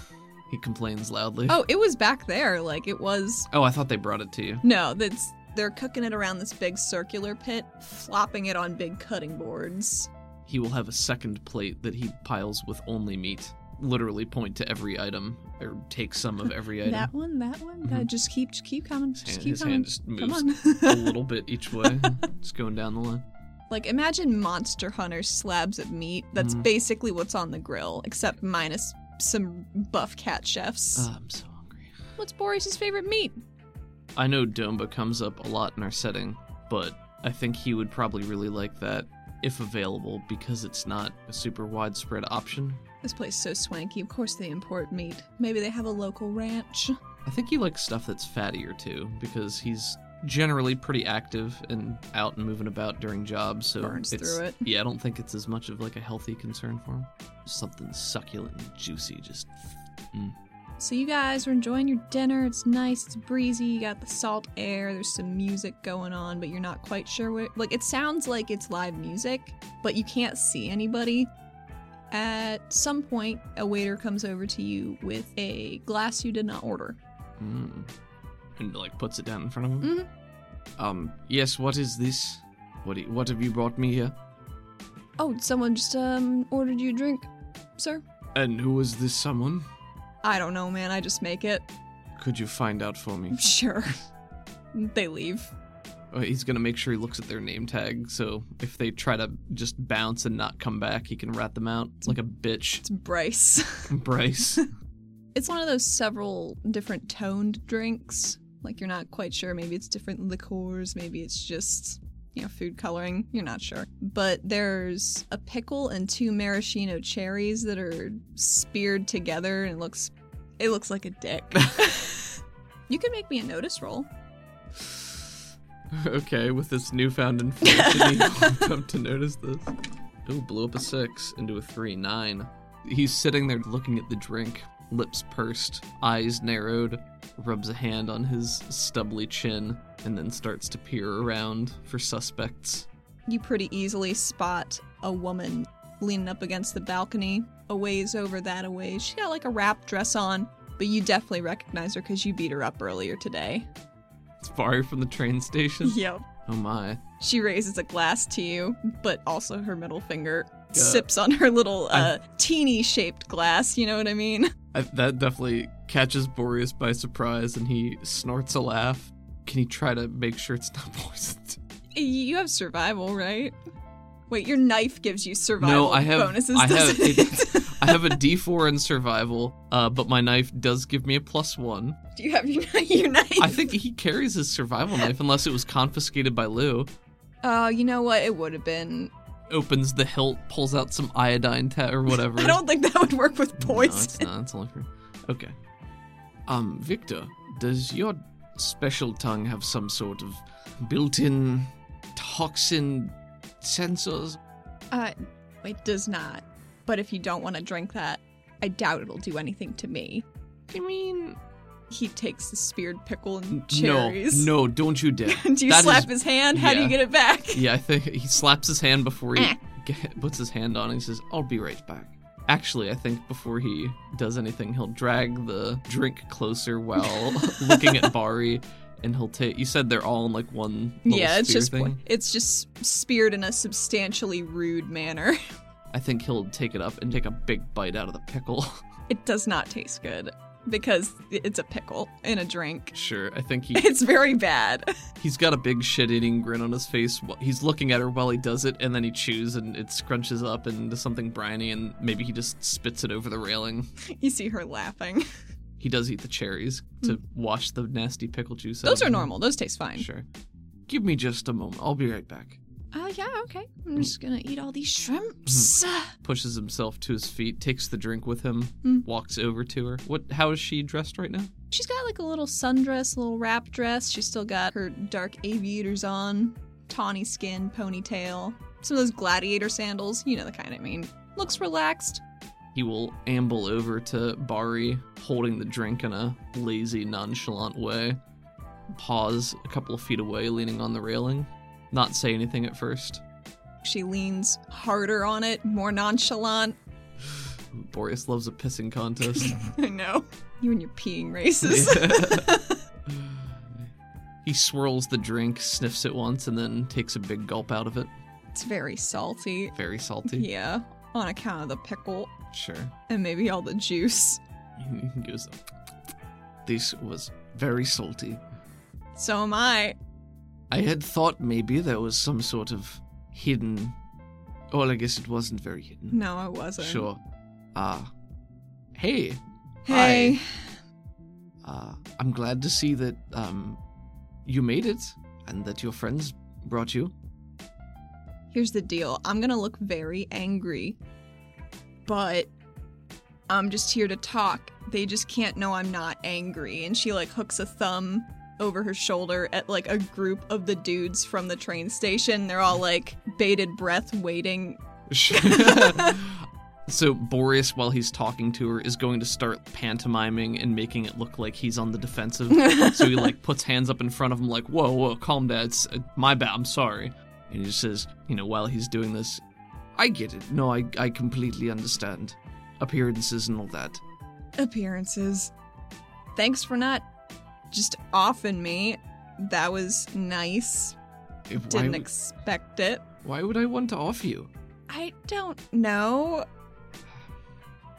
Speaker 2: He complains loudly.
Speaker 1: Oh, it was back there. Like it was.
Speaker 2: Oh, I thought they brought it to you.
Speaker 1: No, that's they're cooking it around this big circular pit, flopping it on big cutting boards.
Speaker 2: He will have a second plate that he piles with only meat. Literally point to every item or take some of every item.
Speaker 1: That one, that one, that just keep, just keep coming, just
Speaker 2: hand-
Speaker 1: keep
Speaker 2: Mm-hmm. his
Speaker 1: coming.
Speaker 2: hand just
Speaker 1: Come
Speaker 2: moves a
Speaker 1: on.
Speaker 2: little bit each way. It's going down the line.
Speaker 1: like imagine Monster Hunter slabs of meat. That's
Speaker 2: Mhm.
Speaker 1: basically what's on the grill, except minus some buff cat chefs.
Speaker 2: Ah, I'm so hungry.
Speaker 1: What's Boris's favorite meat?
Speaker 2: I know Domba comes up a lot in our setting, but I think he would probably really like that if available because it's not a super widespread option.
Speaker 1: This place so swanky. Of course they import meat. Maybe they have a local ranch.
Speaker 2: I think he likes stuff that's fattier too because he's generally pretty active and out and moving about during jobs so
Speaker 1: Burns
Speaker 2: it's-
Speaker 1: through it.
Speaker 2: yeah i don't think it's as much of like a healthy concern for him something succulent and juicy just
Speaker 1: So you guys are enjoying your dinner. It's nice. It's breezy. You got the salt air. There's some music going on, but you're not quite sure what. Like it sounds like it's live music, but you can't see anybody. At some point, a waiter comes over to you with a glass you did not order.
Speaker 2: Mm. And like puts it down in front of him.
Speaker 1: Mm-hmm.
Speaker 2: Um. Yes. What is this? What? do- What have you brought me here?
Speaker 1: Oh, someone just um ordered you a drink, sir.
Speaker 2: And who is this someone?
Speaker 1: I don't know, man. I just make it.
Speaker 2: Could you find out for me?
Speaker 1: Sure. they leave.
Speaker 2: Uh, he's gonna make sure he looks at their name tag. So if they try to just bounce and not come back, he can rat them out like a bitch.
Speaker 1: It's Bryce.
Speaker 2: Bryce.
Speaker 1: It's one of those several different toned drinks. Like you're not quite sure. Maybe it's different liqueurs. Maybe it's just you know food coloring. You're not sure. But there's a pickle and two maraschino cherries that are speared together, and it looks it looks like a dick. you can make me a notice roll.
Speaker 2: okay. With this newfound information, he'll come to notice this. Ooh, blew up a six into a three nine. He's sitting there looking at the drink, lips pursed, eyes narrowed, rubs a hand on his stubbly chin, and then starts to peer around for suspects.
Speaker 1: You pretty easily spot a woman leaning up against the balcony, a ways over that a ways. She got like a wrap dress on, but you definitely recognize her because you beat her up earlier today.
Speaker 2: It's far from the train station.
Speaker 1: Yep.
Speaker 2: Oh my.
Speaker 1: She raises a glass to you, but also her middle finger
Speaker 2: Yeah.
Speaker 1: sips on her little uh, teeny shaped glass, you know what I mean?
Speaker 2: I, that definitely catches Boreas by surprise and he snorts a laugh. Can he try to make sure it's not poisoned?
Speaker 1: You have survival, right? Wait, your knife gives you survival
Speaker 2: no, I have
Speaker 1: bonuses,
Speaker 2: I have
Speaker 1: doesn't it?
Speaker 2: it- I have a D4 in survival, uh, but my knife does give me a plus one.
Speaker 1: Do you have your, kni- your knife?
Speaker 2: I think he carries his survival knife unless it was confiscated by Lou.
Speaker 1: Oh, you know what? It would have been.
Speaker 2: Opens the hilt, pulls out some iodine ta- or whatever.
Speaker 1: I don't think that would work with
Speaker 2: No,
Speaker 1: poison.
Speaker 2: it's not. It's only for. Okay. Um, Victor, does your special tongue have some sort of built-in toxin sensors?
Speaker 1: Uh, it does not. But if you don't want to drink that, I doubt it'll do anything to me.
Speaker 2: I mean,
Speaker 1: He takes the speared pickle and cherries.
Speaker 2: no, no, don't you dare.
Speaker 1: do you
Speaker 2: That
Speaker 1: slap
Speaker 2: is-
Speaker 1: his hand? How do you
Speaker 2: yeah.
Speaker 1: get it back?
Speaker 2: Yeah, I think he slaps his hand before he
Speaker 1: Eh.
Speaker 2: get, puts his hand on. it and says, "I'll be right back." Actually, I think before he does anything, he'll drag the drink closer while looking at Bari, and he'll take. You said they're all in like one. Little
Speaker 1: Yeah, it's
Speaker 2: sphere
Speaker 1: just
Speaker 2: thing.
Speaker 1: it's just speared in a substantially rude manner.
Speaker 2: I think he'll take it up and take a big bite out of the pickle.
Speaker 1: It does not taste good because it's a pickle in a drink.
Speaker 2: sure, I think he
Speaker 1: It's very bad.
Speaker 2: he's got a big shit-eating grin on his face. wh- He's looking at her while he does it, and then he chews, and it scrunches up into something briny, and maybe he just spits it over the railing.
Speaker 1: You see her laughing.
Speaker 2: He does eat the cherries to wash the nasty pickle juice. out
Speaker 1: Those
Speaker 2: of
Speaker 1: are
Speaker 2: them.
Speaker 1: normal. Those taste fine.
Speaker 2: Sure. Give me just a moment. I'll be right back.
Speaker 9: Oh,
Speaker 1: Uh,
Speaker 9: yeah, okay. I'm
Speaker 2: Mm-hmm.
Speaker 9: just gonna eat all these shrimps.
Speaker 2: Pushes himself to his feet, takes the drink with him,
Speaker 9: Hmm.
Speaker 2: walks over to her. What? How is she dressed right now?
Speaker 1: She's got like a little sundress, a little wrap dress. She's still got her dark aviators on, tawny skin, ponytail, some of those gladiator sandals. You know the kind I mean. Looks relaxed.
Speaker 2: He will amble over to Bari, holding the drink in a lazy, nonchalant way. Pause a couple of feet away, leaning on the railing. Not say anything at first.
Speaker 1: She leans harder on it, more nonchalant.
Speaker 2: Boreas loves a pissing contest.
Speaker 1: I know. You and your peeing races.
Speaker 2: he swirls the drink, sniffs it once, and then takes a big gulp out of it.
Speaker 1: It's very salty.
Speaker 2: Very salty.
Speaker 1: Yeah, on account of the pickle
Speaker 2: Sure.
Speaker 1: and maybe all the juice.
Speaker 2: He goes,
Speaker 3: This was very salty.
Speaker 1: So am I.
Speaker 3: I had thought maybe there was some sort of hidden. Well, I guess it wasn't very hidden.
Speaker 1: No, I wasn't.
Speaker 3: Sure. Ah. hey.
Speaker 1: Hey,
Speaker 3: Uh, I'm glad to see that um, you made it and that your friends brought you.
Speaker 1: here's the deal. I'm gonna look very angry, but I'm just here to talk. They just can't know I'm not angry. And she like hooks a thumb over her shoulder at like a group of the dudes from the train station. They're all like bated breath, waiting.
Speaker 2: so Boreas, while he's talking to her, is going to start pantomiming and making it look like he's on the defensive. so he like puts hands up in front of him, like, "Whoa, whoa, calm down. It's uh, my bad. I'm sorry." And he just says, you know, while he's doing this,
Speaker 3: I get it. No, I, I completely understand. Appearances and all that.
Speaker 1: Appearances. Thanks for not just offing me. That was nice.
Speaker 3: If- why
Speaker 1: Didn't
Speaker 3: would-
Speaker 1: expect it.
Speaker 3: Why would I want to off you?
Speaker 1: I don't know.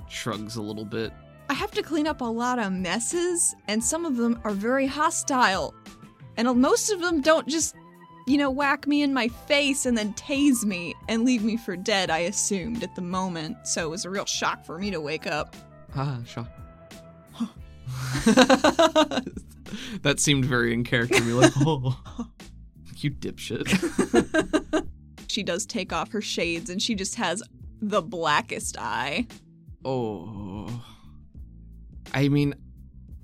Speaker 2: shrugs a little bit.
Speaker 1: I have to clean up a lot of messes, and some of them are very hostile. And most of them don't just, you know, whack me in my face and then tase me and leave me for dead, I assumed at the moment. So it was a real shock for me to wake up.
Speaker 2: Ah, shock. that seemed very in character. Me like, oh, you dipshit.
Speaker 1: She does take off her shades, and she just has the blackest eye.
Speaker 3: Oh. I mean,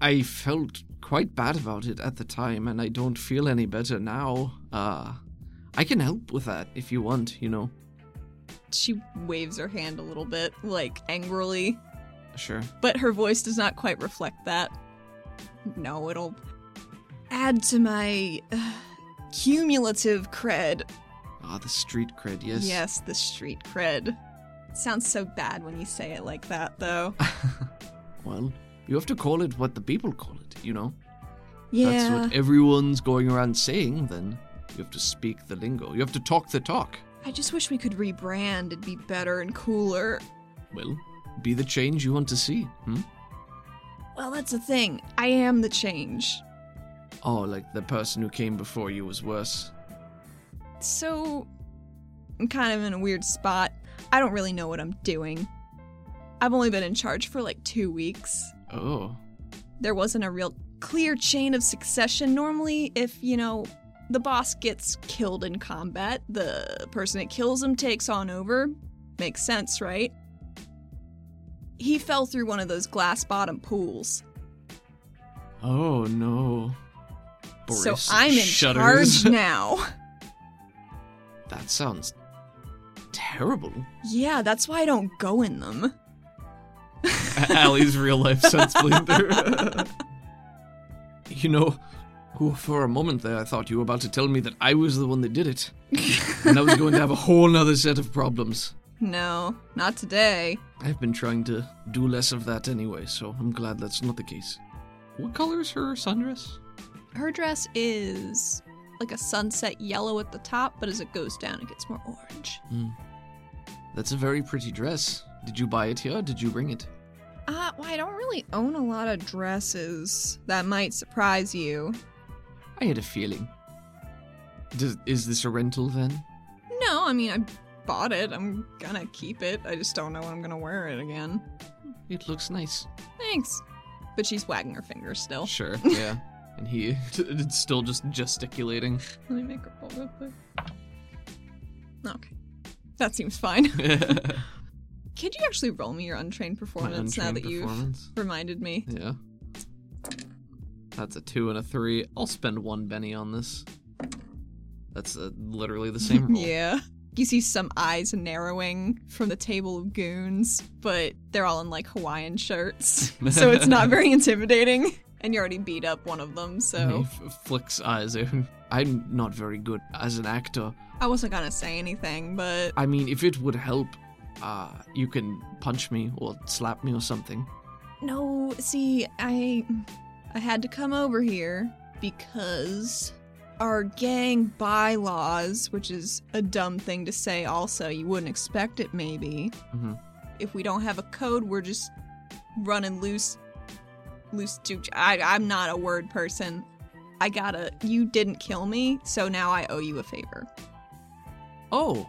Speaker 3: I felt quite bad about it at the time, and I don't feel any better now. Uh, I can help with that if you want, you know.
Speaker 1: She waves her hand a little bit, like angrily,
Speaker 3: Sure.
Speaker 1: but her voice does not quite reflect that. No, it'll add to my uh, cumulative cred.
Speaker 3: Ah, the street cred, yes.
Speaker 1: Yes, the street cred. Sounds so bad when you say it like that, though.
Speaker 3: Well, you have to call it what the people call it, you know?
Speaker 1: Yeah.
Speaker 3: That's what everyone's going around saying, then. You have to speak the lingo. You have to talk the talk.
Speaker 1: I just wish we could rebrand. It'd be better and cooler.
Speaker 3: Well, be the change you want to see, hmm?
Speaker 1: Well, that's the thing. I am the change.
Speaker 3: Oh, like the person who came before you was worse.
Speaker 1: So, I'm kind of in a weird spot. I don't really know what I'm doing. I've only been in charge for like two weeks.
Speaker 3: Oh.
Speaker 1: there wasn't a real clear chain of succession. Normally, if, you know, the boss gets killed in combat, the person that kills him takes on over. Makes sense, right? He fell through one of those glass bottom pools.
Speaker 3: Oh, no. Boris
Speaker 1: so I'm in
Speaker 3: shudders.
Speaker 1: charge now.
Speaker 3: That sounds terrible.
Speaker 1: yeah, that's why I don't go in them.
Speaker 2: Allie's real life sense blender.
Speaker 3: You know, oh, for a moment there, I thought you were about to tell me that I was the one that did it. and I was going to have a whole nother set of problems.
Speaker 1: No, not today.
Speaker 3: I've been trying to do less of that anyway, so I'm glad that's not the case.
Speaker 2: what color is her sundress?
Speaker 1: Her dress is like a sunset yellow at the top, but as it goes down, it gets more orange.
Speaker 3: That's a very pretty dress. Did you buy it here? Or did you bring it?
Speaker 1: Uh, well, I don't really own a lot of dresses. That might surprise you.
Speaker 3: I had a feeling. Does, is this a rental then?
Speaker 1: No, I mean, I bought it. I'm gonna keep it. I just don't know when I'm gonna wear it again.
Speaker 3: It looks nice.
Speaker 1: Thanks. But she's wagging her fingers
Speaker 3: Oh.
Speaker 1: still.
Speaker 2: Sure. Yeah. and he is still just gesticulating.
Speaker 1: Let me make her pull real quick. Okay. That seems fine. Could you actually roll me your untrained performance now that you've reminded me?
Speaker 10: Yeah. That's a two and a three. I'll spend one Benny on this. That's uh, literally the
Speaker 2: Oh.
Speaker 10: same roll.
Speaker 1: Yeah. You see some eyes narrowing from the table of goons, but they're all in like Hawaiian shirts. so it's not very intimidating. And you already beat up one of them,
Speaker 10: He
Speaker 1: so
Speaker 10: f- flicks eyes open.
Speaker 2: I'm not very good as an actor.
Speaker 1: I wasn't gonna say anything, but
Speaker 2: I mean, if it would help, uh, you can punch me or slap me or something.
Speaker 1: no, see, I I had to come over here because our gang bylaws, which is a dumb thing to say also, you wouldn't expect it maybe.
Speaker 2: Mhm.
Speaker 1: If we don't have a code, we're just running loose loose to I I'm not a word person. I gotta you didn't kill me, so now I owe you a favor.
Speaker 2: Oh,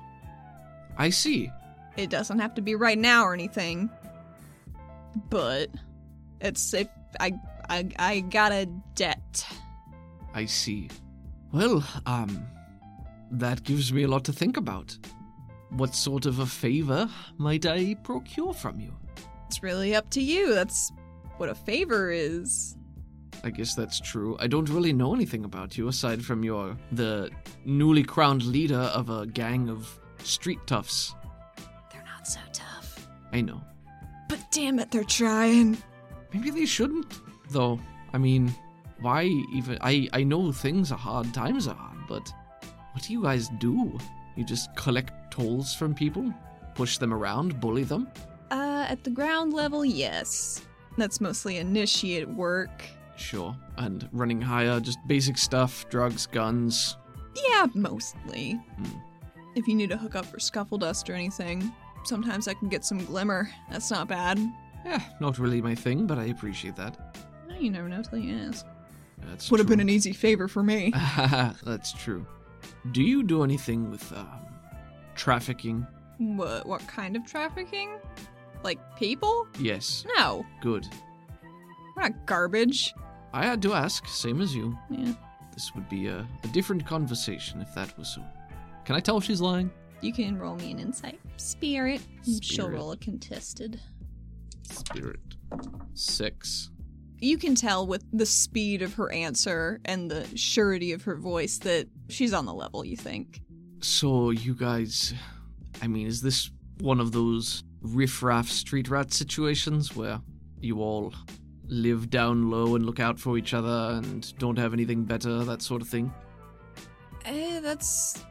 Speaker 2: I see.
Speaker 1: It doesn't have to be right now or anything. But it's if I I I got a debt.
Speaker 2: I see. Well, um, that gives me a lot to think about. What sort of a favor might I procure from you?
Speaker 1: It's really up to you. That's what a favor is.
Speaker 2: I guess that's true. I don't really know anything about you aside from you're the newly crowned leader of a gang of street toughs.
Speaker 1: They're not so tough.
Speaker 2: I know.
Speaker 1: But damn it, they're trying.
Speaker 2: Maybe they shouldn't, though. I mean, why even? I I know things are hard, times are hard, but what do you guys do? You just collect tolls from people, push them around, bully them.
Speaker 1: Uh at the ground level, yes. That's mostly initiate work.
Speaker 2: Sure. And running higher, just basic stuff, drugs, guns.
Speaker 1: Yeah, mostly.
Speaker 2: Hmm.
Speaker 1: If you need a hookup for scuffle dust or anything, sometimes I can get some glimmer. That's not bad.
Speaker 2: Yeah, Eh, not really my thing, but I appreciate that.
Speaker 1: You never know till you ask.
Speaker 2: That's
Speaker 1: Would have
Speaker 2: true.
Speaker 1: been an e- easy favor for me.
Speaker 2: That's true. Do you do anything with um, trafficking?
Speaker 1: What what kind of trafficking? Like people?
Speaker 2: Yes.
Speaker 1: No,
Speaker 2: Good.
Speaker 1: we're not garbage.
Speaker 2: I had to ask, same as you.
Speaker 1: Yeah,
Speaker 2: This would be a, a different conversation if that was so.
Speaker 10: Can I tell if she's lying?
Speaker 1: you can roll me an insight. Spirit. She'll
Speaker 2: Spirit.
Speaker 1: roll a contested.
Speaker 2: Spirit.
Speaker 10: Six.
Speaker 1: You can tell with the speed of her answer and the surety of her voice that she's on the level. You think?
Speaker 2: So, you guys. I mean, is this one of those riffraff street rat situations where you all live down low and look out for each other and don't have anything better, that sort of thing?
Speaker 1: Eh, that's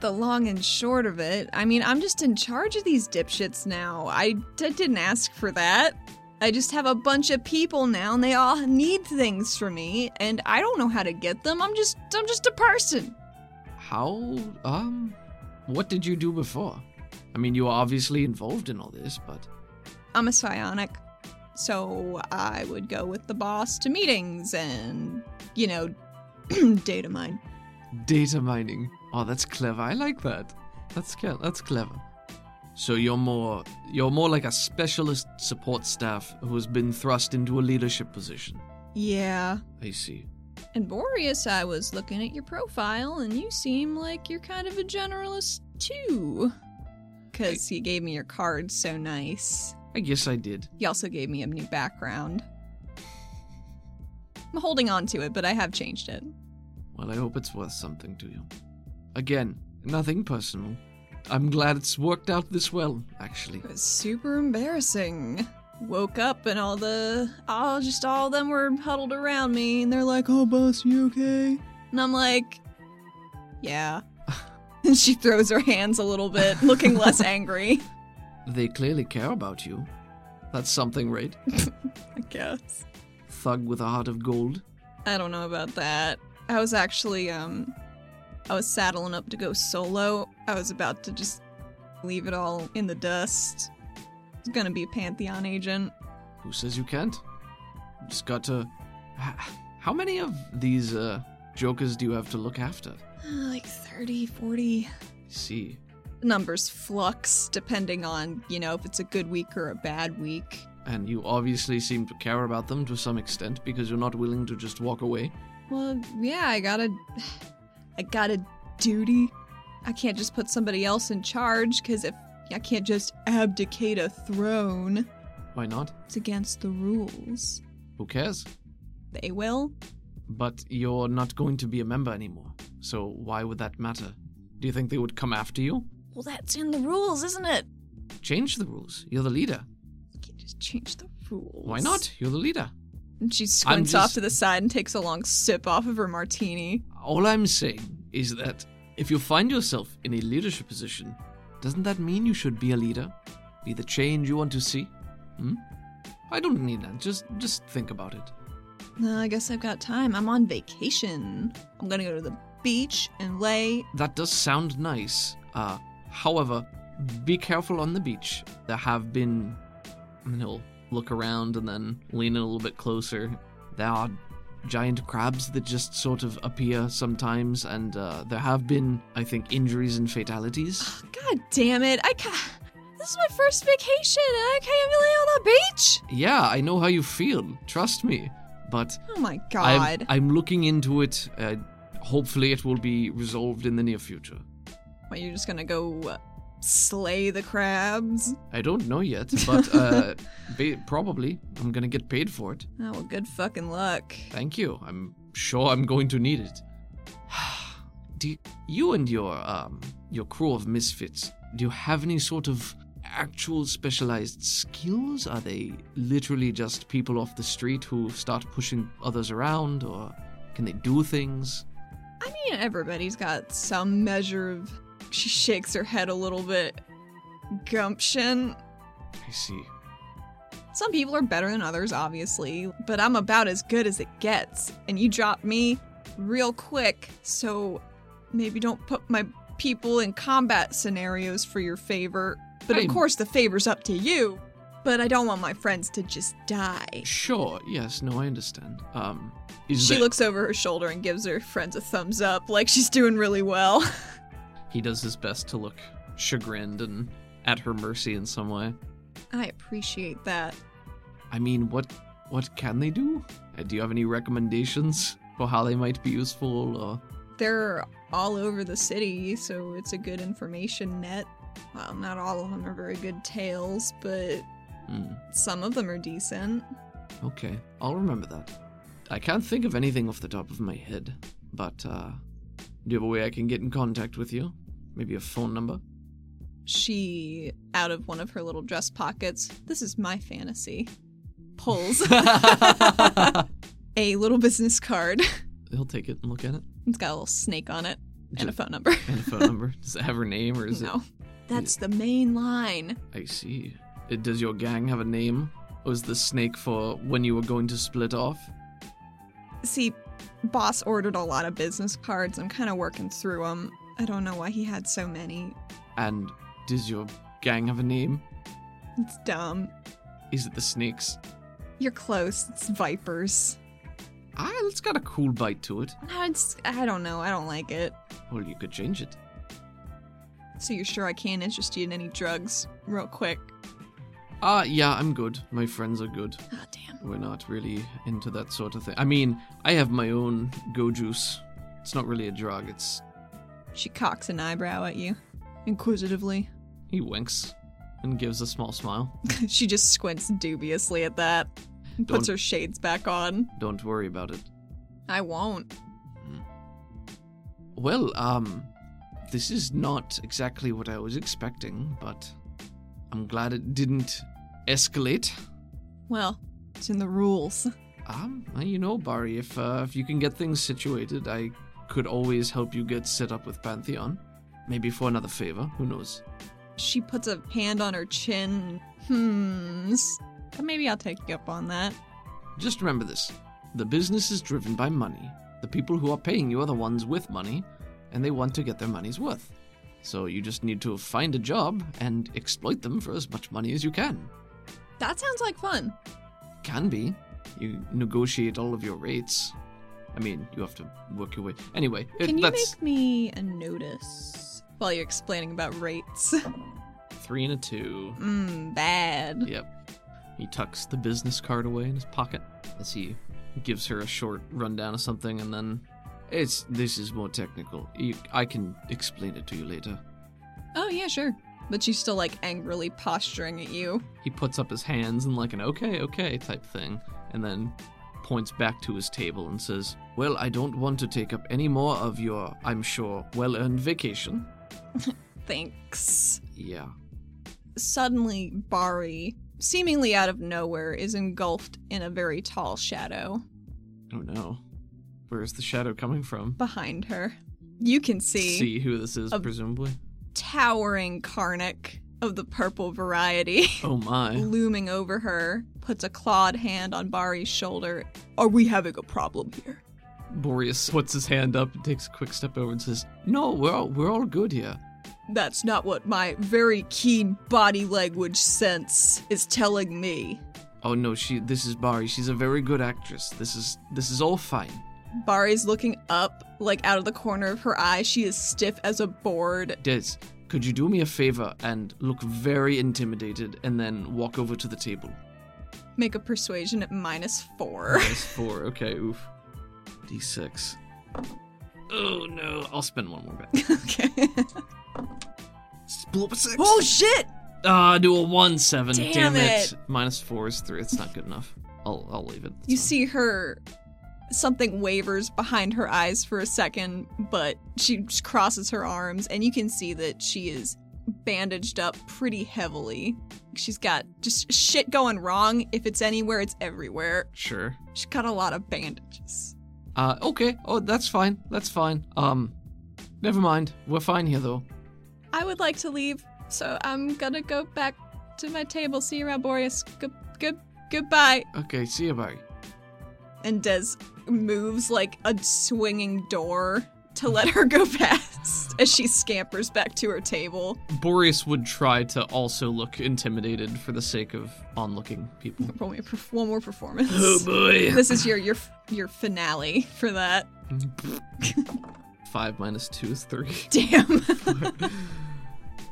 Speaker 1: the long and short of it. I mean, I'm just in charge of these dipshits now. I d- didn't ask for that. I just have a bunch of people now, and they all need things from me, and I don't know how to get them. I'm just, I'm just a person.
Speaker 2: How. um. What did you do before? I mean, you were obviously involved in all this, but.
Speaker 1: I'm a psionic, so I would go with the boss to meetings and, you know, data mine.
Speaker 2: Data mining. Oh, that's clever. I like that. That's cle- that's clever. So you're more you're more like a specialist support staff who has been thrust into a leadership position.
Speaker 1: Yeah.
Speaker 2: I see.
Speaker 1: And Boreas, I was looking at your profile, and you seem like you're kind of a generalist too. Because you gave me your card so nice.
Speaker 2: I guess I did.
Speaker 1: You also gave me a new background. I'm holding on to it, but I have changed it.
Speaker 2: Well, I hope it's worth something to you. Again, nothing personal. I'm glad it's worked out this well, actually.
Speaker 1: It was super embarrassing. Woke up and all the, all just all of them were huddled around me, and they're like, "Oh, boss, you okay?" And I'm like, "Yeah." And she throws her hands a little bit, looking less angry.
Speaker 2: They clearly care about you. That's something, right?
Speaker 1: I guess.
Speaker 2: Thug with a heart of gold.
Speaker 1: I don't know about that. I was actually, um, I was saddling up to go solo. I was about to just leave it all in the dust. I was gonna be a Pantheon agent.
Speaker 2: Who says you can't? Just got to. H- How many of these uh, jokers do you have to look after?
Speaker 1: Like 30, 40.
Speaker 2: See,
Speaker 1: Numbers flux depending on, you know, if it's a good week or a bad week.
Speaker 2: and you obviously seem to care about them to some extent because you're not willing to just walk away.
Speaker 1: Well, yeah, I gotta. I got a duty. I can't just put somebody else in charge because if I can't just abdicate a throne,
Speaker 2: Why not?
Speaker 1: it's against the rules.
Speaker 2: Who cares?
Speaker 1: They will.
Speaker 2: But you're not going to be a member anymore, so why would that matter? Do you think they would come after you?
Speaker 1: Well, that's in the rules, isn't it?
Speaker 2: Change the rules. You're the leader.
Speaker 1: You can't just change the rules.
Speaker 2: Why not? You're the leader.
Speaker 1: And she
Speaker 2: I'm
Speaker 1: squints
Speaker 2: just-
Speaker 1: off to the side and takes a long sip off of her martini.
Speaker 2: All I'm saying is that if you find yourself in a leadership position, doesn't that mean you should be a leader? Be the change you want to see? Hmm? I don't need that. Just just think about it.
Speaker 1: No, I guess I've got time. I'm on vacation. I'm gonna go to the beach and lay.
Speaker 2: That does sound nice. Uh, however, be careful on the beach. There have been. And he'll look around and then lean in a little bit closer. There are giant crabs that just sort of appear sometimes, and uh, there have been, I think, injuries and fatalities.
Speaker 1: God damn it! I ca- this is my first vacation, and I can't even lay on the beach.
Speaker 2: yeah, I know how you feel. Trust me. But
Speaker 1: Oh my
Speaker 2: I'm,
Speaker 1: god!
Speaker 2: I'm looking into it. Uh, hopefully, it will be resolved in the near future.
Speaker 1: Well, you're just gonna go uh, slay the crabs?
Speaker 2: I don't know yet, but uh, ba- probably I'm gonna get paid for it.
Speaker 1: Oh well, good fucking luck.
Speaker 2: Thank you. I'm sure I'm going to need it. do you, you and your um your crew of misfits do you have any sort of actual specialized skills? Are they literally just people off the street who start pushing others around, or can they do things?
Speaker 1: I mean, everybody's got some measure of. She shakes her head a little bit. Gumption.
Speaker 2: I see.
Speaker 1: Some people are better than others, obviously, but I'm about as good as it gets, and you drop me real quick, so maybe don't put my people in combat scenarios for your favor. But
Speaker 2: I'm-
Speaker 1: of course, the favor's up to you. But I don't want my friends to just die.
Speaker 2: Sure. Yes. No. I understand. Um. Is
Speaker 1: She
Speaker 2: there-
Speaker 1: looks over her shoulder and gives her friends a thumbs up, like she's doing really well.
Speaker 11: He does his best to look chagrined and at her mercy in some way.
Speaker 1: I appreciate that.
Speaker 2: I mean, what what can they do? Uh, do you have any recommendations for how they might be useful? Or
Speaker 1: They're all over the city, so it's a good information net. Well, not all of them are very good tales, but
Speaker 2: Hmm,
Speaker 1: Some of them are decent.
Speaker 2: okay, I'll remember that. I can't think of anything off the top of my head, but uh, do you have a way I can get in contact with you? Maybe a phone number?
Speaker 1: She, out of one of her little dress pockets, this is my fantasy, pulls a little business card.
Speaker 2: He'll take it and look at it.
Speaker 1: It's got a little snake on it and a
Speaker 2: Ju-
Speaker 1: phone number.
Speaker 2: And a phone number. Does it have her name or is
Speaker 1: no. That's the main line.
Speaker 2: it? I see. Uh, Does your gang have a name? Or is the snake for when you were going to split off?
Speaker 1: See, boss ordered a lot of business cards. I'm kind of working through them. I don't know why he had so many.
Speaker 2: And does your gang have a name?
Speaker 1: It's dumb.
Speaker 2: Is it the snakes?
Speaker 1: You're close. It's vipers.
Speaker 2: Ah, it's got a cool bite to it.
Speaker 1: No, it's, I don't know. I don't like it.
Speaker 2: Well, you could change it.
Speaker 1: So you're sure I can't interest you in any drugs real quick?
Speaker 2: Ah, yeah, I'm good. My friends are good.
Speaker 1: Oh, damn.
Speaker 2: We're not really into that sort of thing. I mean, I have my own go juice. It's not really a drug. It's
Speaker 1: She cocks an eyebrow at you, inquisitively.
Speaker 11: He winks and gives a small smile.
Speaker 1: she just squints dubiously at that, and puts
Speaker 2: Don't-
Speaker 1: her shades back on.
Speaker 2: don't worry about it.
Speaker 1: I won't.
Speaker 2: Well, um, this is not exactly what I was expecting, but I'm glad it didn't escalate.
Speaker 1: Well, it's in the rules.
Speaker 2: Um, well, you know, Barry, if uh, if you can get things situated, I could always help you get set up with Pantheon. Maybe for another favor. Who knows?
Speaker 1: She puts a hand on her chin. Hmm. Maybe I'll take you up on that.
Speaker 2: Just remember this the business is driven by money. The people who are paying you are the ones with money, and they want to get their money's worth. So you just need to find a job and exploit them for as much money as you can.
Speaker 1: That sounds like fun.
Speaker 2: Can be. You negotiate all of your rates. I mean, you have to work your way. Anyway, it,
Speaker 1: Can you
Speaker 2: that's
Speaker 1: make me a notice while you're explaining about rates?
Speaker 11: Three and a two.
Speaker 1: Mmm, bad.
Speaker 11: Yep. He tucks the business card away in his pocket as he gives her a short rundown of something and then
Speaker 3: It's this is more technical. You, I can explain it to you later.
Speaker 1: Oh, yeah, sure. But she's still like angrily posturing at you.
Speaker 2: He puts up his hands in like an okay, okay type thing, and then points back to his table and says,
Speaker 3: Well, I don't want to take up any more of your, I'm sure, well-earned vacation.
Speaker 1: Thanks.
Speaker 3: Yeah.
Speaker 1: Suddenly, Bari, seemingly out of nowhere, is engulfed in a very tall shadow
Speaker 3: Oh no. Where is the shadow coming from?
Speaker 1: behind her. You can see,
Speaker 2: See who this is,
Speaker 1: A-
Speaker 2: presumably.
Speaker 1: towering Karnak of the purple variety
Speaker 2: Oh my.
Speaker 1: looming over her, puts a clawed hand on Bari's shoulder.
Speaker 9: Are we having a problem here?
Speaker 2: Boreas puts his hand up and takes a quick step over and says,
Speaker 3: No, we're all, we're all good here.
Speaker 9: That's not what my very keen body language sense is telling me.
Speaker 3: Oh no, she. This is Bari. She's a very good actress. This is this is all fine.
Speaker 1: Bari's looking up, like out of the corner of her eye. She is stiff as a board.
Speaker 3: Des, could you do me a favor and look very intimidated and then walk over to the table?
Speaker 1: Make a persuasion at minus four.
Speaker 2: Minus four. Okay, oof.
Speaker 3: D6.
Speaker 2: Oh no. I'll spend one more bet.
Speaker 1: okay.
Speaker 3: S- Pull up a six.
Speaker 9: Oh shit!
Speaker 2: Ah, do a one seven.
Speaker 1: Damn
Speaker 2: Damn, it.
Speaker 1: it.
Speaker 2: Minus four is three. It's not good enough. I'll I'll leave it. It's
Speaker 1: You
Speaker 2: fine.
Speaker 1: see her. Something wavers behind her eyes for a second, but she just crosses her arms, and you can see that she is bandaged up pretty heavily. She's got just shit going wrong. If it's anywhere, it's everywhere.
Speaker 2: Sure.
Speaker 1: She's got a lot of bandages.
Speaker 3: Uh, okay. Oh, that's fine. That's fine. Um, never mind. We're fine here though.
Speaker 1: I would like to leave, so I'm gonna go back to my table. See you around, Boreas. Good, good, goodbye.
Speaker 3: Okay. See you, Bari.
Speaker 1: And Des moves like a swinging door to let her go past as she scampers back to her table.
Speaker 2: Boreas would try to also look intimidated for the sake of onlooking people.
Speaker 1: Roll me a perf- one more performance.
Speaker 2: boy.
Speaker 1: This is your your your finale for that.
Speaker 2: Five minus two is three.
Speaker 1: Damn.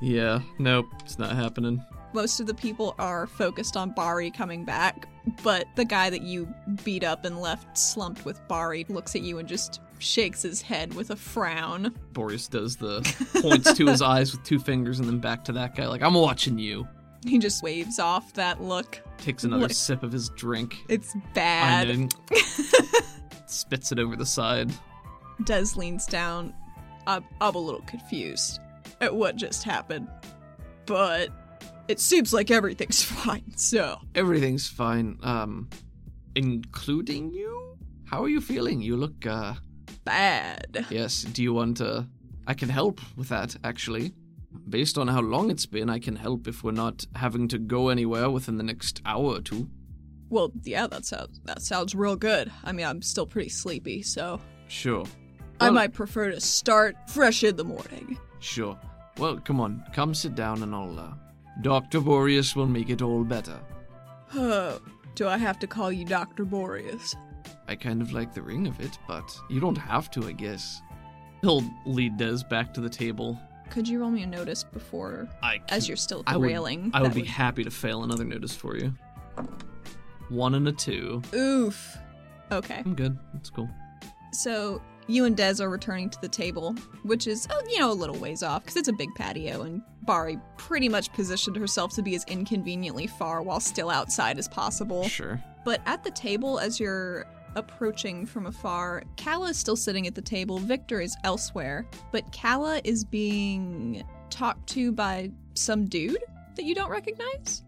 Speaker 2: Yeah. Nope. It's not happening.
Speaker 1: Most of the people are focused on Bari coming back, but the guy that you beat up and left slumped with Bari looks at you and just shakes his head with a frown.
Speaker 2: Boreas does the points to his eyes with two fingers and then back to that guy like I'm watching you.
Speaker 1: He just waves off that look.
Speaker 2: Takes another
Speaker 1: What?
Speaker 2: sip of his drink.
Speaker 1: It's
Speaker 2: and
Speaker 1: bad.
Speaker 2: then spits it over the side.
Speaker 1: Des leans down. I'm, I'm a little confused at what just happened, but it seems like everything's fine, so.
Speaker 3: Everything's fine. Um,
Speaker 2: Including you?
Speaker 3: how are you feeling? You look. Uh,
Speaker 1: Bad.
Speaker 3: yes. Do you want to? I can help with that actually. Based on how long it's been, I can help if we're not having to go anywhere within the next hour or two.
Speaker 1: Well, yeah, that sounds that sounds real good. I mean, I'm still pretty sleepy, so
Speaker 3: Sure.
Speaker 1: I
Speaker 3: Well-
Speaker 1: might prefer to start fresh in the morning.
Speaker 3: Sure. Well, come on, come sit down and I'll. Uh, Dr. Boreas will make it all better.
Speaker 1: Huh. Do I have to call you Dr. Boreas?
Speaker 3: I kind of like the ring of it, but you don't have to, I guess.
Speaker 2: He'll lead Des back to the table.
Speaker 1: Could you roll me a notice before,
Speaker 2: I
Speaker 1: as you're still
Speaker 2: I would-
Speaker 1: railing?
Speaker 2: I would
Speaker 1: That
Speaker 2: be happy to fail another notice for you. One and a two.
Speaker 1: would- Oof. Okay.
Speaker 2: I'm good. That's cool.
Speaker 1: So you and Dez are returning to the table, which is, oh, you know, a little ways off because it's a big patio, and Bari pretty much positioned herself to be as inconveniently far while still outside as possible.
Speaker 2: Sure.
Speaker 1: But at the table, as you're approaching from afar, Kala is still sitting at the table. Victor is elsewhere, but Kala is being talked to by some dude that you don't recognize.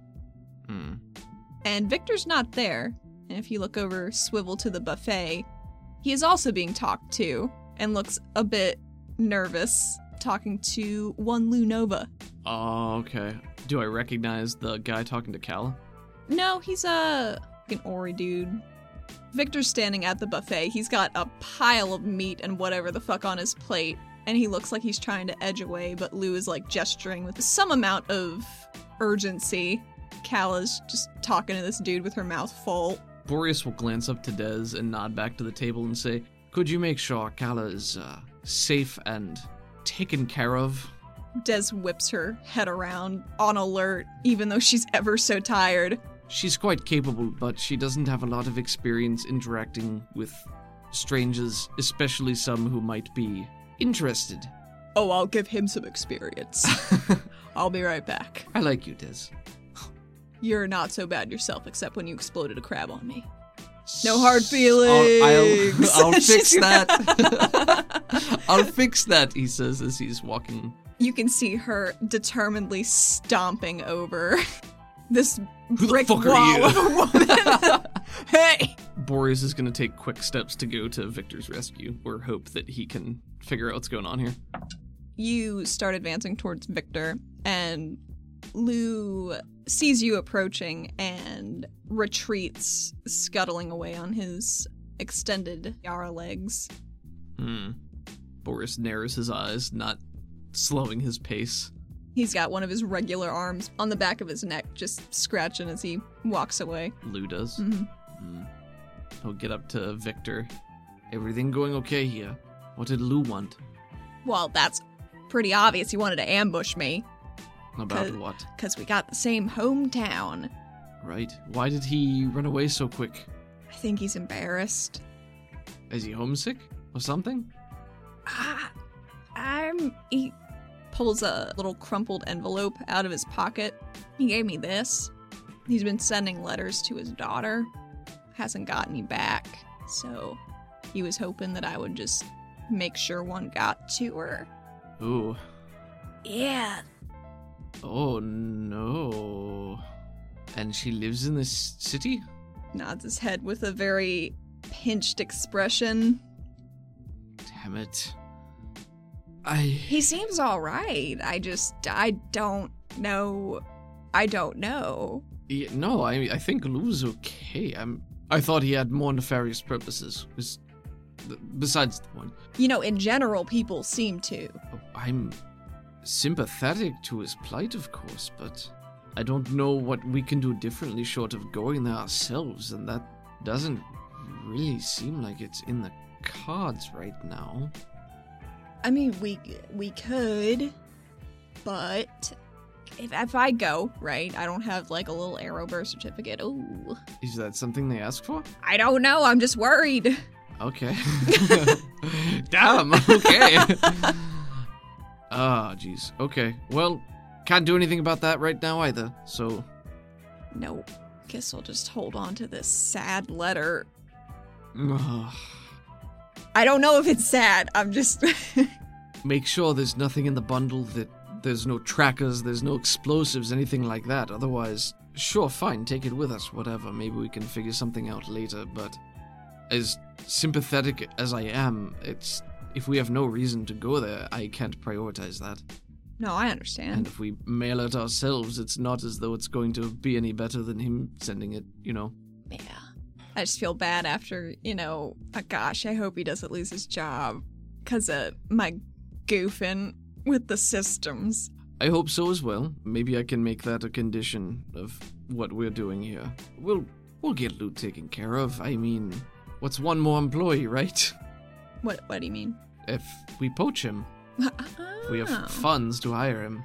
Speaker 3: Hmm.
Speaker 1: And Victor's not there. And if you look over swivel to the buffet, he is also being talked to and looks a bit nervous talking to one Lunova.
Speaker 2: Oh, okay. Do I recognize the guy talking to Cal?
Speaker 1: No, he's a an Ori dude. Victor's standing at the buffet. He's got a pile of meat and whatever the fuck on his plate, and he looks like he's trying to edge away, but Lou is like gesturing with some amount of urgency. Cal is just talking to this dude with her mouth full.
Speaker 2: Boreas will glance up to Des and nod back to the table and say,
Speaker 3: Could you make sure Kala is uh, safe and taken care of?
Speaker 1: Des whips her head around on alert, even though she's ever so tired.
Speaker 3: She's quite capable, but she doesn't have a lot of experience interacting with
Speaker 2: strangers, especially some who might be interested.
Speaker 1: Oh, I'll give him some experience. I'll be right back.
Speaker 2: I like you, Diz.
Speaker 1: You're not so bad yourself, except when you exploded a crab on me. No hard feelings.
Speaker 2: I'll, I'll, I'll fix
Speaker 1: She's-
Speaker 2: that. I'll fix that, he says as he's walking.
Speaker 1: You can see her determinedly stomping over this
Speaker 2: the
Speaker 1: brick
Speaker 2: fuck are
Speaker 1: wall
Speaker 2: you?
Speaker 1: of a woman. hey,
Speaker 2: Boreas is going to take quick steps to go to Victor's rescue or hope that he can figure out what's going on here.
Speaker 1: you start advancing towards Victor, and Lou sees you approaching and retreats, scuttling away on his extended Yara legs.
Speaker 2: Hmm. Boris narrows his eyes, not slowing his pace.
Speaker 1: He's got one of his regular arms on the back of his neck, just scratching as he walks away.
Speaker 2: Lou does.
Speaker 1: Mhm.
Speaker 2: Hmm. He'll get up to Victor. Everything going okay here? What did Lou want?
Speaker 1: Well, that's pretty obvious. He wanted to ambush me
Speaker 2: About
Speaker 1: Cause-
Speaker 2: what?
Speaker 1: because we got the same hometown.
Speaker 2: Right. Why did he run away so quick?
Speaker 1: I think he's embarrassed.
Speaker 2: Is he homesick or something?
Speaker 1: Ah, I'm. He pulls a little crumpled envelope out of his pocket. He gave me this. He's been sending letters to his daughter, hasn't got any back. So he was hoping that I would just make sure one got to her.
Speaker 2: Ooh.
Speaker 1: Yeah,
Speaker 2: Oh no. And she lives in this city?
Speaker 1: nods his head with a very pinched expression.
Speaker 2: Damn it. I
Speaker 1: He seems all right. I just I don't know. I don't know.
Speaker 2: Yeah, no, I I think Lou's okay. I'm. I thought he had more nefarious purposes. Was besides the one.
Speaker 1: You know, in general, people seem to.
Speaker 2: I'm sympathetic to his plight, of course, but I don't know what we can do differently short of going there ourselves, and that doesn't really seem like it's in the cards right now.
Speaker 1: I mean, we we could, but if, if I go right, I don't have like a little arrow birth certificate. Ooh,
Speaker 2: Is that something they ask for?
Speaker 1: I don't know. I'm just worried.
Speaker 2: Okay. Damn. Okay. Ah, jeez. Okay. Well, can't do anything about that right now either. So,
Speaker 1: No, guess I'll just hold on to this sad letter.
Speaker 2: ugh.
Speaker 1: I don't know if it's sad. I'm just.
Speaker 2: make sure there's nothing in the bundle that there's no trackers, there's no explosives, anything like that. Otherwise, sure, fine, take it with us, whatever. Maybe we can figure something out later. But as sympathetic as I am, it's if we have no reason to go there, I can't prioritize that.
Speaker 1: no, I understand.
Speaker 2: And if we mail it ourselves, it's not as though it's going to be any better than him sending it, you know.
Speaker 1: Yeah. I just feel bad after, you know, uh, gosh, I hope he doesn't lose his job because of my goofing with the systems.
Speaker 2: I hope so as well. Maybe I can make that a condition of what we're doing here. We'll we'll get loot taken care of. I mean, what's one more employee, right?
Speaker 1: What what do you mean?
Speaker 2: If we poach him, if we
Speaker 1: Oh.
Speaker 2: have funds to hire him.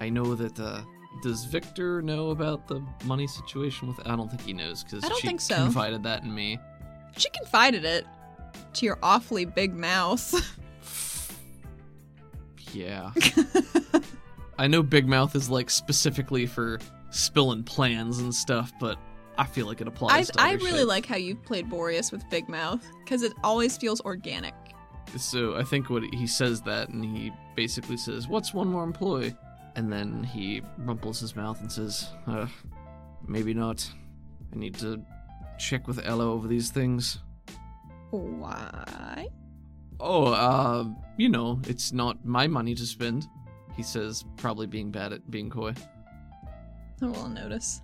Speaker 2: I know that uh does Victor know about the money situation with I don't think he knows cuz
Speaker 1: I don't
Speaker 2: she
Speaker 1: think so.
Speaker 2: confided that in me.
Speaker 1: She confided it to your awfully big mouth.
Speaker 2: Yeah. I know Big Mouth is like specifically for spilling plans and stuff, but I feel like it
Speaker 1: I,
Speaker 2: applies to
Speaker 1: I
Speaker 2: other
Speaker 1: really
Speaker 2: shit.
Speaker 1: like how you've played Boreas with big mouth because it always feels organic.
Speaker 2: So I think what he says that, and he basically says, "What's one more employee?" And then he rumples his mouth and says, uh, "Maybe not. I need to check with Ella over these things."
Speaker 1: Why?
Speaker 2: Oh, uh, you know, it's not my money to spend. He says, probably being bad at being coy.
Speaker 1: I will notice.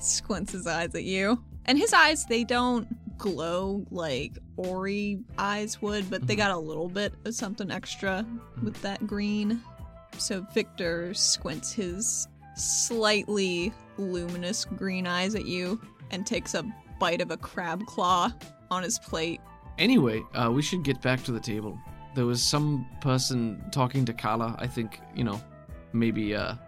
Speaker 1: Squints his eyes at you. And his eyes, they don't glow like Ori eyes would, but they
Speaker 2: Mhm.
Speaker 1: got a little bit of something extra with that green. So Victor squints his slightly luminous green eyes at you and takes a bite of a crab claw on his plate.
Speaker 2: Anyway, uh, we should get back to the table. There was some person talking to Kala. I think you know, maybe, uh,
Speaker 1: Ta-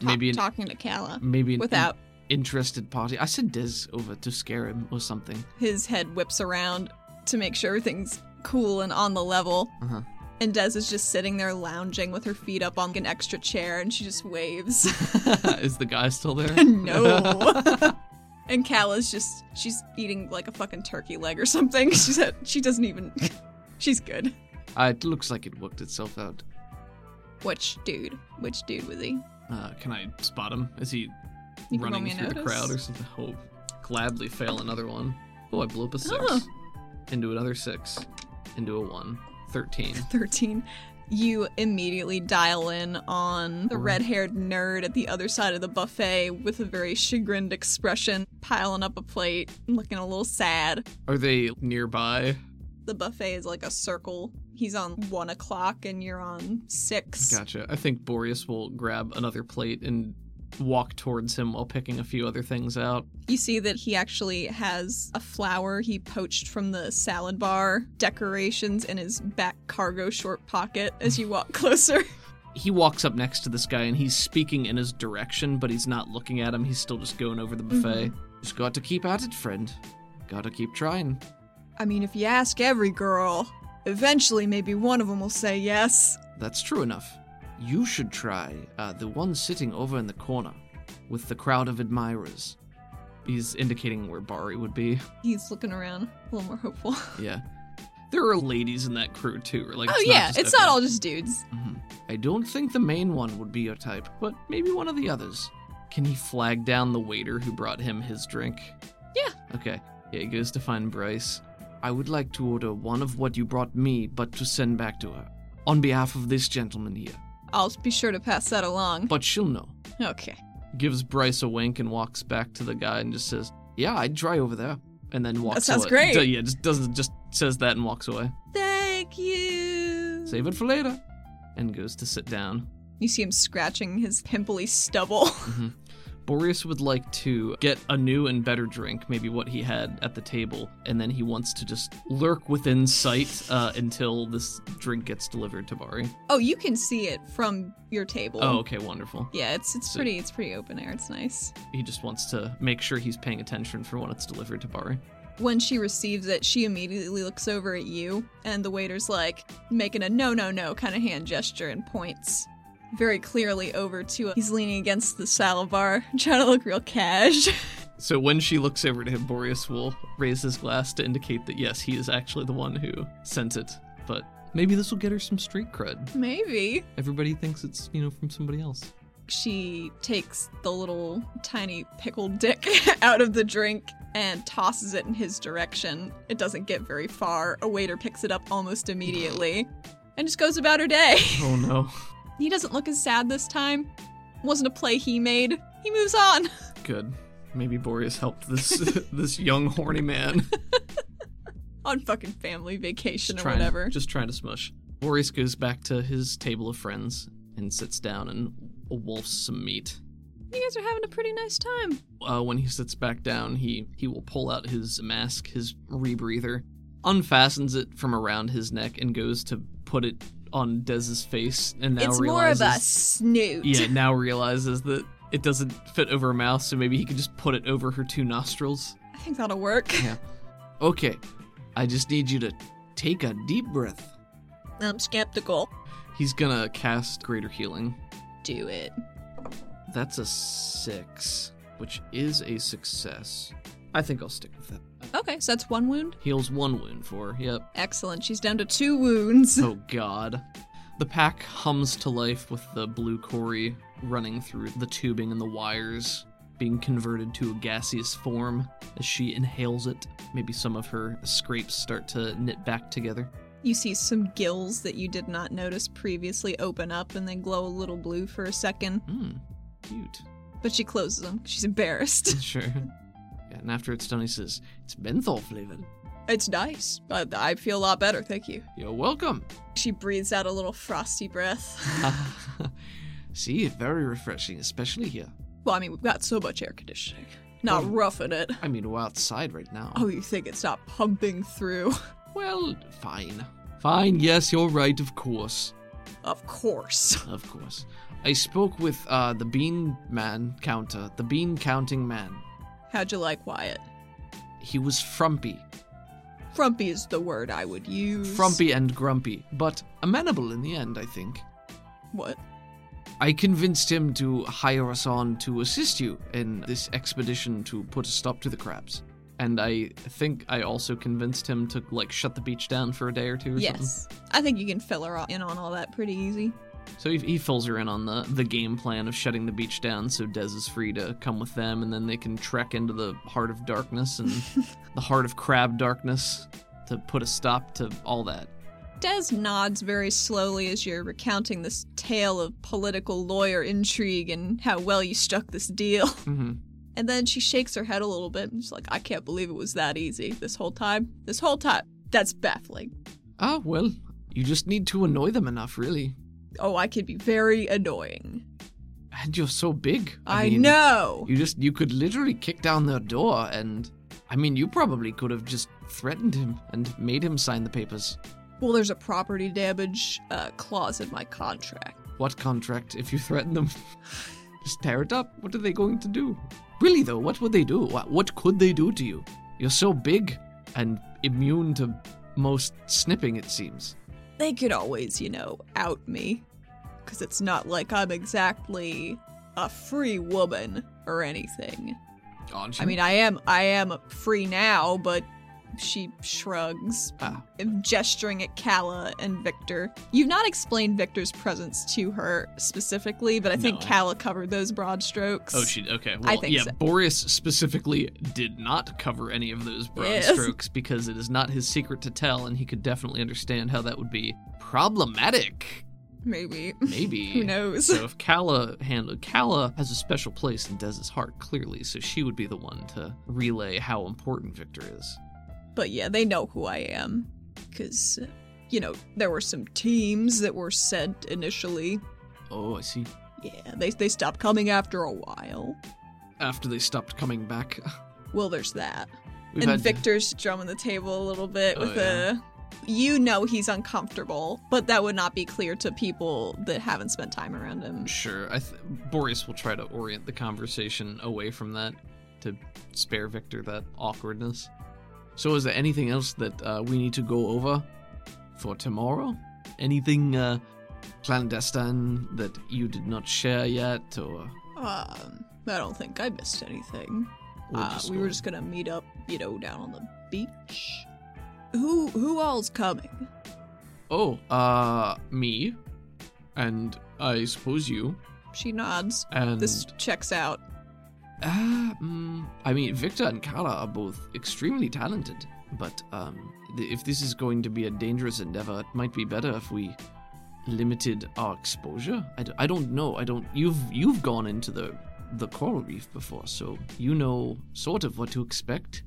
Speaker 2: maybe, an,
Speaker 1: talking to Kala
Speaker 2: maybe an
Speaker 1: without
Speaker 2: interested party. I said Diz over to scare him or something.
Speaker 1: his head whips around. to make sure everything's cool and on the level.
Speaker 3: Uh-huh.
Speaker 1: And Des is just sitting there lounging with her feet up on an extra chair and she just waves.
Speaker 2: Is the guy still there?
Speaker 1: no. and Calla's just she's eating like a fucking turkey leg or something. She said she doesn't even she's good.
Speaker 3: Uh, it looks like it worked itself out.
Speaker 9: Which dude? Which dude was he?
Speaker 2: Uh, can I spot him? Is he
Speaker 1: You can roll
Speaker 2: running
Speaker 1: me a
Speaker 2: through the
Speaker 1: notice.
Speaker 2: crowd or something? Oh, gladly fail another one. Oh, I blew up a six.
Speaker 1: Oh.
Speaker 2: Into another six. Into a one. Thirteen.
Speaker 1: 13. You immediately dial in on the red haired nerd at the other side of the buffet with a very chagrined expression, piling up a plate, looking a little sad.
Speaker 2: Are they nearby?
Speaker 1: The buffet is like a circle. He's on one o'clock and you're on six.
Speaker 2: Gotcha. I think Boreas will grab another plate and walk towards him while picking a few other things out.
Speaker 1: You see that he actually has a flower he poached from the salad bar decorations in his back cargo short pocket as you walk closer.
Speaker 2: He walks up next to this guy and he's speaking in his direction, but he's not looking at him. He's still just going over the buffet.
Speaker 1: Mm-hmm.
Speaker 3: Just got to keep at it, friend. Gotta keep trying.
Speaker 1: I mean, if you ask every girl, eventually maybe one of them will say yes.
Speaker 3: That's true enough. You should try uh, the one sitting over in the corner with the crowd of admirers.
Speaker 2: He's indicating where Bari would be.
Speaker 1: He's looking around, a little more hopeful.
Speaker 3: Yeah.
Speaker 2: There are ladies in that crew too. Like,
Speaker 1: oh,
Speaker 2: it's
Speaker 1: yeah,
Speaker 2: just
Speaker 1: it's
Speaker 2: everyone.
Speaker 1: not all just dudes.
Speaker 2: Mm-hmm.
Speaker 3: I don't think the main one would be your type, but maybe one of the others.
Speaker 2: Can he flag down the waiter who brought him his drink?
Speaker 1: Yeah.
Speaker 2: Okay. Yeah, he goes to find Bryce.
Speaker 3: I would like to order one of what you brought me, but to send back to her on behalf of this gentleman here.
Speaker 1: I'll be sure to pass that along.
Speaker 3: But she'll know.
Speaker 1: Okay.
Speaker 2: Gives Bryce a wink and walks back to the guy and just says,
Speaker 3: Yeah, I'd try over there.
Speaker 2: and then walks
Speaker 1: sounds
Speaker 2: away.
Speaker 1: great.
Speaker 2: D- yeah, just doesn't just says that and walks away.
Speaker 1: Thank you.
Speaker 2: Save it for later. And goes to sit down.
Speaker 1: You see him scratching his pimply stubble.
Speaker 2: Boreas would like to get a new and better drink, maybe what he had at the table, and then he wants to just lurk within sight uh, until this drink gets delivered to Bari.
Speaker 1: oh, you can see it from your table.
Speaker 2: Oh, okay, wonderful.
Speaker 1: Yeah, it's it's
Speaker 2: So-
Speaker 1: pretty it's pretty open air. It's nice.
Speaker 2: He just wants to make sure he's paying attention for when it's delivered to Bari.
Speaker 1: When she receives it, she immediately looks over at you, and the waiter's like making a no, no, no kind of hand gesture and points very clearly over to. He's leaning against the salad bar, trying to look real cash.
Speaker 2: So when she looks over to him, Boreas will raise his glass to indicate that yes, he is actually the one who sent it. But maybe this will get her some street cred.
Speaker 1: Maybe.
Speaker 2: Everybody thinks it's, you know, from somebody else.
Speaker 1: She takes the little tiny pickled dick out of the drink and tosses it in his direction. It doesn't get very far. A waiter picks it up almost immediately and just goes about her day.
Speaker 2: Oh no.
Speaker 1: He doesn't look as sad this time. Wasn't a play he made. He moves on.
Speaker 2: Good. Maybe Boreas helped this this young horny man.
Speaker 1: on fucking family vacation
Speaker 2: Just
Speaker 1: or
Speaker 2: trying-
Speaker 1: whatever.
Speaker 2: Just trying to smush. Boreas goes back to his table of friends and sits down and wolfs some meat.
Speaker 1: You guys are having a pretty nice time.
Speaker 2: uh, when he sits back down, he he will pull out his mask, his rebreather, unfastens it from around his neck, and goes to put it on Dez's face. And now
Speaker 1: it's more of
Speaker 2: realizes,
Speaker 1: a snoot.
Speaker 2: yeah, now realizes that it doesn't fit over her mouth, so maybe he could just put it over her two nostrils.
Speaker 1: I think that'll work.
Speaker 3: Okay, I just need you to take a deep breath.
Speaker 1: I'm skeptical.
Speaker 2: He's gonna cast Greater Healing.
Speaker 1: Do it.
Speaker 3: That's a six, which is a success.
Speaker 2: I think I'll stick with that.
Speaker 1: Okay, so that's one wound.
Speaker 2: Heals one wound for her. Yep.
Speaker 1: Excellent. She's down to two wounds.
Speaker 2: Oh god. The pack hums to life with the blue Cory running through the tubing and the wires, being converted to a gaseous form as she inhales it. Maybe some of her scrapes start to knit back together.
Speaker 1: You see some gills that you did not notice previously open up and they glow a little blue for a second,
Speaker 2: Hmm, cute.
Speaker 1: but she closes them. She's embarrassed.
Speaker 2: Sure. Yeah, and after it's done, he says,
Speaker 3: It's menthol flavored.
Speaker 1: it's nice. I, I feel a lot better, thank you.
Speaker 3: You're welcome.
Speaker 1: She breathes out a little frosty breath.
Speaker 3: See, very refreshing, especially here.
Speaker 1: Well, I mean, we've got so much air conditioning. Not roughing it.
Speaker 3: I mean, we're outside right now.
Speaker 1: Oh, you think it's not pumping through?
Speaker 3: Well, fine. Fine, yes, you're right, of course.
Speaker 1: of course.
Speaker 3: Of course. I spoke with uh, the bean man counter, the bean counting man.
Speaker 1: How'd you like Wyatt?
Speaker 3: He was frumpy.
Speaker 1: Frumpy is the word I would use.
Speaker 2: Frumpy and grumpy, but amenable in the end, I think.
Speaker 1: What?
Speaker 2: I convinced him to hire us on to assist you in this expedition to put a stop to the crabs.
Speaker 12: And I think I also convinced him to like shut the beach down for a day or two or something.
Speaker 13: Yes. I think you can fill her in on all that pretty easy.
Speaker 12: So he, he fills her in on the, the game plan of shutting the beach down so Dez is free to come with them and then they can trek into the heart of darkness and the heart of crab darkness to put a stop to all that.
Speaker 13: Des nods very slowly as you're recounting this tale of political lawyer intrigue and how well you struck this deal.
Speaker 12: hmm
Speaker 13: And then she shakes her head a little bit and she's like, I can't believe it was that easy this whole time. This whole time.
Speaker 1: That's baffling.
Speaker 2: Ah, well, you just need to annoy them enough, really.
Speaker 1: Oh, I can be very annoying.
Speaker 2: And you're so big.
Speaker 1: I,
Speaker 2: mean,
Speaker 1: know.
Speaker 2: You just you could literally kick down their door and I mean you probably could have just threatened him and made him sign the papers.
Speaker 1: Well, there's a property damage uh, clause in my contract.
Speaker 2: What contract if you threaten them? just tear it up. What are they going to do? Really though, what would they do? What, what could they do to you? You're so big and immune to most snipping it seems.
Speaker 1: They could always, you know, out me. Because it's not like I'm exactly a free woman or anything.
Speaker 2: Aren't
Speaker 1: I mean, I am I am free now, but she shrugs,
Speaker 2: Ah.
Speaker 1: gesturing at Kala and Victor. You've not explained Victor's presence to her specifically, but I think
Speaker 12: No.
Speaker 1: Kala covered those broad strokes.
Speaker 12: Oh, she okay. Well,
Speaker 1: I think
Speaker 12: yeah,
Speaker 1: so.
Speaker 12: Boris specifically did not cover any of those broad
Speaker 1: Yes.
Speaker 12: strokes because it is not his secret to tell, and he could definitely understand how that would be problematic.
Speaker 1: Maybe.
Speaker 12: Maybe
Speaker 1: Who knows?
Speaker 12: So if Kala handled Kala has a special place in Dez's heart, clearly, so she would be the one to relay how important Victor is.
Speaker 1: But yeah, they know who I am. Because, you know, there were some teams that were sent initially.
Speaker 2: Oh, I see.
Speaker 1: Yeah, they, they stopped coming after a while.
Speaker 2: After they stopped coming back.
Speaker 1: Well, there's that.
Speaker 2: We've
Speaker 1: and
Speaker 2: had-
Speaker 1: Victor's drumming the table a little bit
Speaker 2: Oh,
Speaker 1: with
Speaker 2: yeah.
Speaker 1: a. You know he's uncomfortable, but that would not be clear to people that haven't spent time around him.
Speaker 12: Sure, I th- Boris will try to orient the conversation away from that to spare Victor that awkwardness.
Speaker 2: So, is there anything else that uh, we need to go over for tomorrow? Anything uh, clandestine that you did not share yet, or
Speaker 1: Um, I don't think I missed anything.
Speaker 2: We'll
Speaker 1: uh,
Speaker 2: just
Speaker 1: we
Speaker 2: go-
Speaker 1: were just gonna meet up, you know, down on the beach. Who who all's coming?
Speaker 2: oh, uh, me, and I suppose you,
Speaker 1: She nods.
Speaker 2: and
Speaker 1: This checks out.
Speaker 2: Ah, mm, I mean, Victor and Kala are both extremely talented, but um, th- if this is going to be a dangerous endeavor, it might be better if we limited our exposure. I, d- I don't know. I don't. You've you've gone into the the coral reef before, so you know sort of what to expect.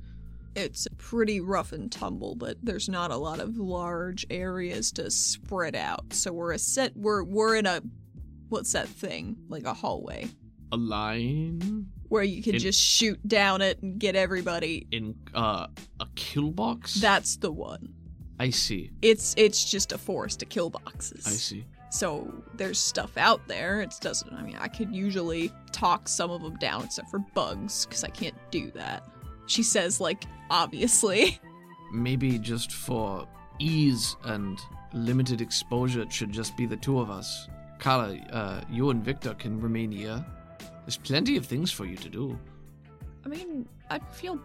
Speaker 1: It's pretty rough and tumble, but there's not a lot of large areas to spread out. So we're a set. We're we're in a what's that thing like a hallway
Speaker 2: A line
Speaker 1: where you can
Speaker 12: In-
Speaker 1: just shoot down it and get everybody.
Speaker 2: in uh, a kill box.
Speaker 1: That's the one.
Speaker 2: I see.
Speaker 1: It's it's just a forest to kill boxes.
Speaker 2: I see.
Speaker 1: So there's stuff out there. It doesn't. I mean, I could usually talk some of them down, except for bugs, because I can't do that. She says, like, obviously.
Speaker 2: Maybe just for ease and limited exposure, it should just be the two of us. Carla, uh, you and Victor can remain here. There's plenty of things for you to do.
Speaker 13: I mean, I feel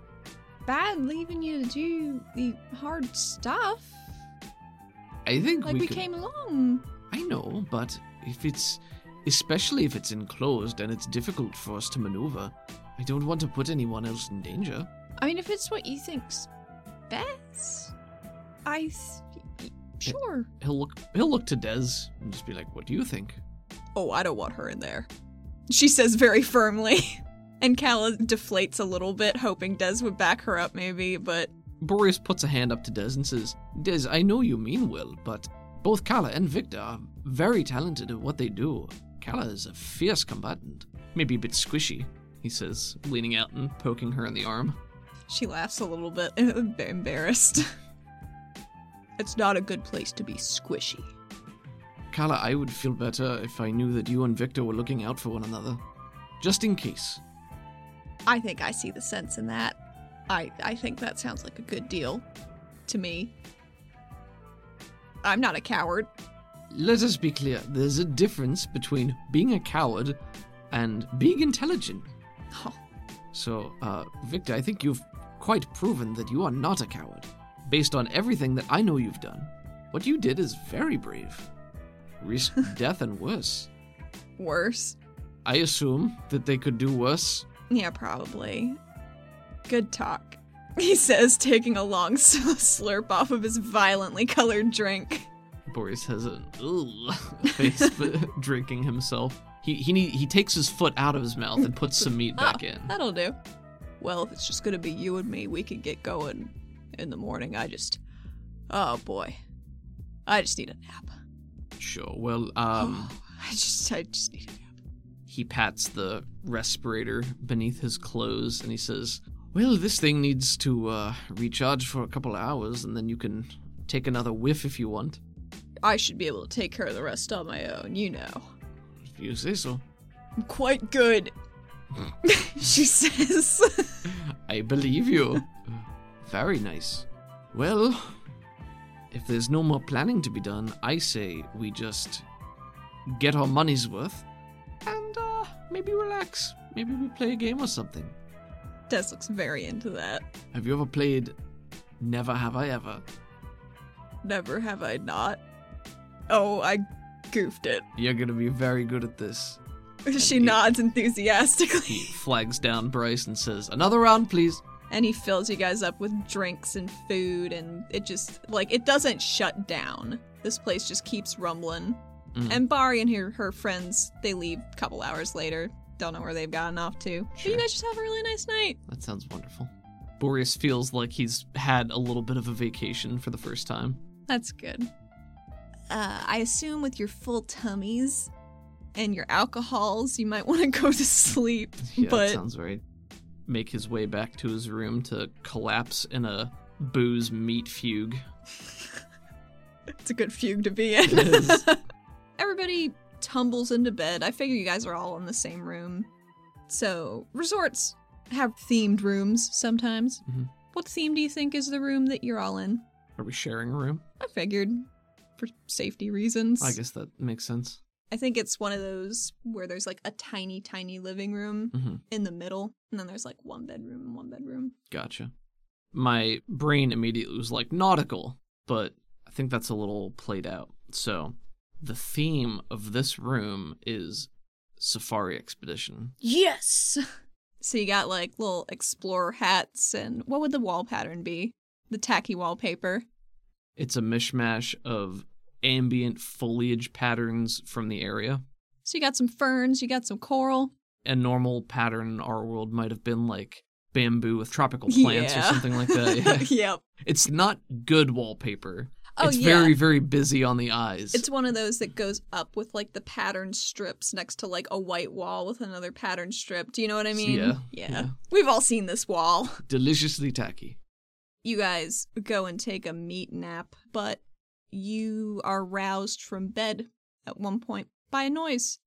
Speaker 13: bad leaving you to do the hard stuff.
Speaker 2: I think
Speaker 13: Like,
Speaker 2: we,
Speaker 13: we
Speaker 2: could-
Speaker 13: came along.
Speaker 2: I know, but if it's, especially if it's enclosed and it's difficult for us to maneuver, I don't want to put anyone else in danger.
Speaker 13: I mean, if it's what you think's best, I th- sure.
Speaker 2: He'll look. He'll look to Dez and just be like, "What do you think?"
Speaker 1: Oh, I don't want her in there. She says very firmly. and Kala deflates a little bit, hoping Des would back her up, maybe, but
Speaker 2: Boreas puts a hand up to Dez and says, Dez, I know you mean well, but both Kala and Victor are very talented at what they do. Kala is a fierce combatant,
Speaker 12: Maybe a bit squishy, he says, leaning out and poking her in the arm.
Speaker 1: she laughs a little bit, embarrassed. it's not a good place to be squishy.
Speaker 2: Carla, I would feel better if I knew that you and Victor were looking out for one another. Just in case.
Speaker 1: I think I see the sense in that. I, I think that sounds like a good deal. to me. I'm not a coward.
Speaker 3: Let us be clear there's a difference between being a coward and being intelligent.
Speaker 1: Oh,
Speaker 3: So, uh, Victor, I think you've quite proven that you are not a coward, based on everything that I know you've done. What you did is very brave. Risk death and worse.
Speaker 1: worse.
Speaker 3: I assume that they could do worse.
Speaker 1: Yeah, probably. Good talk. He says, taking a long s- slurp off of his violently colored drink.
Speaker 2: Boris has an ugh face, but drinking himself. He he need, he takes his foot out of his mouth and puts some meat back
Speaker 9: Ah,
Speaker 2: in.
Speaker 9: That'll do. Well, if it's just gonna be you and me, we can get going in the morning. I just. Oh boy. I just need a nap. Oh,
Speaker 2: Sure. Well, um,
Speaker 9: I just. I just need a nap.
Speaker 2: he pats the respirator beneath his clothes and he says,
Speaker 3: Well, this thing needs to uh, recharge for a couple of hours, and then you can take another whiff if you want.
Speaker 9: I should be able to take care of the rest on my own, you know.
Speaker 3: If you say so.
Speaker 9: I'm quite good.
Speaker 1: She says,
Speaker 3: I believe you. Very nice. Well, if there's no more planning to be done, I say we just get our money's worth and uh, maybe relax. Maybe we play a game or something.
Speaker 1: Des looks very into that.
Speaker 3: Have you ever played Never Have I Ever?
Speaker 9: Never have I not. Oh, I goofed it.
Speaker 3: You're gonna be very good at this.
Speaker 1: She nods enthusiastically.
Speaker 2: he flags down Bryce and says,
Speaker 3: Another round, please.
Speaker 1: And he fills you guys up with drinks and food, and it just, like, it doesn't shut down. This place just keeps rumbling.
Speaker 2: Mhm.
Speaker 1: And Bari and her, her friends, they leave a couple hours later. Don't know where they've gotten off to. But you
Speaker 2: Sure.
Speaker 1: guys just have a really nice night.
Speaker 2: "That sounds wonderful." Boreas feels like he's had a little bit of a vacation for the first time.
Speaker 1: That's good. Uh, I assume with your full tummies and your alcohols, you might want to go to sleep.
Speaker 3: Yeah,
Speaker 1: But-
Speaker 3: that sounds right.
Speaker 2: Make his way back to his room to collapse in a booze meat fugue.
Speaker 1: It's a good fugue to be in. Everybody tumbles into bed. I figure you guys are all in the same room. So, resorts have themed rooms sometimes.
Speaker 2: Mhm.
Speaker 1: What theme do you think is the room that you're all in?
Speaker 2: Are we sharing a room?
Speaker 1: I figured for safety reasons.
Speaker 2: I guess that makes sense.
Speaker 1: I think it's one of those where there's like a tiny, tiny living room
Speaker 3: Mm-hmm.
Speaker 2: Mhm.
Speaker 1: in the middle, and then there's like one bedroom and one bedroom.
Speaker 2: Gotcha. My brain immediately was like nautical, but I think that's a little played out. So, the theme of this room is safari expedition.
Speaker 1: Yes! So you got like little explorer hats, and what would the wall pattern be? The tacky wallpaper.
Speaker 2: It's a mishmash of ambient foliage patterns from the area.
Speaker 1: So you got some ferns, you got some coral.
Speaker 2: A normal pattern in our world might have been like bamboo with tropical plants
Speaker 1: Yeah.
Speaker 2: or something like that. Yeah.
Speaker 1: yep.
Speaker 2: it's not good wallpaper.
Speaker 1: Oh,
Speaker 2: it's
Speaker 1: yeah.
Speaker 2: very, very busy on the eyes.
Speaker 1: It's one of those that goes up with like the pattern strips next to like a white wall with another pattern strip. Do you know what I mean?
Speaker 2: Yeah,
Speaker 1: Yeah.
Speaker 2: yeah.
Speaker 1: We've all seen this wall.
Speaker 3: Deliciously tacky.
Speaker 1: You guys go and take a meat nap, but you are roused from bed at one point by a noise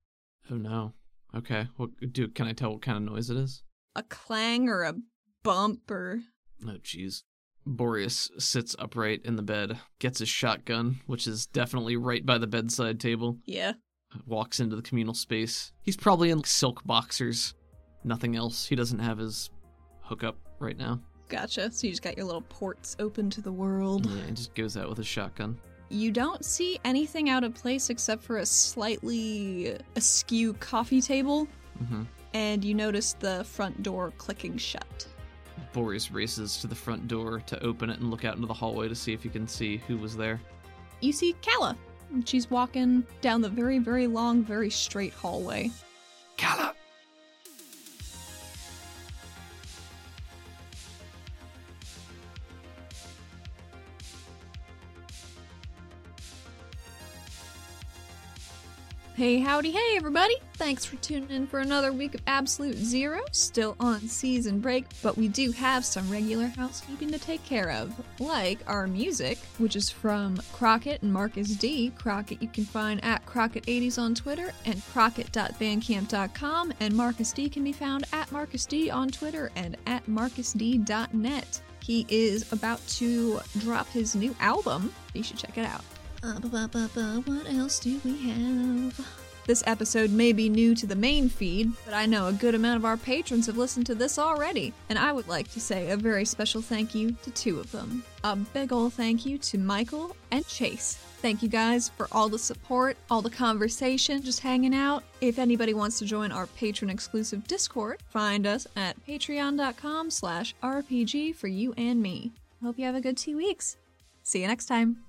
Speaker 2: oh no. Okay. What do can I tell what kind of noise it is?
Speaker 1: a clang or a bump or.
Speaker 2: Oh, jeez. Boreas sits upright in the bed, gets his shotgun, which is definitely right by the bedside table,
Speaker 1: Yeah.
Speaker 2: walks into the communal space. He's probably in silk boxers, nothing else. He doesn't have his hookup right now.
Speaker 1: Gotcha. So you just got your little ports open to the world.
Speaker 2: Yeah, he just goes out with his shotgun.
Speaker 1: You don't see anything out of place except for a slightly askew coffee table,
Speaker 2: hmm
Speaker 1: and you notice the front door clicking shut.
Speaker 2: Boreas races to the front door to open it and look out into the hallway to see if he can see who was there.
Speaker 1: You see Calla. and She's walking down the very, very long, very straight hallway.
Speaker 3: Callum!
Speaker 1: Hey, howdy, hey, everybody! Thanks for tuning in for another week of Absolute Zero. Still on season break, but we do have some regular housekeeping to take care of, like our music, which is from Crockett and Marcus D. Crockett you can find at Crockett80s on Twitter and Crockett.bandcamp.com, and Marcus D can be found at Marcus D on Twitter and at MarcusD.net. He is about to drop his new album. You should check it out. Uh, bu- bu- bu- bu- what else do we have? This episode may be new to the main feed, but I know a good amount of our patrons have listened to this already, and I would like to say a very special thank you to two of them. A big ol' thank you to Michael and Chase. Thank you guys for all the support, all the conversation, just hanging out. If anybody wants to join our patron exclusive Discord, find us at patreon.com slash RPG for you and me. Hope you have a good two weeks. See you next time.